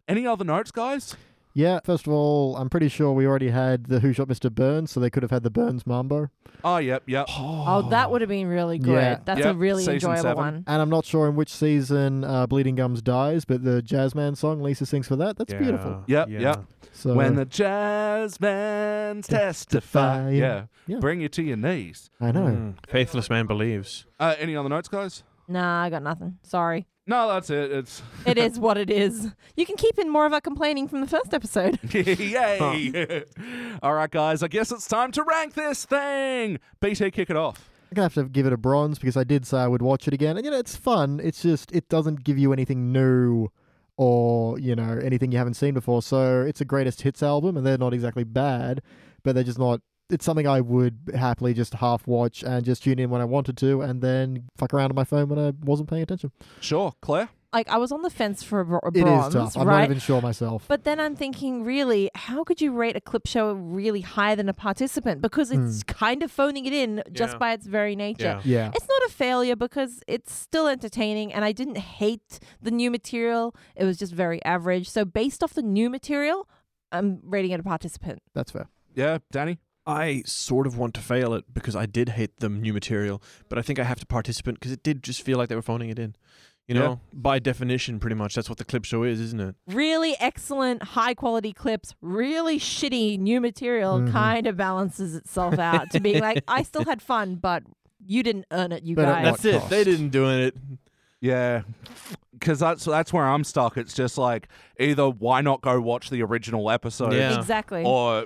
Speaker 1: any other notes, guys?
Speaker 4: Yeah, first of all, I'm pretty sure we already had the Who Shot Mr. Burns, so they could have had the Burns Mambo.
Speaker 1: Oh, yep, yep.
Speaker 3: Oh, that would have been really good.
Speaker 4: Yeah.
Speaker 3: That's a
Speaker 1: Yep,
Speaker 3: really
Speaker 1: season
Speaker 3: enjoyable
Speaker 1: seven.
Speaker 3: one.
Speaker 4: And I'm not sure in which season uh, Bleeding Gums dies, but the Jazz Man song Lisa sings for that. That's beautiful.
Speaker 1: Yep, yep.
Speaker 4: So
Speaker 1: when the jazz bands testify,
Speaker 4: Testify.
Speaker 1: yeah.
Speaker 4: Yeah.
Speaker 1: bring you to your knees.
Speaker 4: I know.
Speaker 2: Mm.
Speaker 10: Faithless man believes.
Speaker 1: Uh, any other notes, guys?
Speaker 3: Nah, I got nothing. Sorry.
Speaker 1: No, that's it. It's
Speaker 3: It is what it is. You can keep in more of our complaining from the first episode.
Speaker 1: yay. Um, All right, guys. I guess it's time to rank this thing. BT, kick it off.
Speaker 4: I'm gonna have to give it a bronze because I did say I would watch it again, and you know it's fun. It's just it doesn't give you anything new, or you know anything you haven't seen before. So it's a greatest hits album, and they're not exactly bad, but they're just not. It's something I would happily just half watch and just tune in when I wanted to, and then fuck around on my phone when I wasn't paying attention.
Speaker 1: Sure, Claire.
Speaker 3: Like I was on the fence for a, bro- a
Speaker 4: It is
Speaker 3: bronze,
Speaker 4: tough. I'm
Speaker 3: right?
Speaker 4: not even sure myself.
Speaker 3: But then I'm thinking, really, how could you rate a clip show really higher than a participant? Because it's
Speaker 4: Hmm.
Speaker 3: kind of phoning it in just
Speaker 10: Yeah.
Speaker 3: by its very nature.
Speaker 10: Yeah.
Speaker 4: yeah,
Speaker 3: It's not a failure because it's still entertaining, and I didn't hate the new material. It was just very average. So based off the new material, I'm rating it a participant.
Speaker 4: that's fair.
Speaker 1: Yeah, Danny.
Speaker 2: I sort of want to fail it because I did hate the new material, but I think I have to participate because it did just feel like they were phoning it in. You
Speaker 1: Yeah.
Speaker 2: know, by definition, pretty much that's what the clip show is, isn't it?
Speaker 3: Really excellent, high quality clips. Really shitty new material
Speaker 2: Mm-hmm.
Speaker 4: Mhm.
Speaker 3: kind of balances itself out to being like, I still had fun, but you didn't earn it, you
Speaker 4: But at
Speaker 3: guys.
Speaker 4: what
Speaker 2: uh, That's it. They
Speaker 4: cost?
Speaker 2: didn't do it.
Speaker 1: Yeah. Because that's that's where I'm stuck. It's just like either why not go watch the original episode
Speaker 2: Yeah.
Speaker 3: Exactly.
Speaker 1: or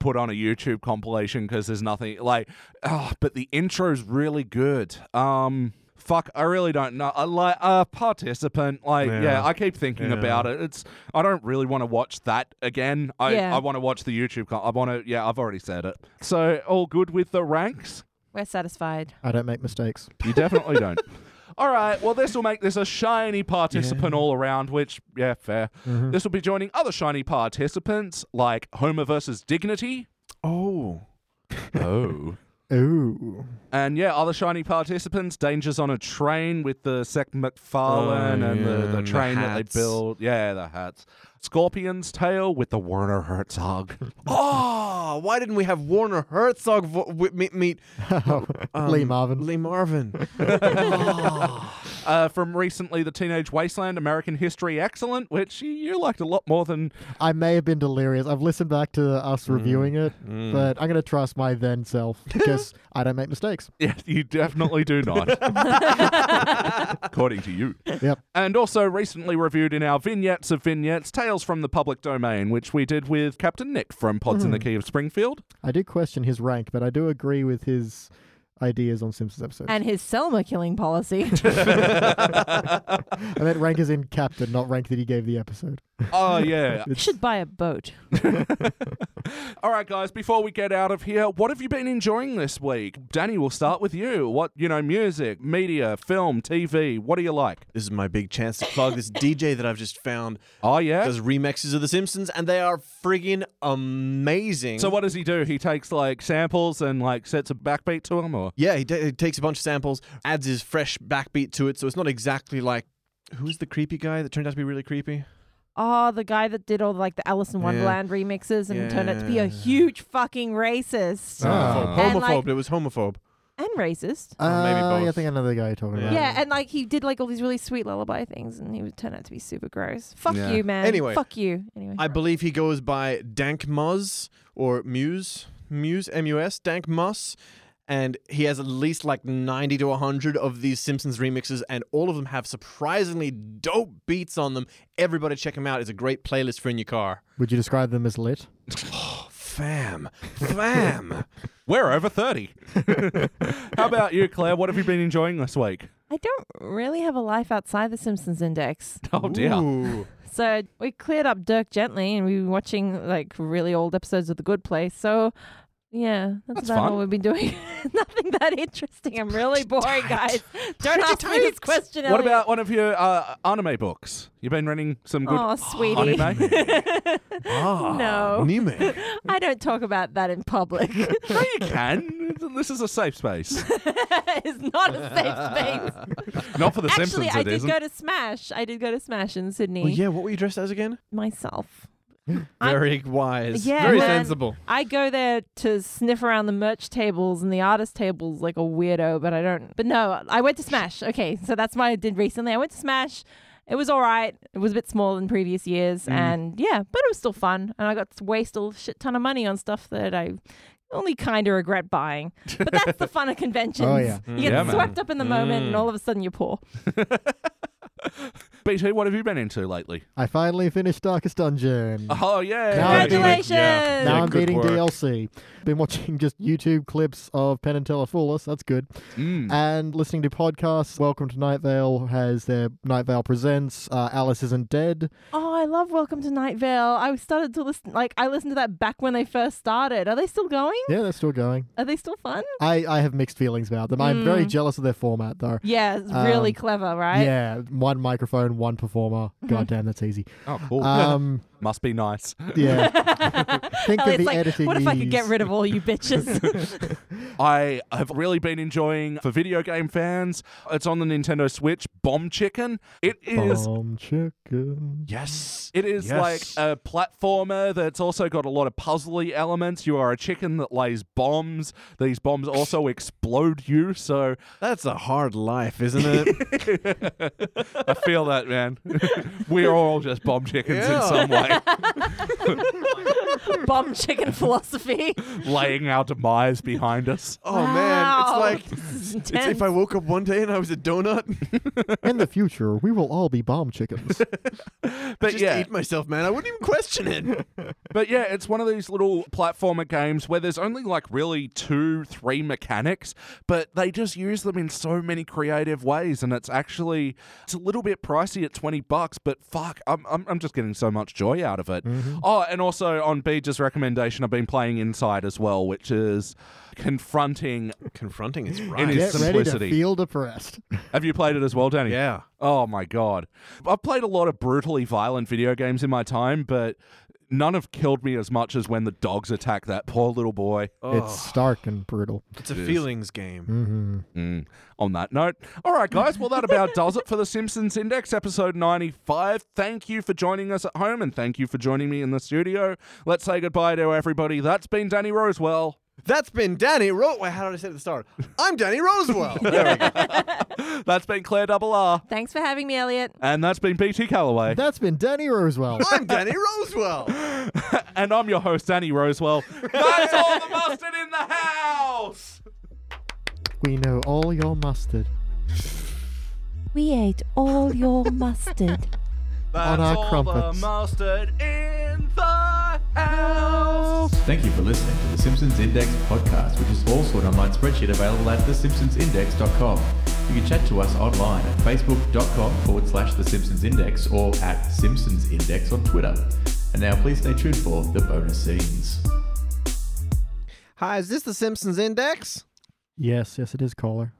Speaker 1: put on a YouTube compilation because there's nothing like. ah, but the intro's really good. Um, fuck, I really don't know. I like a uh, participant. Like, yeah.
Speaker 2: Yeah.
Speaker 1: I keep thinking
Speaker 2: Yeah.
Speaker 1: about it. It's I don't really want to watch that again. I
Speaker 3: Yeah.
Speaker 1: I want to watch the YouTube. Com- I want to. Yeah, I've already said it. So all good with the ranks.
Speaker 3: We're satisfied.
Speaker 4: I don't make mistakes.
Speaker 1: You definitely don't. All right, well, this will make this a shiny participant all around, which, yeah, fair.
Speaker 2: Mm-hmm.
Speaker 1: This will be joining other shiny participants like Homer versus Dignity.
Speaker 2: Oh.
Speaker 1: Oh.
Speaker 4: Ooh,
Speaker 1: And yeah, other shiny participants, dangers on a train with the Sec McFarlane
Speaker 2: Oh,
Speaker 1: and
Speaker 2: yeah,
Speaker 1: the, the
Speaker 2: and the
Speaker 1: train that
Speaker 2: hats.
Speaker 1: they build. Yeah, the hats. Scorpion's tail with the Werner Herzog.
Speaker 2: Oh, why didn't we have Warner Herzog vo- wi- meet, meet um,
Speaker 4: Lee Marvin.
Speaker 2: Lee Marvin.
Speaker 1: uh, from recently, the Teenage Wasteland, American History Excellent, which you, you liked a lot more than.
Speaker 4: I may have been delirious. I've listened back to us reviewing it,
Speaker 2: Mm.
Speaker 4: but I'm going to trust my then self because I don't make mistakes.
Speaker 1: Yeah, you definitely do not. According to you.
Speaker 4: Yep.
Speaker 1: And also recently reviewed in our vignettes of vignettes, Tales from the Public Domain, which we did with Captain Nick from Pods
Speaker 2: Hmm.
Speaker 1: in the Key of Springfield.
Speaker 4: I do question his rank, but I do agree with his ideas on Simpsons episodes.
Speaker 3: And his Selma killing policy.
Speaker 4: I meant rank is in captain, not rank that he gave the episode.
Speaker 1: Oh, yeah.
Speaker 3: You should buy a boat.
Speaker 1: All right, guys, before we get out of here, what have you been enjoying this week? Danny, we'll start with you. What, you know, music, media, film, TV, what do you like?
Speaker 2: this is my big chance to plug this DJ that I've just found.
Speaker 1: Oh, yeah.
Speaker 2: Does remixes of The Simpsons, and they are friggin' amazing.
Speaker 1: So, what does he do? He takes like samples and like sets a backbeat to them, or?
Speaker 2: Yeah, he, ta- he takes a bunch of samples, adds his fresh backbeat to it, so it's not exactly like who's the creepy guy that turned out to be really creepy.
Speaker 3: Oh, the guy that did all like the Alice in
Speaker 2: Yeah.
Speaker 3: Wonderland remixes and turned out to be a
Speaker 2: Yeah. Uh.
Speaker 3: huge fucking racist
Speaker 4: Ah.
Speaker 2: Homophobe.
Speaker 3: And, like-
Speaker 2: it was homophobe.
Speaker 3: and racist.
Speaker 2: Or maybe
Speaker 4: Uh, yeah, I
Speaker 2: both.
Speaker 4: think I know the guy you're talking
Speaker 2: Yeah.
Speaker 4: about.
Speaker 3: Yeah, and like he did like all these really sweet lullaby things, and he would turn out to be super gross. Fuck
Speaker 1: Yeah.
Speaker 3: you, man.
Speaker 2: Anyway.
Speaker 3: fuck you. Anyway,
Speaker 2: I believe he goes by Dank Muzz or Muse, Muse, M U S, Dank Muzz. And he has at least like 90 to 100 of these Simpsons remixes, and all of them have surprisingly dope beats on them. Everybody check him out. It's a great playlist for in your car.
Speaker 4: Would you describe them as lit?
Speaker 2: Fam. Fam.
Speaker 1: We're over 30. How about you, Claire? What have you been enjoying this week?
Speaker 3: I don't really have a life outside the Simpsons Index.
Speaker 1: Oh, dear.
Speaker 2: Ooh.
Speaker 3: So we cleared up Dirk gently, and we were watching like really old episodes of The Good Place. So Yeah, that's,
Speaker 1: That's
Speaker 3: about all
Speaker 1: fun.
Speaker 3: we've been doing. Nothing that interesting. I'm really boring, guys. Don't ask me this question.
Speaker 1: What
Speaker 3: Elliot.
Speaker 1: about one of your uh, anime books? You've been reading some good
Speaker 3: Oh, sweetie.
Speaker 1: anime. ah,
Speaker 2: Oh.
Speaker 3: no,
Speaker 2: Nime.
Speaker 3: I don't talk about that in public.
Speaker 1: no, you can. This is a safe space.
Speaker 3: it's not a safe space.
Speaker 1: Not for the
Speaker 3: Actually,
Speaker 1: Simpsons.
Speaker 3: I
Speaker 1: it
Speaker 3: did
Speaker 1: isn't. Oh,
Speaker 3: go to Smash. I did go to Smash in Sydney
Speaker 2: Well, yeah, what were you dressed as again?
Speaker 3: myself.
Speaker 2: Very wise.
Speaker 3: Yeah,
Speaker 10: Very
Speaker 3: man.
Speaker 10: sensible.
Speaker 3: I go there to sniff around the merch tables and the artist tables like a weirdo, but I don't. But no, I went to Smash. Okay, so that's what I did recently. I went to Smash. It was all right. It was a bit smaller than previous
Speaker 4: Mm.
Speaker 3: years, and yeah, but it was still fun. And I got to waste a shit ton of money on stuff that I only kind of regret buying. But that's the fun of conventions.
Speaker 4: Oh, yeah.
Speaker 3: You get
Speaker 1: Mm. Yeah, man. Mm.
Speaker 3: swept up in the moment, and all of a sudden you're poor.
Speaker 1: BT, what have you been into lately?
Speaker 4: I finally finished Darkest Dungeon.
Speaker 1: Oh, yeah.
Speaker 4: Now I'm doing-
Speaker 3: Congratulations!
Speaker 4: Now
Speaker 10: Yeah,
Speaker 4: I'm
Speaker 10: good
Speaker 4: beating
Speaker 10: work.
Speaker 4: DLC. Been watching just YouTube clips of Penn and Teller Fool Us. That's good.
Speaker 1: Mm.
Speaker 4: And listening to podcasts. Welcome to Night Vale has their Night Vale Presents. Uh, Alice Isn't Dead.
Speaker 3: Oh, I love Welcome to Night Vale. I started to listen, like, I listened to that back when they first started. Are they still going?
Speaker 4: Yeah, they're still going.
Speaker 3: Are they still fun?
Speaker 4: I, I have mixed feelings about them. I'm very
Speaker 3: Mm.
Speaker 4: jealous of their format, though.
Speaker 3: Yeah, it's really
Speaker 4: Um,
Speaker 3: clever, right? Mm-hmm.
Speaker 4: Yeah, one microphone, one performer. God damn, that's easy.
Speaker 1: Oh, cool.
Speaker 4: Um,
Speaker 1: Must be nice.
Speaker 4: yeah. Think of
Speaker 3: Elliot's
Speaker 4: the
Speaker 3: Oh, like,
Speaker 4: editing
Speaker 3: what if I could get
Speaker 4: ease.
Speaker 3: rid of all you bitches?
Speaker 1: I have really been enjoying for video game fans. It's on the Nintendo Switch. Bomb Chicken. It is.
Speaker 4: Bomb chicken.
Speaker 1: Yes. It is
Speaker 10: Yes.
Speaker 1: like a platformer that's also got a lot of puzzly elements. You are a chicken that lays bombs. These bombs also explode you. So
Speaker 2: That's a hard life, isn't it?
Speaker 1: I feel that, man. We're all just bomb chickens in some way,
Speaker 3: Bomb chicken philosophy.
Speaker 1: laying our demise behind us.
Speaker 2: oh man, it's
Speaker 3: Wow.
Speaker 2: like
Speaker 3: This is
Speaker 2: it's if I
Speaker 3: intense.
Speaker 2: woke up one day and I was a donut,
Speaker 4: In the future, we will all be bomb chickens.
Speaker 1: But
Speaker 2: just
Speaker 1: yeah,
Speaker 2: eat myself, man. I wouldn't even question it.
Speaker 1: But yeah, it's one of these little platformer games where there's only like really two, three mechanics, but they just use them in so many creative ways. And it's actually it's a little bit pricey at twenty bucks, but fuck, I'm I'm, I'm just getting so much joy out of it. Oh, and also on Beej's recommendation, I've been playing Inside as well, which is confronting.
Speaker 2: Confronting is
Speaker 1: It
Speaker 2: right.
Speaker 1: is
Speaker 4: get ready
Speaker 1: simplicity.
Speaker 4: to feel depressed.
Speaker 1: Have you played it as well, Danny?
Speaker 2: Yeah.
Speaker 1: Oh my god. I've played a lot of brutally violent video games in my time, but none have killed me as much as when the dogs attack that poor little boy.
Speaker 4: It's stark and brutal.
Speaker 2: It's a feelings game.
Speaker 4: Mm-hmm.
Speaker 1: Mm. On that note, all right, guys. Well, that about does it for the Simpsons Index episode 95. Thank you for joining us at home and thank you for joining me in the studio. Let's say goodbye to everybody. That's been Danny Rosewell.
Speaker 2: That's been Danny Ro. Wait, how did I say it at the start? I'm Danny Rosewell. There we go.
Speaker 1: That's been Claire Double R.
Speaker 3: Thanks for having me, Elliot.
Speaker 1: And that's been BT Calloway.
Speaker 4: That's been Danny Rosewell.
Speaker 2: I'm Danny Rosewell.
Speaker 1: and I'm your host, Danny Rosewell. That's all the mustard in the house.
Speaker 4: we know all your mustard.
Speaker 3: We ate all your mustard.
Speaker 1: That's
Speaker 4: our
Speaker 1: all
Speaker 4: crumpets.
Speaker 1: the mustard in the house.
Speaker 11: Thank you for listening to the Simpsons Index podcast, which is also an online spreadsheet available at thesimpsonsindex.com. You can chat to us online at facebook.com forward slash the Simpsons Index or at Simpsons Index on Twitter. And now please stay tuned for the bonus scenes.
Speaker 2: Hi, is this the Simpsons Index?
Speaker 4: Yes, yes, it is caller.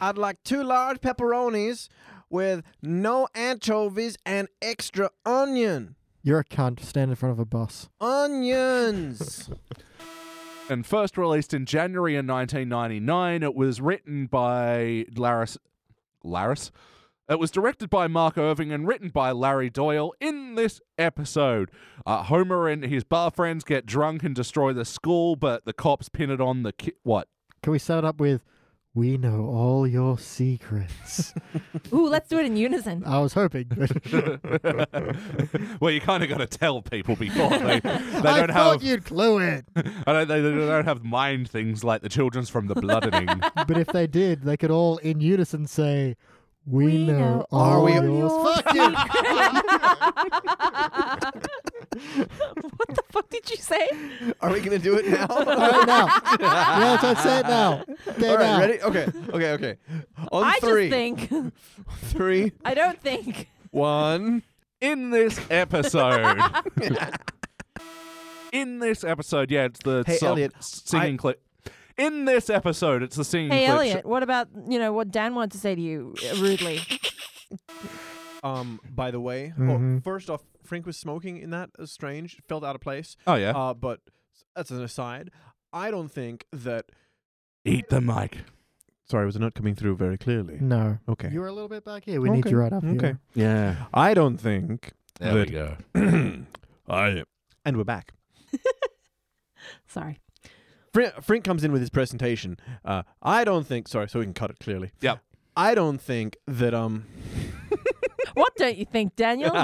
Speaker 2: I'd like two large pepperonis with no anchovies and extra onion.
Speaker 4: You're a cunt. Stand in front of a bus.
Speaker 2: Onions.
Speaker 1: and first released in January in 1999. It was written by Laris. Laris? It was directed by Mark Irving and written by Larry Doyle. In this episode, uh, Homer and his bar friends get drunk and destroy the school, but the cops pin it on the ki- what?
Speaker 4: Can we set it up with, we know all your secrets?
Speaker 3: Ooh, let's do it in unison.
Speaker 4: I was hoping. but
Speaker 1: well, you kind of got to tell people before they, they
Speaker 4: I
Speaker 1: don't
Speaker 4: thought
Speaker 1: have.
Speaker 4: you'd clue it.
Speaker 1: I don't, they, they don't have mind things like the children's from the bloodening.
Speaker 4: But if they did, they could all in unison say, we,
Speaker 3: We
Speaker 4: know,
Speaker 3: know
Speaker 4: all
Speaker 2: all
Speaker 4: your,
Speaker 3: your
Speaker 4: Fuck you.
Speaker 3: what the fuck did you say?
Speaker 2: Are we gonna do it
Speaker 4: All
Speaker 2: now?
Speaker 4: right, now. yeah, let's- let's say it now. Say it
Speaker 2: All right,
Speaker 4: now.
Speaker 2: ready? Okay, okay, okay. On
Speaker 3: I
Speaker 2: three,
Speaker 3: just think.
Speaker 2: three,
Speaker 3: I don't think.
Speaker 2: one.
Speaker 1: in this episode. In this episode, yeah, it's the
Speaker 2: Hey,
Speaker 1: sub-
Speaker 2: Elliot,
Speaker 1: singing clip. In this episode, it's the singing
Speaker 3: Hey,
Speaker 1: clip.
Speaker 3: Elliot, what about, you know, what Dan wanted to say to you uh, rudely?
Speaker 2: Um, by the way, oh,
Speaker 1: Mm-hmm.
Speaker 4: Mhm.
Speaker 2: first off, Frank was smoking in that. Uh, strange. Felt out of place.
Speaker 1: Oh, yeah.
Speaker 2: Uh, but that's an aside. I don't think that.
Speaker 1: Eat the mic.
Speaker 2: Sorry, was it not coming through very clearly?
Speaker 1: Mm.
Speaker 4: No.
Speaker 2: Okay.
Speaker 4: You were a little bit back here. We need
Speaker 2: Okay.
Speaker 4: you right up here.
Speaker 2: Okay.
Speaker 1: Yeah.
Speaker 2: I don't think
Speaker 1: There
Speaker 2: that.
Speaker 1: we go.
Speaker 2: I. And we're back.
Speaker 3: Sorry.
Speaker 2: Fr- Frink comes in with his presentation. Uh, I don't think. Sorry, so we can cut it clearly.
Speaker 1: Yep.
Speaker 2: I don't think that. Um.
Speaker 3: What don't you think, Daniel?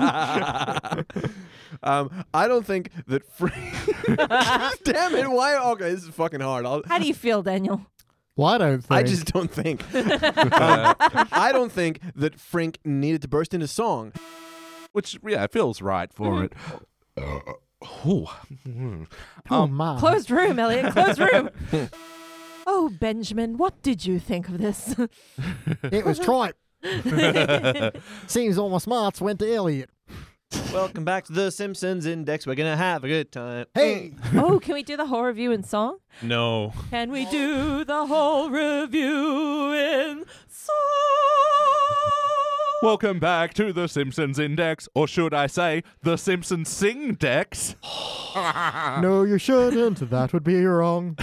Speaker 2: um, I don't think that Frank. Damn it! Why? Okay, this is fucking hard. I'll,
Speaker 3: How do you feel, Daniel?
Speaker 4: Well, I don't think.
Speaker 2: I just don't think. Um, I don't think that Frank needed to burst into song.
Speaker 1: Which, yeah, it feels right for it.
Speaker 3: Mm-hmm.
Speaker 1: Uh, Ooh.
Speaker 4: Oh, my.
Speaker 3: Closed room, Elliot. Closed room. oh, Benjamin, what did you think of this?
Speaker 4: It was tripe. Seems all my smarts went to Elliot.
Speaker 2: Welcome back to the Simpsons Index. We're gonna have a good time.
Speaker 4: Hey,
Speaker 3: oh, can we do the whole review in song?
Speaker 10: No.
Speaker 3: Can we do the whole review in song?
Speaker 1: Welcome back to the Simpsons Index, or should I say, the Simpsons Sing Dex.
Speaker 4: no, you shouldn't. That would be wrong.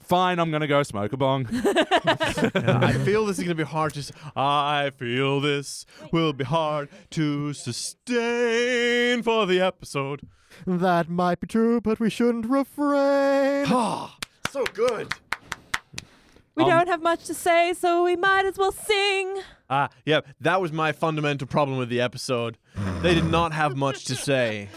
Speaker 1: Fine, I'm gonna go smoke a bong.
Speaker 2: I feel this is gonna be hard to. s- I feel this will be hard to sustain for the episode.
Speaker 4: That might be true, but we shouldn't refrain.
Speaker 2: Ah, so good.
Speaker 4: Um,
Speaker 3: We don't have much to say, so we might as well sing.
Speaker 2: Ah, yep. That was my fundamental problem with the episode. They did not have much to say.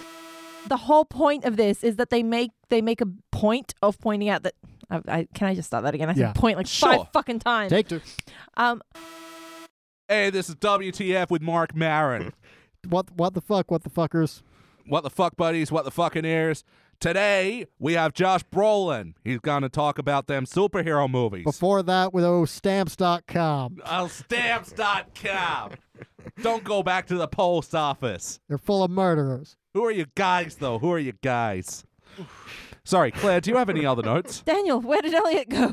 Speaker 3: The whole point of this is that they make they make a point of pointing out that. I, I, can I just start that again? I
Speaker 4: Yeah.
Speaker 3: said point like
Speaker 1: Sure.
Speaker 3: five fucking times.
Speaker 4: Take two.
Speaker 3: um,
Speaker 1: hey, this is WTF with Mark Marin.
Speaker 4: What? What the fuck? What the fuckers?
Speaker 1: What the fuck, buddies? What the fucking ears? Today we have Josh Brolin. He's gonna talk about them superhero movies.
Speaker 4: Before that, with oh stamps.com,
Speaker 1: Uh, stamps.com. Don't go back to the post office.
Speaker 4: they're full of murderers.
Speaker 1: Who are you guys, though? Who are you guys? Sorry, Claire. Do you have any other notes?
Speaker 3: Daniel, where did Elliot go?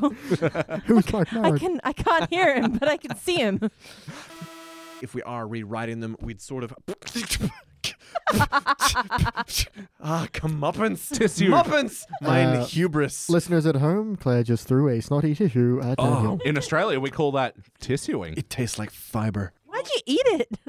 Speaker 4: Who's Mark
Speaker 3: I
Speaker 4: Maron?
Speaker 3: can I can't hear him, but I can see him.
Speaker 2: If we are rewriting them, we'd sort of. ah, comeuppance.
Speaker 1: Tissue.
Speaker 2: Muppins. Mine
Speaker 4: Uh,
Speaker 2: hubris.
Speaker 4: Listeners at home, Claire just threw a snotty tissue at
Speaker 1: Oh.
Speaker 4: Daniel.
Speaker 1: In Australia, we call that tissuing.
Speaker 2: It tastes like fiber.
Speaker 3: Why'd you eat it?